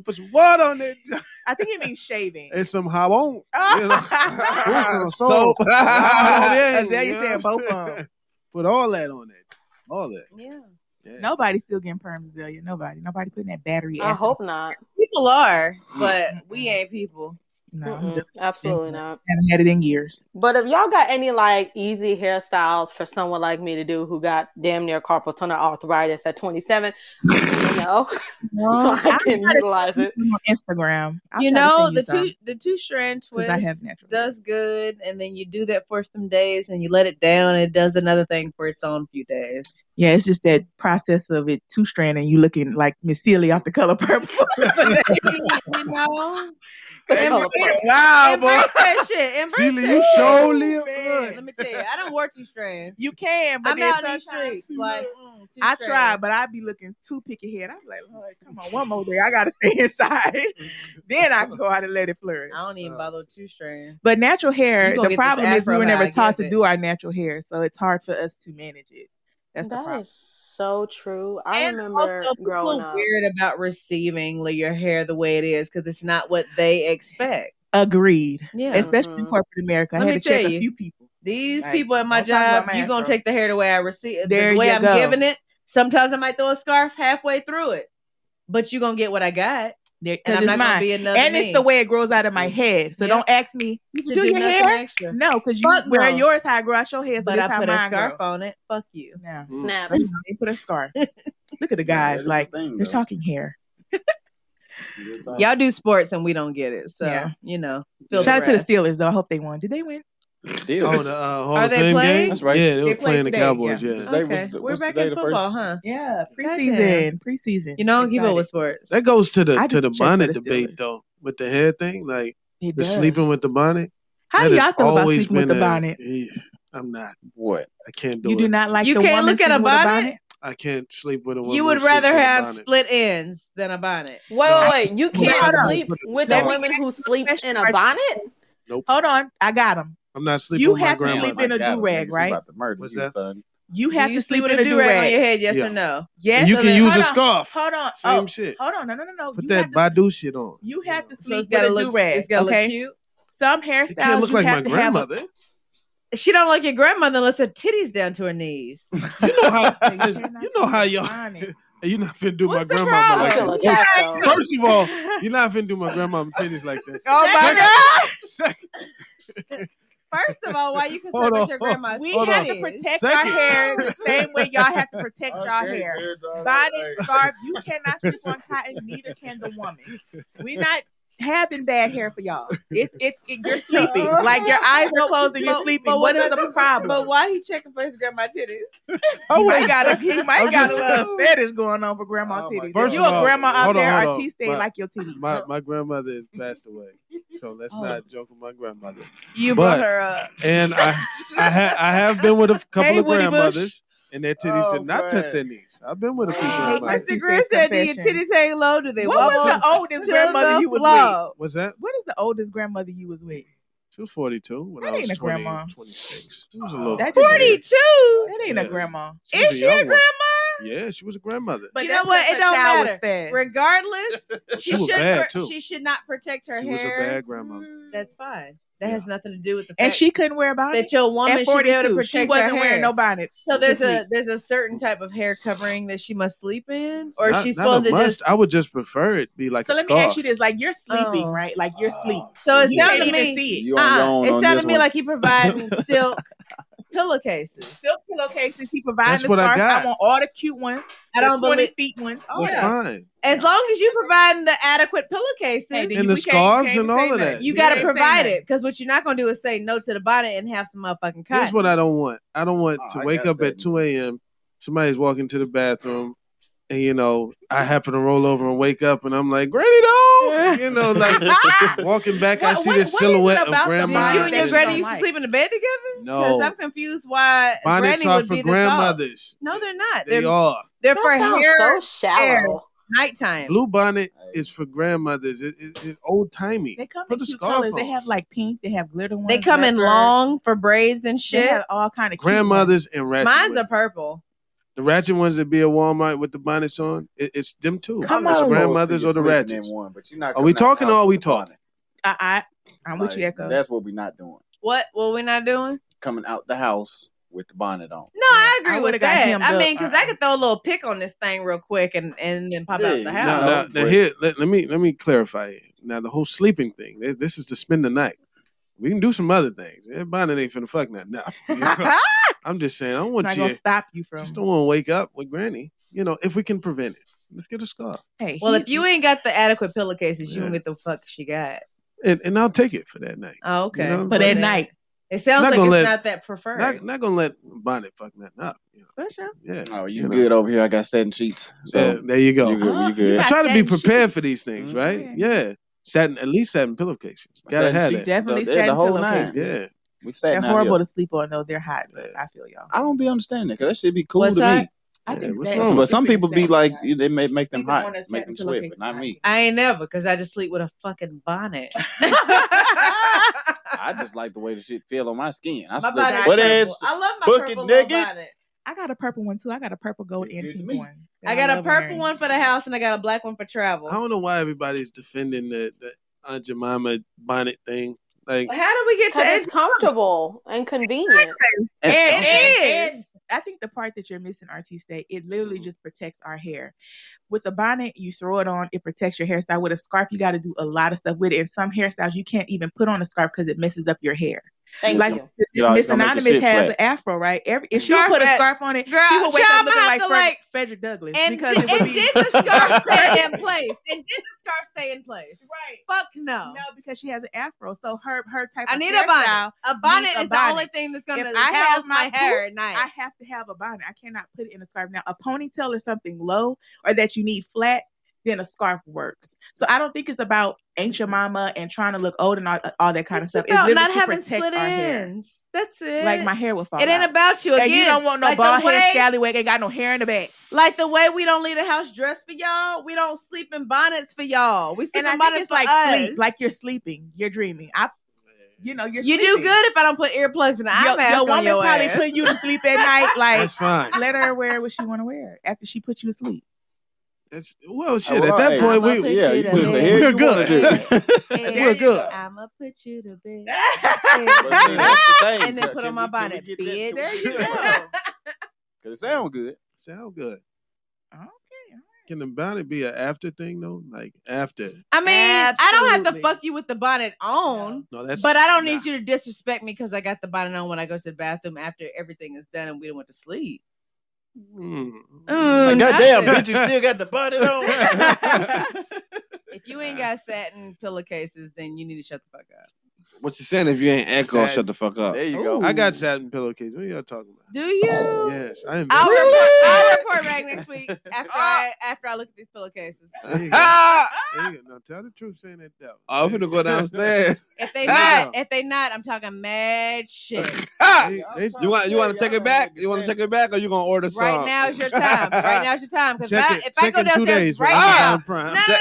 put some water on that junk.
I think it means shaving.
and some hot You know? Put some soap.
Soap.
Wow, yeah, Oh,
Azalea
you know
said
what I'm
both of 'em.
saying? Put all that on it. All that.
Yeah.
Nobody's still getting perms, Azalea. Nobody. Nobody putting that battery.
I hope not.
People are, but we ain't people.
No, I'm
Mm-mm,
just-
absolutely not.
haven't had it in years.
But if y'all got any like easy hairstyles for someone like me to do who got damn near carpal tunnel arthritis at 27, you know, so I
I'm
can
gotta
utilize
send
it.
you some on Instagram. I'm
you
trying to
know
send
the
some.
two the two strand
'Cause
twist
I have natural
does good, and then you do that for some days, and you let it down, and it does another thing for its own few days.
Yeah, it's just that process of it two strand and you looking like Miss Celia off the color purple.
you know,
The
Em-
Color
em-
Purple. Wow,
embrace
boy.
that shit. Embrace
Celia,
that
you
shit.
sure live good.
Let me tell you, I don't wear two strands.
You can, but
I'm
then
out in these
sometimes,
streets like mm, two
I
strands.
try, but I be looking too picky head. I'm like, Lord, come on, one more day. I gotta stay inside. then I can go out and let it flourish.
I don't even bother with two strands.
But natural hair,
You gonna
the
get this
problem is we
afro
were
how
never
I
taught
give
to
it.
do our natural hair, so it's hard for us to manage it. That's the
That
problem.
is so true. I
And
remember
also,
growing
people
up.
weird about receiving like, your hair the way it is because it's not what they expect.
Agreed.
Yeah.
Especially in
Mhm.
corporate America. I
Let
had
me
to check
tell
a
you,
few people.
These
Like,
people at my
don't talk about
job,
my
you gonna
afro.
take the hair the way I receive it,
There
the way
you
I'm
go.
giving it. Sometimes I might throw a scarf halfway through it, but you gonna get what I got,
There- 'cause
and I'm
it's
not gonna
mine.
be another. Mm.
And it's the way it grows out of my head. So
Yeah.
don't ask me, you
To
do,
do
your
nothing
hair?
extra.
No, because you
Fuck
wear
no.
yours how it grows out your hair. So
but
this
I
how
put a
mine
scarf
grow.
on it. Fuck you.
No.
Mm.
Snaps.
They put a scarf. Look at the
Yeah,
guys,
that is the
like
thing,
they're
though.
talking hair.
Y'all do sports and we don't get it. So,
Yeah.
you know, feel
Shout out to
the
the Steelers though. I hope they won. Did they win?
Oh, the uh, Hall
Are
of
they
Fame
playing?
game?
That's right.
Yeah, they
They
was
play
playing the
today,
Cowboys.
yeah.
Yeah.
Today was Okay, the- we're what's back today, in the first- football, huh?
Yeah,
Goddamn.
preseason, preseason.
You know, I don't keep up with sports.
That goes to the
I
to
just
the
check for
bonnet
the
debate though, with the hair thing, like
It
the
does.
sleeping with the bonnet.
How
That
do y'all
has
feel about
always
sleeping with
been
the
a-
bonnet?
eh, I'm not.
What?
I can't do
You
it.
do not like
You
the
can't
woman
look at a
sleeping with
bonnet?
I can't sleep with a woman.
You would
who sleeps
rather
with a
have
bonnet.
split ends than a bonnet.
Wait,
No.
wait, wait. You
Well,
can't
hold on.
sleep with a
No.
woman who sleeps in a bonnet?
Nope.
Hold on, I got him.
I'm not sleeping
You
with my
have to
grandma.
sleep in a do rag, right?
What's that?
You
Do
have
you
to
sleep
sleep
with
in
a
a do
do-rag on
rag
your head, yes
Yeah.
or no?
Yes.
And you can use
hold
a
on,
scarf.
Hold on.
Same
oh,
shit.
Hold on. No, no, no, no.
Put
You
that
have to,
Badu shit on.
you have to
So
sleep
it's gotta
with a
look
do rag.
it's gotta
okay.
look cute.
Some hairstyles
It can't look
you
like
have
my
to have. a-
grandmother.
She don't like your grandmother unless her titties down to her knees.
You know how you know how y'all. and you not finna do my grandmama like
problem?
that.
I feel attacked, though.
First of all, you're not finna do my grandmama titties like that.
Oh my
god! Second,
First of all, why you concerned
Hold
with
on,
your grandma's
We
titties?
have to protect our hair the same way y'all have to protect y'all hair. Bonnet, scarf. You cannot sleep on cotton. Neither can the woman. We not having bad hair for y'all. It, it, it you're sleeping. Like your eyes are closed and you're sleeping.
But
what
was
is
that
the problem? Oh,
But why he checking for his grandma titties?
He might got a he might
I'm
got a
just-
little fetish going on for grandma titties.
Oh First
you
of
a
all,
grandma out
hold on,
there,
hold on.
artiste, they
My-
like your titties.
My my grandmother has passed away, so let's
Oh.
not joke with my grandmother.
You
But-
brought her up.
And I I ha- I have been with a couple
Hey,
of
Woody Bush.
grandmothers, and their titties
Oh,
did not touch
man.
their knees. I've been with a few
hate my
grandmothers.
Mr. Greer said, "Do your titties hang low? Do they
What
wobble?"
was the oldest
To
grandmother
the
you was
floor.
with?
What's that?
What is the oldest grandmother you was with?
She was 42 when
That
I was
ain't a
20,
grandma.
26. She was a little
That just-
forty.
42? That ain't
Yeah.
a grandma.
She was
Is she a
young one.
grandma?
Yeah, she was a grandmother.
But
you know
that's
what?
what
It
her
don't
child was
matter.
fed.
Regardless,
She
she,
was
should
bad,
per-
too.
she should not protect her
She was a
hair.
bad grandma.
Mm.
That's fine. That has nothing to do with the fact
And she couldn't wear a bonnet.
that your woman
At
should be able
42,
to protect
she wasn't
her hair.
wearing no bonnet.
So there's
this
a
week.
there's a certain type of hair covering that she must sleep in, or
Not-
she's
not
supposed
a
to
must.
just.
I would just prefer it be like
So
a
let me
scarf. Ah.
ask you this: like you're sleeping, right? Like you're asleep.
Oh. So it
you
sounded
can't
to
even
me.
see it.
uh-uh.
own
It
on
sounded
this
to me
one.
like you providing silk pillowcases.
Silk pillowcases. She providing
That's
the
what I
scarves. I,
got.
want all the cute ones.
I
the
don't
20
believe-
feet ones. Oh,
That's
yeah.
fine.
As long as you're providing the adequate pillowcases
then And you- the we can't- scarves can't and all say of nothing. that.
you
We
got to
can't say
provide
nothing.
it because what you're not gonna do is say no to the bonnet and have some motherfucking
Here's
cotton.
what I don't want. I don't want to
Oh, I
wake
got
up at 2 a.m. Somebody's walking to the bathroom, and you know I happen to roll over and wake up, and I'm like, "Granny, dog," you know, like walking back, I
What-
see this
what- what is it
silhouette of
about the
grandma.
You and your
and-
granny used to sleep in the bed together?
No.
Because I'm confused why
Bonnets
granny
are
would
for
be the thought.
grandmothers.
No, they're not.
They
They're,
are.
They're
That
for
sounds
hair.
so shallow.
hair, nighttime.
Blue bonnet is for grandmothers. It, it, it's old timey.
They come
Put
in
a
cute
scarf
colors.
on.
They have like pink. They have glitter ones.
They come in
leopard.
long for braids and shit.
They have all kind of
grandmothers and ratchet.
Mine's
women.
are purple.
the ratchet ones that be at Walmart with the bonnets on. It, it's them too.
Come
it's
on.
grandmothers or the ratchets.
One, but you're not
Are we
coming out the
talking or
house
are we
with a
talking?
I, I I'm
bonnet.
with you,
Like,
Echo.
That's what we're not doing.
What? What we not doing?
Coming out the house with the bonnet on.
No, I agree
I
with
would've got
that.
hemmed
I
up.
mean, because I could throw a little pick on this thing real quick and and then pop out the
Yeah,
house.
Now, now, now here, let, let me let me clarify it. Now the whole sleeping thing. th- This is to spend the night. We can do some other things. That bonnet ain't finna fuck nothing. Nah, you know, I'm just saying. I don't
I'm
want
not
you.
gonna stop you from.
Just don't want to wake up with granny. You know, if we can prevent it, let's get a scarf.
Hey,
Well, if you ain't got the adequate pillowcases, you
Yeah.
don't get the fuck she got.
and, and I'll take it for that night.
Oh, okay.
You know what I'm
For that
saying?
night. It sounds
Not
like
gonna
it's
let-
not that preferred.
Not, not gonna let bonnet fuck nothing up. You know? Yeah.
Oh,
You
you,
know.
good over here? I got satin sheets. So
Yeah, there you go.
You good?
Ah,
you good?
I try to be prepared for these things,
Mm-hmm.
right? Yeah. Satin, at least satin pillowcases. Gotta
Satin
have
sheets,
that.
Definitely the- yeah, satin the whole nine. pillowcases.
Yeah.
We
They're
satin out
horrible
here.
to sleep on though. They're hot, but I feel y'all.
I don't be understanding that 'cause that should be cool
What's
to
hot?
me.
I think
But
satin-
some- but some
sleeping
people be
satin
like they may make them
Sleeping
hot,
on a
make
satin
them sweat,
pillowcase
but not me.
I ain't ever because I just sleep with a fucking bonnet.
I just like the way the shit feel on my skin. I
My
sleep
body
butt
purple.
ass.
I love my
bucket
purple little
naked.
bonnet.
I got a purple one too. I got a purple gold and pink one. that
I got a
love
purple
wearing.
one for the house and I got a black one for travel.
I don't know why everybody's defending the, the Aunt Jemima bonnet thing. Like
How do we get to
Because it's comfortable and convenient.
And,
It's
and,
comfortable.
and I think the part that you're missing, RT State, it
Mm-hmm.
literally just protects our hair. With a bonnet, you throw it on, it protects your hairstyle. With a scarf, you got to do a lot of stuff with it. And some hairstyles, you can't even put on a scarf because it messes up your hair.
Thank
like
you.
Miss-
Y'all-
Miss
y'all make the
Anonymous
shit
has
flat.
an afro, right? Every if she
Scarf
put a
at-
scrif on it,
Girl,
she would wake
y'all
up looking
might
like,
have to,
Fred-
like-
Frederick Douglass
And
because
did-
it would
and
be
did the scarf stay in place? And did the scarf stay in place?
Right.
Fuck no.
No, because she has an afro, so her her type.
I
of
need a bonnet.
hairstyle
A bonnet
needs
is the only thing that's gonna
If
house my hair
poof,
at night.
I have to have a bonnet. I cannot put it in a scarf. Now, a ponytail or something low, or that you need flat, then a scarf works. So I don't think it's about ancient mama and trying to look old and all, all that kind of stuff.
about
literally
not
to
having
protect
split
our hair.
ends. That's it.
Like my hair will fall.
It ain't
out.
about you
And you
again.
don't want no
Like the
bald head
way-
scallywag. Ain't got no hair in the back.
Like the way we don't leave the house dressed for y'all, we don't sleep in bonnets for y'all. We sleep
And I
in
think
bonnets
it's
for
like
us.
sleep, like you're sleeping, you're dreaming. I, you know, you're.
You do
sleeping.
good if I don't put earplugs in
Your,
the eye
your
mask
woman
on your
probably
ass.
put you to sleep at night. Like,
That's fine.
Let her wear what she want to wear after she put you to sleep.
That's, well, oh, shit.
well,
at that
hey,
point,
I'ma
we
put Yeah, you you to do what the bed. hell
we're
you wanna
good. we're good.
I'ma put you to bed.
But see, that's the thing,
and then put
can we-
on my
can
bonnet,
we get that- can
bitch.
we
There you
get
go.
that? 'Cause it sound good.
Sound good.
Okay.
Can the bonnet be an after thing though? Like after?
I mean, I don't have to
Absolutely.
fuck you with the bonnet on,
No, that's.
but I don't need you to disrespect me because I got the bonnet on when I go to the bathroom after everything is done and we don't went to sleep. Mm,
Like, goddamn,
nothing.
bitch, you still got the bonnet on.
If you ain't got satin pillowcases, then you need to shut the fuck up.
What you saying? If you ain't echo,
Sad.
shut the fuck up.
There you go. I got satin pillowcase. What are y'all talking about?
Do you?
Yes, I am.
I'll report, I'll report back next week after I after I look at these pillowcases.
There you go. There you go. Now tell the truth, saying that devil.
I'm Oh, finna go downstairs.
If they not, if they not, I'm talking mad shit.
you want you want to take it back? You want to take it back, or you gonna order some?
Right now is your time. Right now is your time. Because if,
Check
I-
it.
if I
Check
go
in two
downstairs
days
right
when
now,
Amazon Prime.
no, no, no,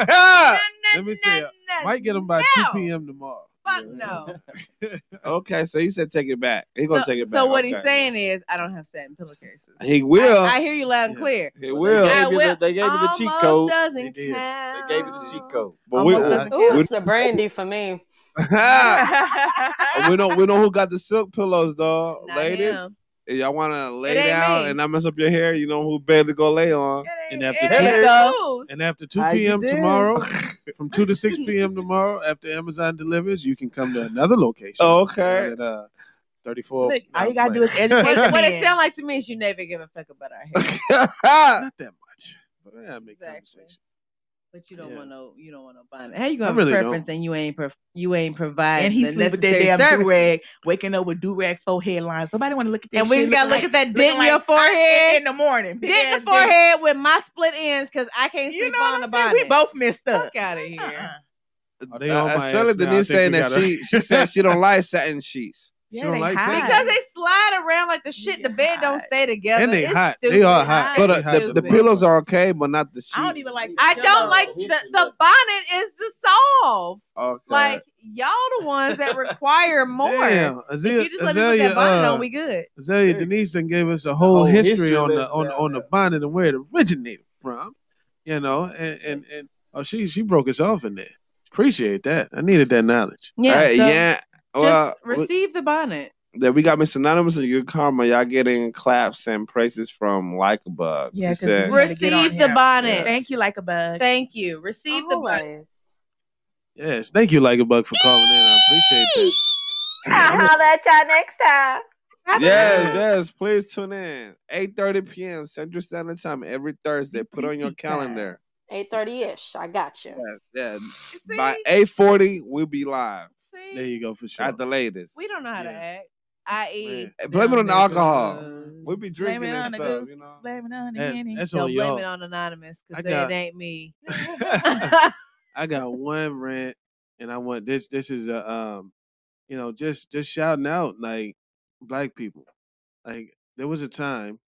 no,
Ah! Let me see. Might get them by two p.m. tomorrow.
fuck no.
Ah! Okay, so he said take it back. He gonna take it back.
So what he's
okay.
saying is, I don't have satin pillowcases.
He will.
I, I hear you loud and clear.
He will.
I will. Um,
the cheat
Almost
code.
doesn't
They did.
count.
They gave it the cheat code.
But we, uh,
Ooh,
we-
it's the brandy for me.
we know we know who got the silk pillows, dog.
Not
Ladies,
him.
if y'all wanna lay
ain't
down
me.
and not mess up your hair, you know who bed to go lay on.
And after
it ain't
two, and after two
How you
p.m.
doing?
tomorrow, from two to six p.m. tomorrow, after Amazon delivers, you can come to another location.
Okay.
At, uh, Thirty-four.
Look, all you gotta do is educate
What,
the
what
men.
it sound like to me is you never give a fuck about our hair.
Not
that much. But I make conversation.
But you don't
Yeah.
want no. You don't want no bonnet. How you gonna
I really don't.
preference and you ain't pref- you ain't providing
And he's
the
sleeping with that
necessary
damn
services.
do rag, waking up with do rag forehead lines. Nobody want to look at that.
And we
shit
just gotta look
looking
at that
like-
dent in
looking
your
like hot
forehead.
in the morning. Big
Dent in
ass
your forehead with my split ends because I can't sleep on the bonnet.
We both messed up.
Fuck out of here.
Are they on
Uh,
my
Sally
ass now? I
Denise
think
saying
we
that
gotta-
she she said she don't like satin sheets.
She don't like satin.
because they slide around like the shit. The bed don't stay together.
And they
It's
hot.
Stupid.
They are hot. So
It's
the, the, the
stupid.
pillows are okay, but not the sheets.
I don't even like. I don't like the, the bonnet is the solve.
Okay.
Like y'all the ones that require more.
Damn,
If
Azalea-
you just let me put
Azalea,
that bonnet
uh,
on, we good.
Azalea Denise done gave us a whole,
whole
history,
history
on the
lesson
on the, on the bonnet and where it originated from. You know, and and, and oh, she she broke us off in there. Appreciate that. I needed that knowledge.
Yeah,
Alright,
so
yeah. Well,
uh,
Just receive the bonnet.
we, that we got Miss Anonymous and Good Karma. Y'all getting claps and praises from Like a Bug.
Yeah,
she said,
'cause we had to get on
Receive the
him.
bonnet.
Yeah. Thank you, like a bug.
Thank you. Receive the bonnet.
Yes, thank you, Like a Buck, for calling in. I appreciate
I'll holler at y'all next time.
Yes, yes. Please tune in. 8.30 p.m. Central Standard Time every Thursday. Put on your calendar.
Eight thirty ish. I got you.
Yeah. By 8.40, we'll be live.
There you go, for sure.
At the latest.
We don't know how to act. I.e.
Blame it on the alcohol. We'll be
Blame
drinking
it on
and
the
stuff.
goose. Blame it on
the That- henny. that's
Don't
on
blame
y'all.
it on anonymous
I
because
got-
it ain't me.
I got one rant, and I want this. This is a um, you know, just just shouting out like black people. Like there was a time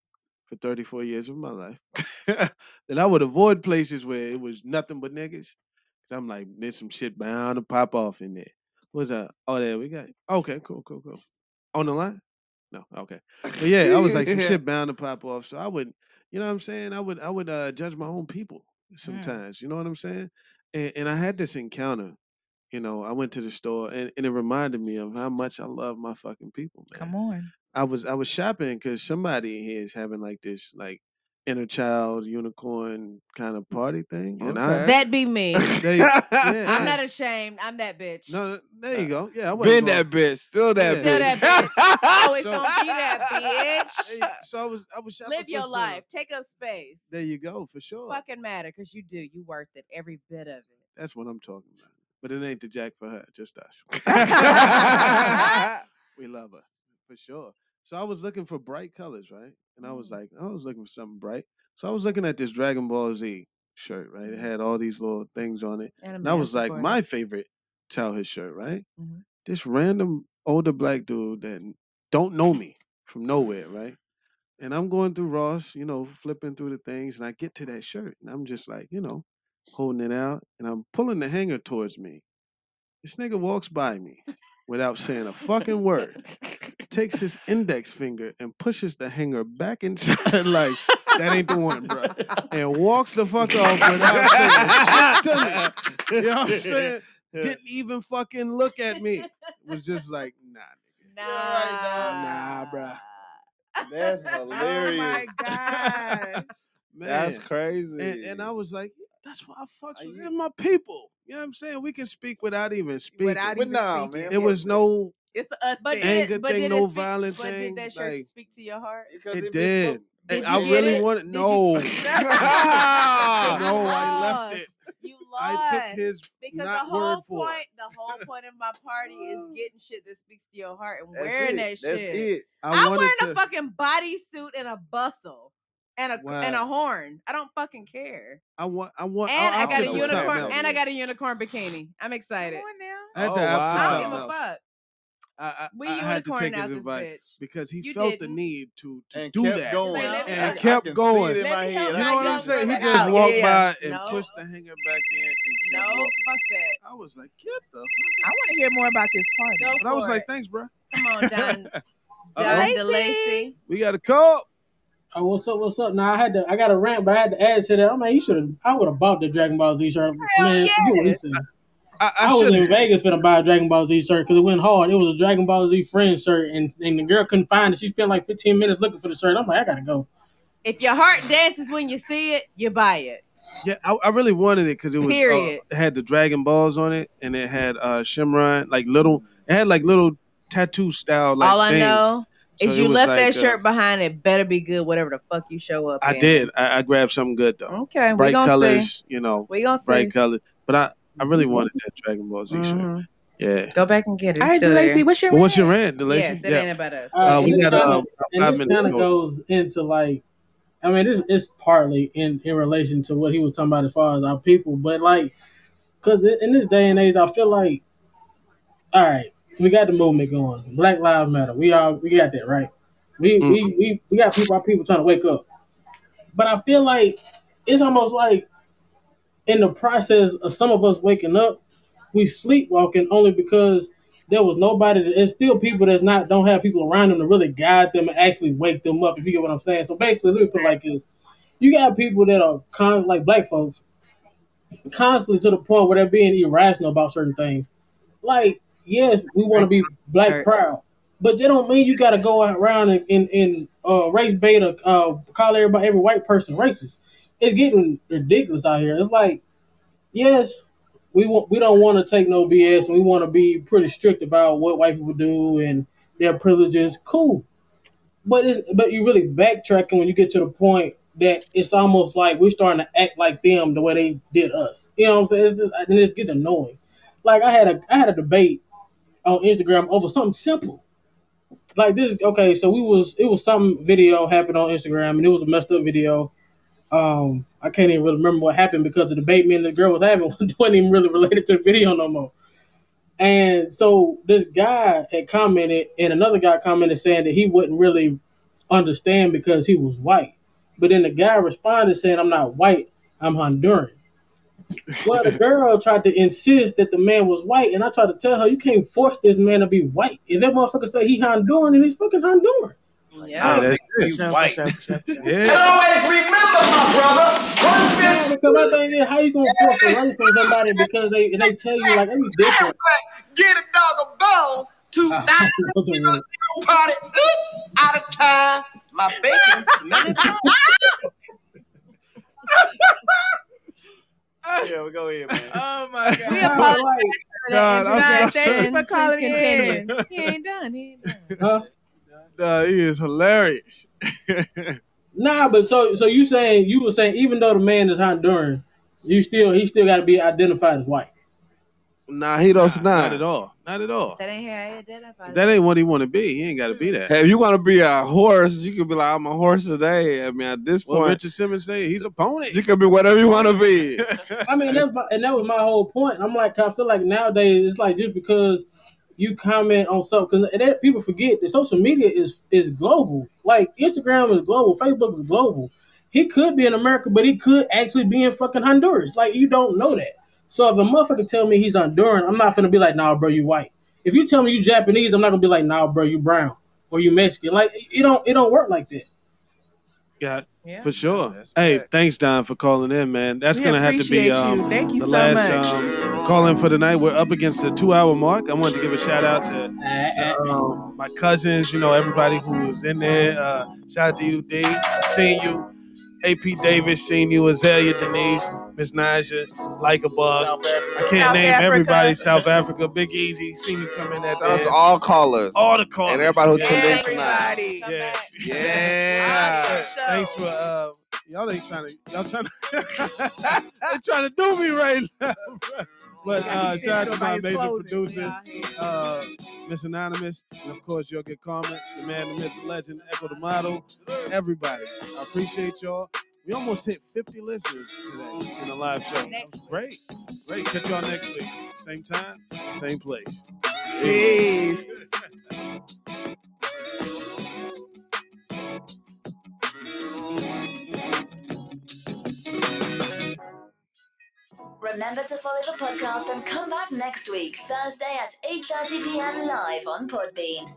for 34 years of my life that I would avoid places where it was nothing but niggas. Cause I'm like, there's some shit bound to pop off in there. What's that? Oh, there we got. It. Okay, cool, cool, cool. On the line? No, okay. But yeah, I was like, some shit bound to pop off. So I would, you know what I'm saying? I would, I would uh, judge my own people
Mm.
sometimes. You know what I'm saying? And, and I had this encounter. You know, I went to the store, and, and it reminded me of how much I love my fucking people, man.
Come on.
I was I was shopping because somebody here is having like this like inner child unicorn kind of party thing. And I
That be me.
There you- yeah,
I'm
yeah.
not ashamed. I'm that bitch.
No, there you go. Yeah, I
Been that bitch, still that
Still
bitch.
that bitch. Always
So-
Oh, gonna be that bitch.
So I was, I was shopping
Live
for
your
some-
life. Take up space.
There you go, for sure.
Fucking matter, cause you do. You worth it. Every bit of it.
That's what I'm talking about. But it ain't the jack for her, just us. we love her for sure. So I was looking for bright colors, right? And
Mm.
I was like, I was looking for something bright. So I was looking at this Dragon Ball Z shirt, right? It had all these little things on it,
And a
and I
man
was like,
supporter.
my favorite childhood shirt, right? This random older black dude that don't know me from nowhere, right? And I'm going through Ross, you know, flipping through the things, and I get to that shirt, and I'm just like, you know, holding it out, and I'm pulling the hanger towards me. This nigga walks by me without saying a fucking word, takes his index finger and pushes the hanger back inside, like, that ain't the one, bro. And walks the fuck off without saying shit to me. You know what I'm saying? Didn't even fucking look at me. Was just like, nah, nah, bruh.
That's hilarious.
Oh God.
That's crazy.
And, and I was like, that's why I fucks with them, my people. You know what I'm saying? We can speak without even speaking.
Without But even nah, speaking. man,
It
fuck
was
that.
no
It's the us but
thing.
did it-
Anger
but
thing,
did
no
it speak-
violent
but
thing,
Did that shirt
like-
speak to your heart?
It did.
Did
And I
you get
really
it?
wanted
Did you-
no.
Ah!
no, I left
Lost.
it.
You
I
lost.
took his
because
not
the whole
word for it.
point, the whole point of my party is getting shit that speaks to your heart and
That's
wearing
it.
that
That's
shit.
it. I
I'm
wanted
wearing a
to-
fucking bodysuit and a bustle and a and a
Wow.
horn. I don't fucking care.
I want. I want.
And I
I,
got a
opted for something
unicorn.
else.
And I got a unicorn bikini. I'm excited.
I had to opt for
I don't
something
give a
else.
fuck.
I, I,
We
I had to
unicorn
take
out
his
this
advice
bitch.
because he
You
felt the
didn't.
need to, to
And
do
kept
that
going. Like, let me
and
help- I
kept
can see it
going.
in Let my me help
You know what I'm
myself
saying? He
brother
just
out.
walked
Yeah,
by and
no.
pushed the hanger back in. And kept
No,
walking.
fuck that.
I was like, get the.
I
want
to hear more about this party. Go
But I was
for
like,
it.
thanks, bro.
Come on, Don. Don
Uh-oh.
DeLacy.
We got a call.
Oh, what's up? What's up? Now I had to, I got a rant, but I had to add to that. I mean, you should have. I would have bought the Dragon Ball Z shirt. Man, forget what he said.
I,
was in
should've.
Vegas finna buy a Dragon Ball Z shirt because it went hard. It was a Dragon Ball Z friend shirt, and, and the girl couldn't find it. She spent like 15 minutes looking for the shirt. I'm like, I gotta go.
If your heart dances when you see it, you buy it.
Yeah, I, I really wanted it because it was uh,
Period.
it had the Dragon Balls on it, and it had uh Shimron like little. It had like little tattoo style like
All I
things.
know is
So it
you
was
left
like,
that
uh,
shirt behind. It better be good, whatever the fuck you show up.
I
in.
did. I, I grabbed something good though.
Okay, we
bright
gonna see.
colors. You know,
We gonna
bright
see.
colors. But I, I really wanted that Dragon Ball Z shirt.
Mhm.
Yeah.
Go back and get it. It's
Hey,
still
DeLacy,
there.
what's your
Well, what's your rant, DeLacy?
Yes, it
Yeah.
ain't about us.
All
Uh,
right,
we
and this
got
kind
um,
of
about
and
five
this
minutes
kind
to
of
go.
goes into like, I mean, this it's partly in in relation to what he was talking about as far as our people, but like, cause in in this day and age, I feel like, all right, we got the movement going. Black Lives Matter. We all we got that right. We
Mm.
we we, we got people. Our people trying to wake up, but I feel like it's almost like in the process of some of us waking up, we sleepwalking only because there was nobody. That, it's still people that's not don't have people around them to really guide them and actually wake them up. If you get what I'm saying. So basically, let me put it like this: you got people that are con- like black folks, constantly to the point where they're being irrational about certain things. Like, yes, we want to be black proud, but that don't mean you got to go out around and, and, and uh, race bait or uh, call everybody every white person racist. It's getting ridiculous out here. It's like, yes, we want we don't want to take no BS, and we want to be pretty strict about what white people do and their privileges. Cool, but it's but you really backtracking when you get to the point that it's almost like we're starting to act like them the way they did us. You know what I'm saying? It's just and it's getting annoying. Like I had a I had a debate on Instagram over something simple. Like this okay, so we was it was some video happened on Instagram and it was a messed up video. Um I can't even really remember what happened because the debate me and the girl was having wasn't even really related to the video no more. And so this guy had commented, and another guy commented saying that he wouldn't really understand because he was white. But then the guy responded saying, I'm not white, I'm Honduran. Well, the girl tried to insist that the man was white, and I tried to tell her, You can't force this man to be white. If that motherfucker say he Honduran, then he's fucking Honduran.
Yeah, Ah, that's it.
white.
Yeah.
Because my thing is, how you gonna force a race on somebody because they and they tell you like I'm different?
Get a dog a bone to
I know the word.
party. Oops, out of time. My bacon.
ahead, go ahead, man.
Oh my god. We
apologize
for
God, I'm
that.
so
Thank you
sorry.
for calling
Please
in.
continue.
He ain't done. He ain't done.
Nah, he is hilarious.
Nah, but so so you saying you were saying even though the man is Honduran, you still he still got to be identified as white.
Nah, he does not.
Not at all. Not at all.
That ain't how I identify.
That ain't what he want to be. He ain't got to be that.
Hey, if you want to be a horse, you can be like, I'm a horse today. I mean, at this
What
point,
Richard Simmons say? He's a pony.
you can be whatever you want to be.
I mean, that's my, and that was my whole point. I'm like, I feel like nowadays it's like just because you comment on something, because people forget that social media is is global. Like Instagram is global, Facebook is global. He could be in America, but he could actually be in fucking Honduras. Like you don't know that. So if a motherfucker tell me he's Honduran, I'm not gonna be like, nah, bro, you white. If you tell me you Japanese, I'm not gonna be like, nah, bro, you brown or you Mexican. Like it don't it don't work like that.
Got
Yeah.
for sure. hey, thanks, Don, for calling in, man. That's
We
gonna have to
appreciate
be
you.
um,
Thank you
the
so
last
much.
um, call in for tonight. We're up against the two-hour mark. I wanted to give a shout out to, to, um, my cousins. You know, everybody who was in there. Uh, shout out to you, D. Seeing you. AP Davis, seeing you, Azalea Denise, Miss Naja, like a bug. I can't
South
name
Africa.
everybody. South Africa, Big Easy, seen you come in that
Shout out
day.
to all callers,
All the callers.
and everybody who tuned in tonight.
Everybody. Yes.
Yeah.
Thanks for uh, y'all ain't trying to y'all trying to they trying to do me right now. bruh. But uh, shout out to my amazing producer, uh, Miss Anonymous, and of course your good karma, the man, the myth, the legend, Echo the model, everybody. I appreciate y'all. We almost hit 50 listeners today in the live show. That was Great, great. Catch y'all next week, same time, same place.
Peace.
Remember to follow the podcast and come back next week, Thursday at 8.30pm live on Podbean.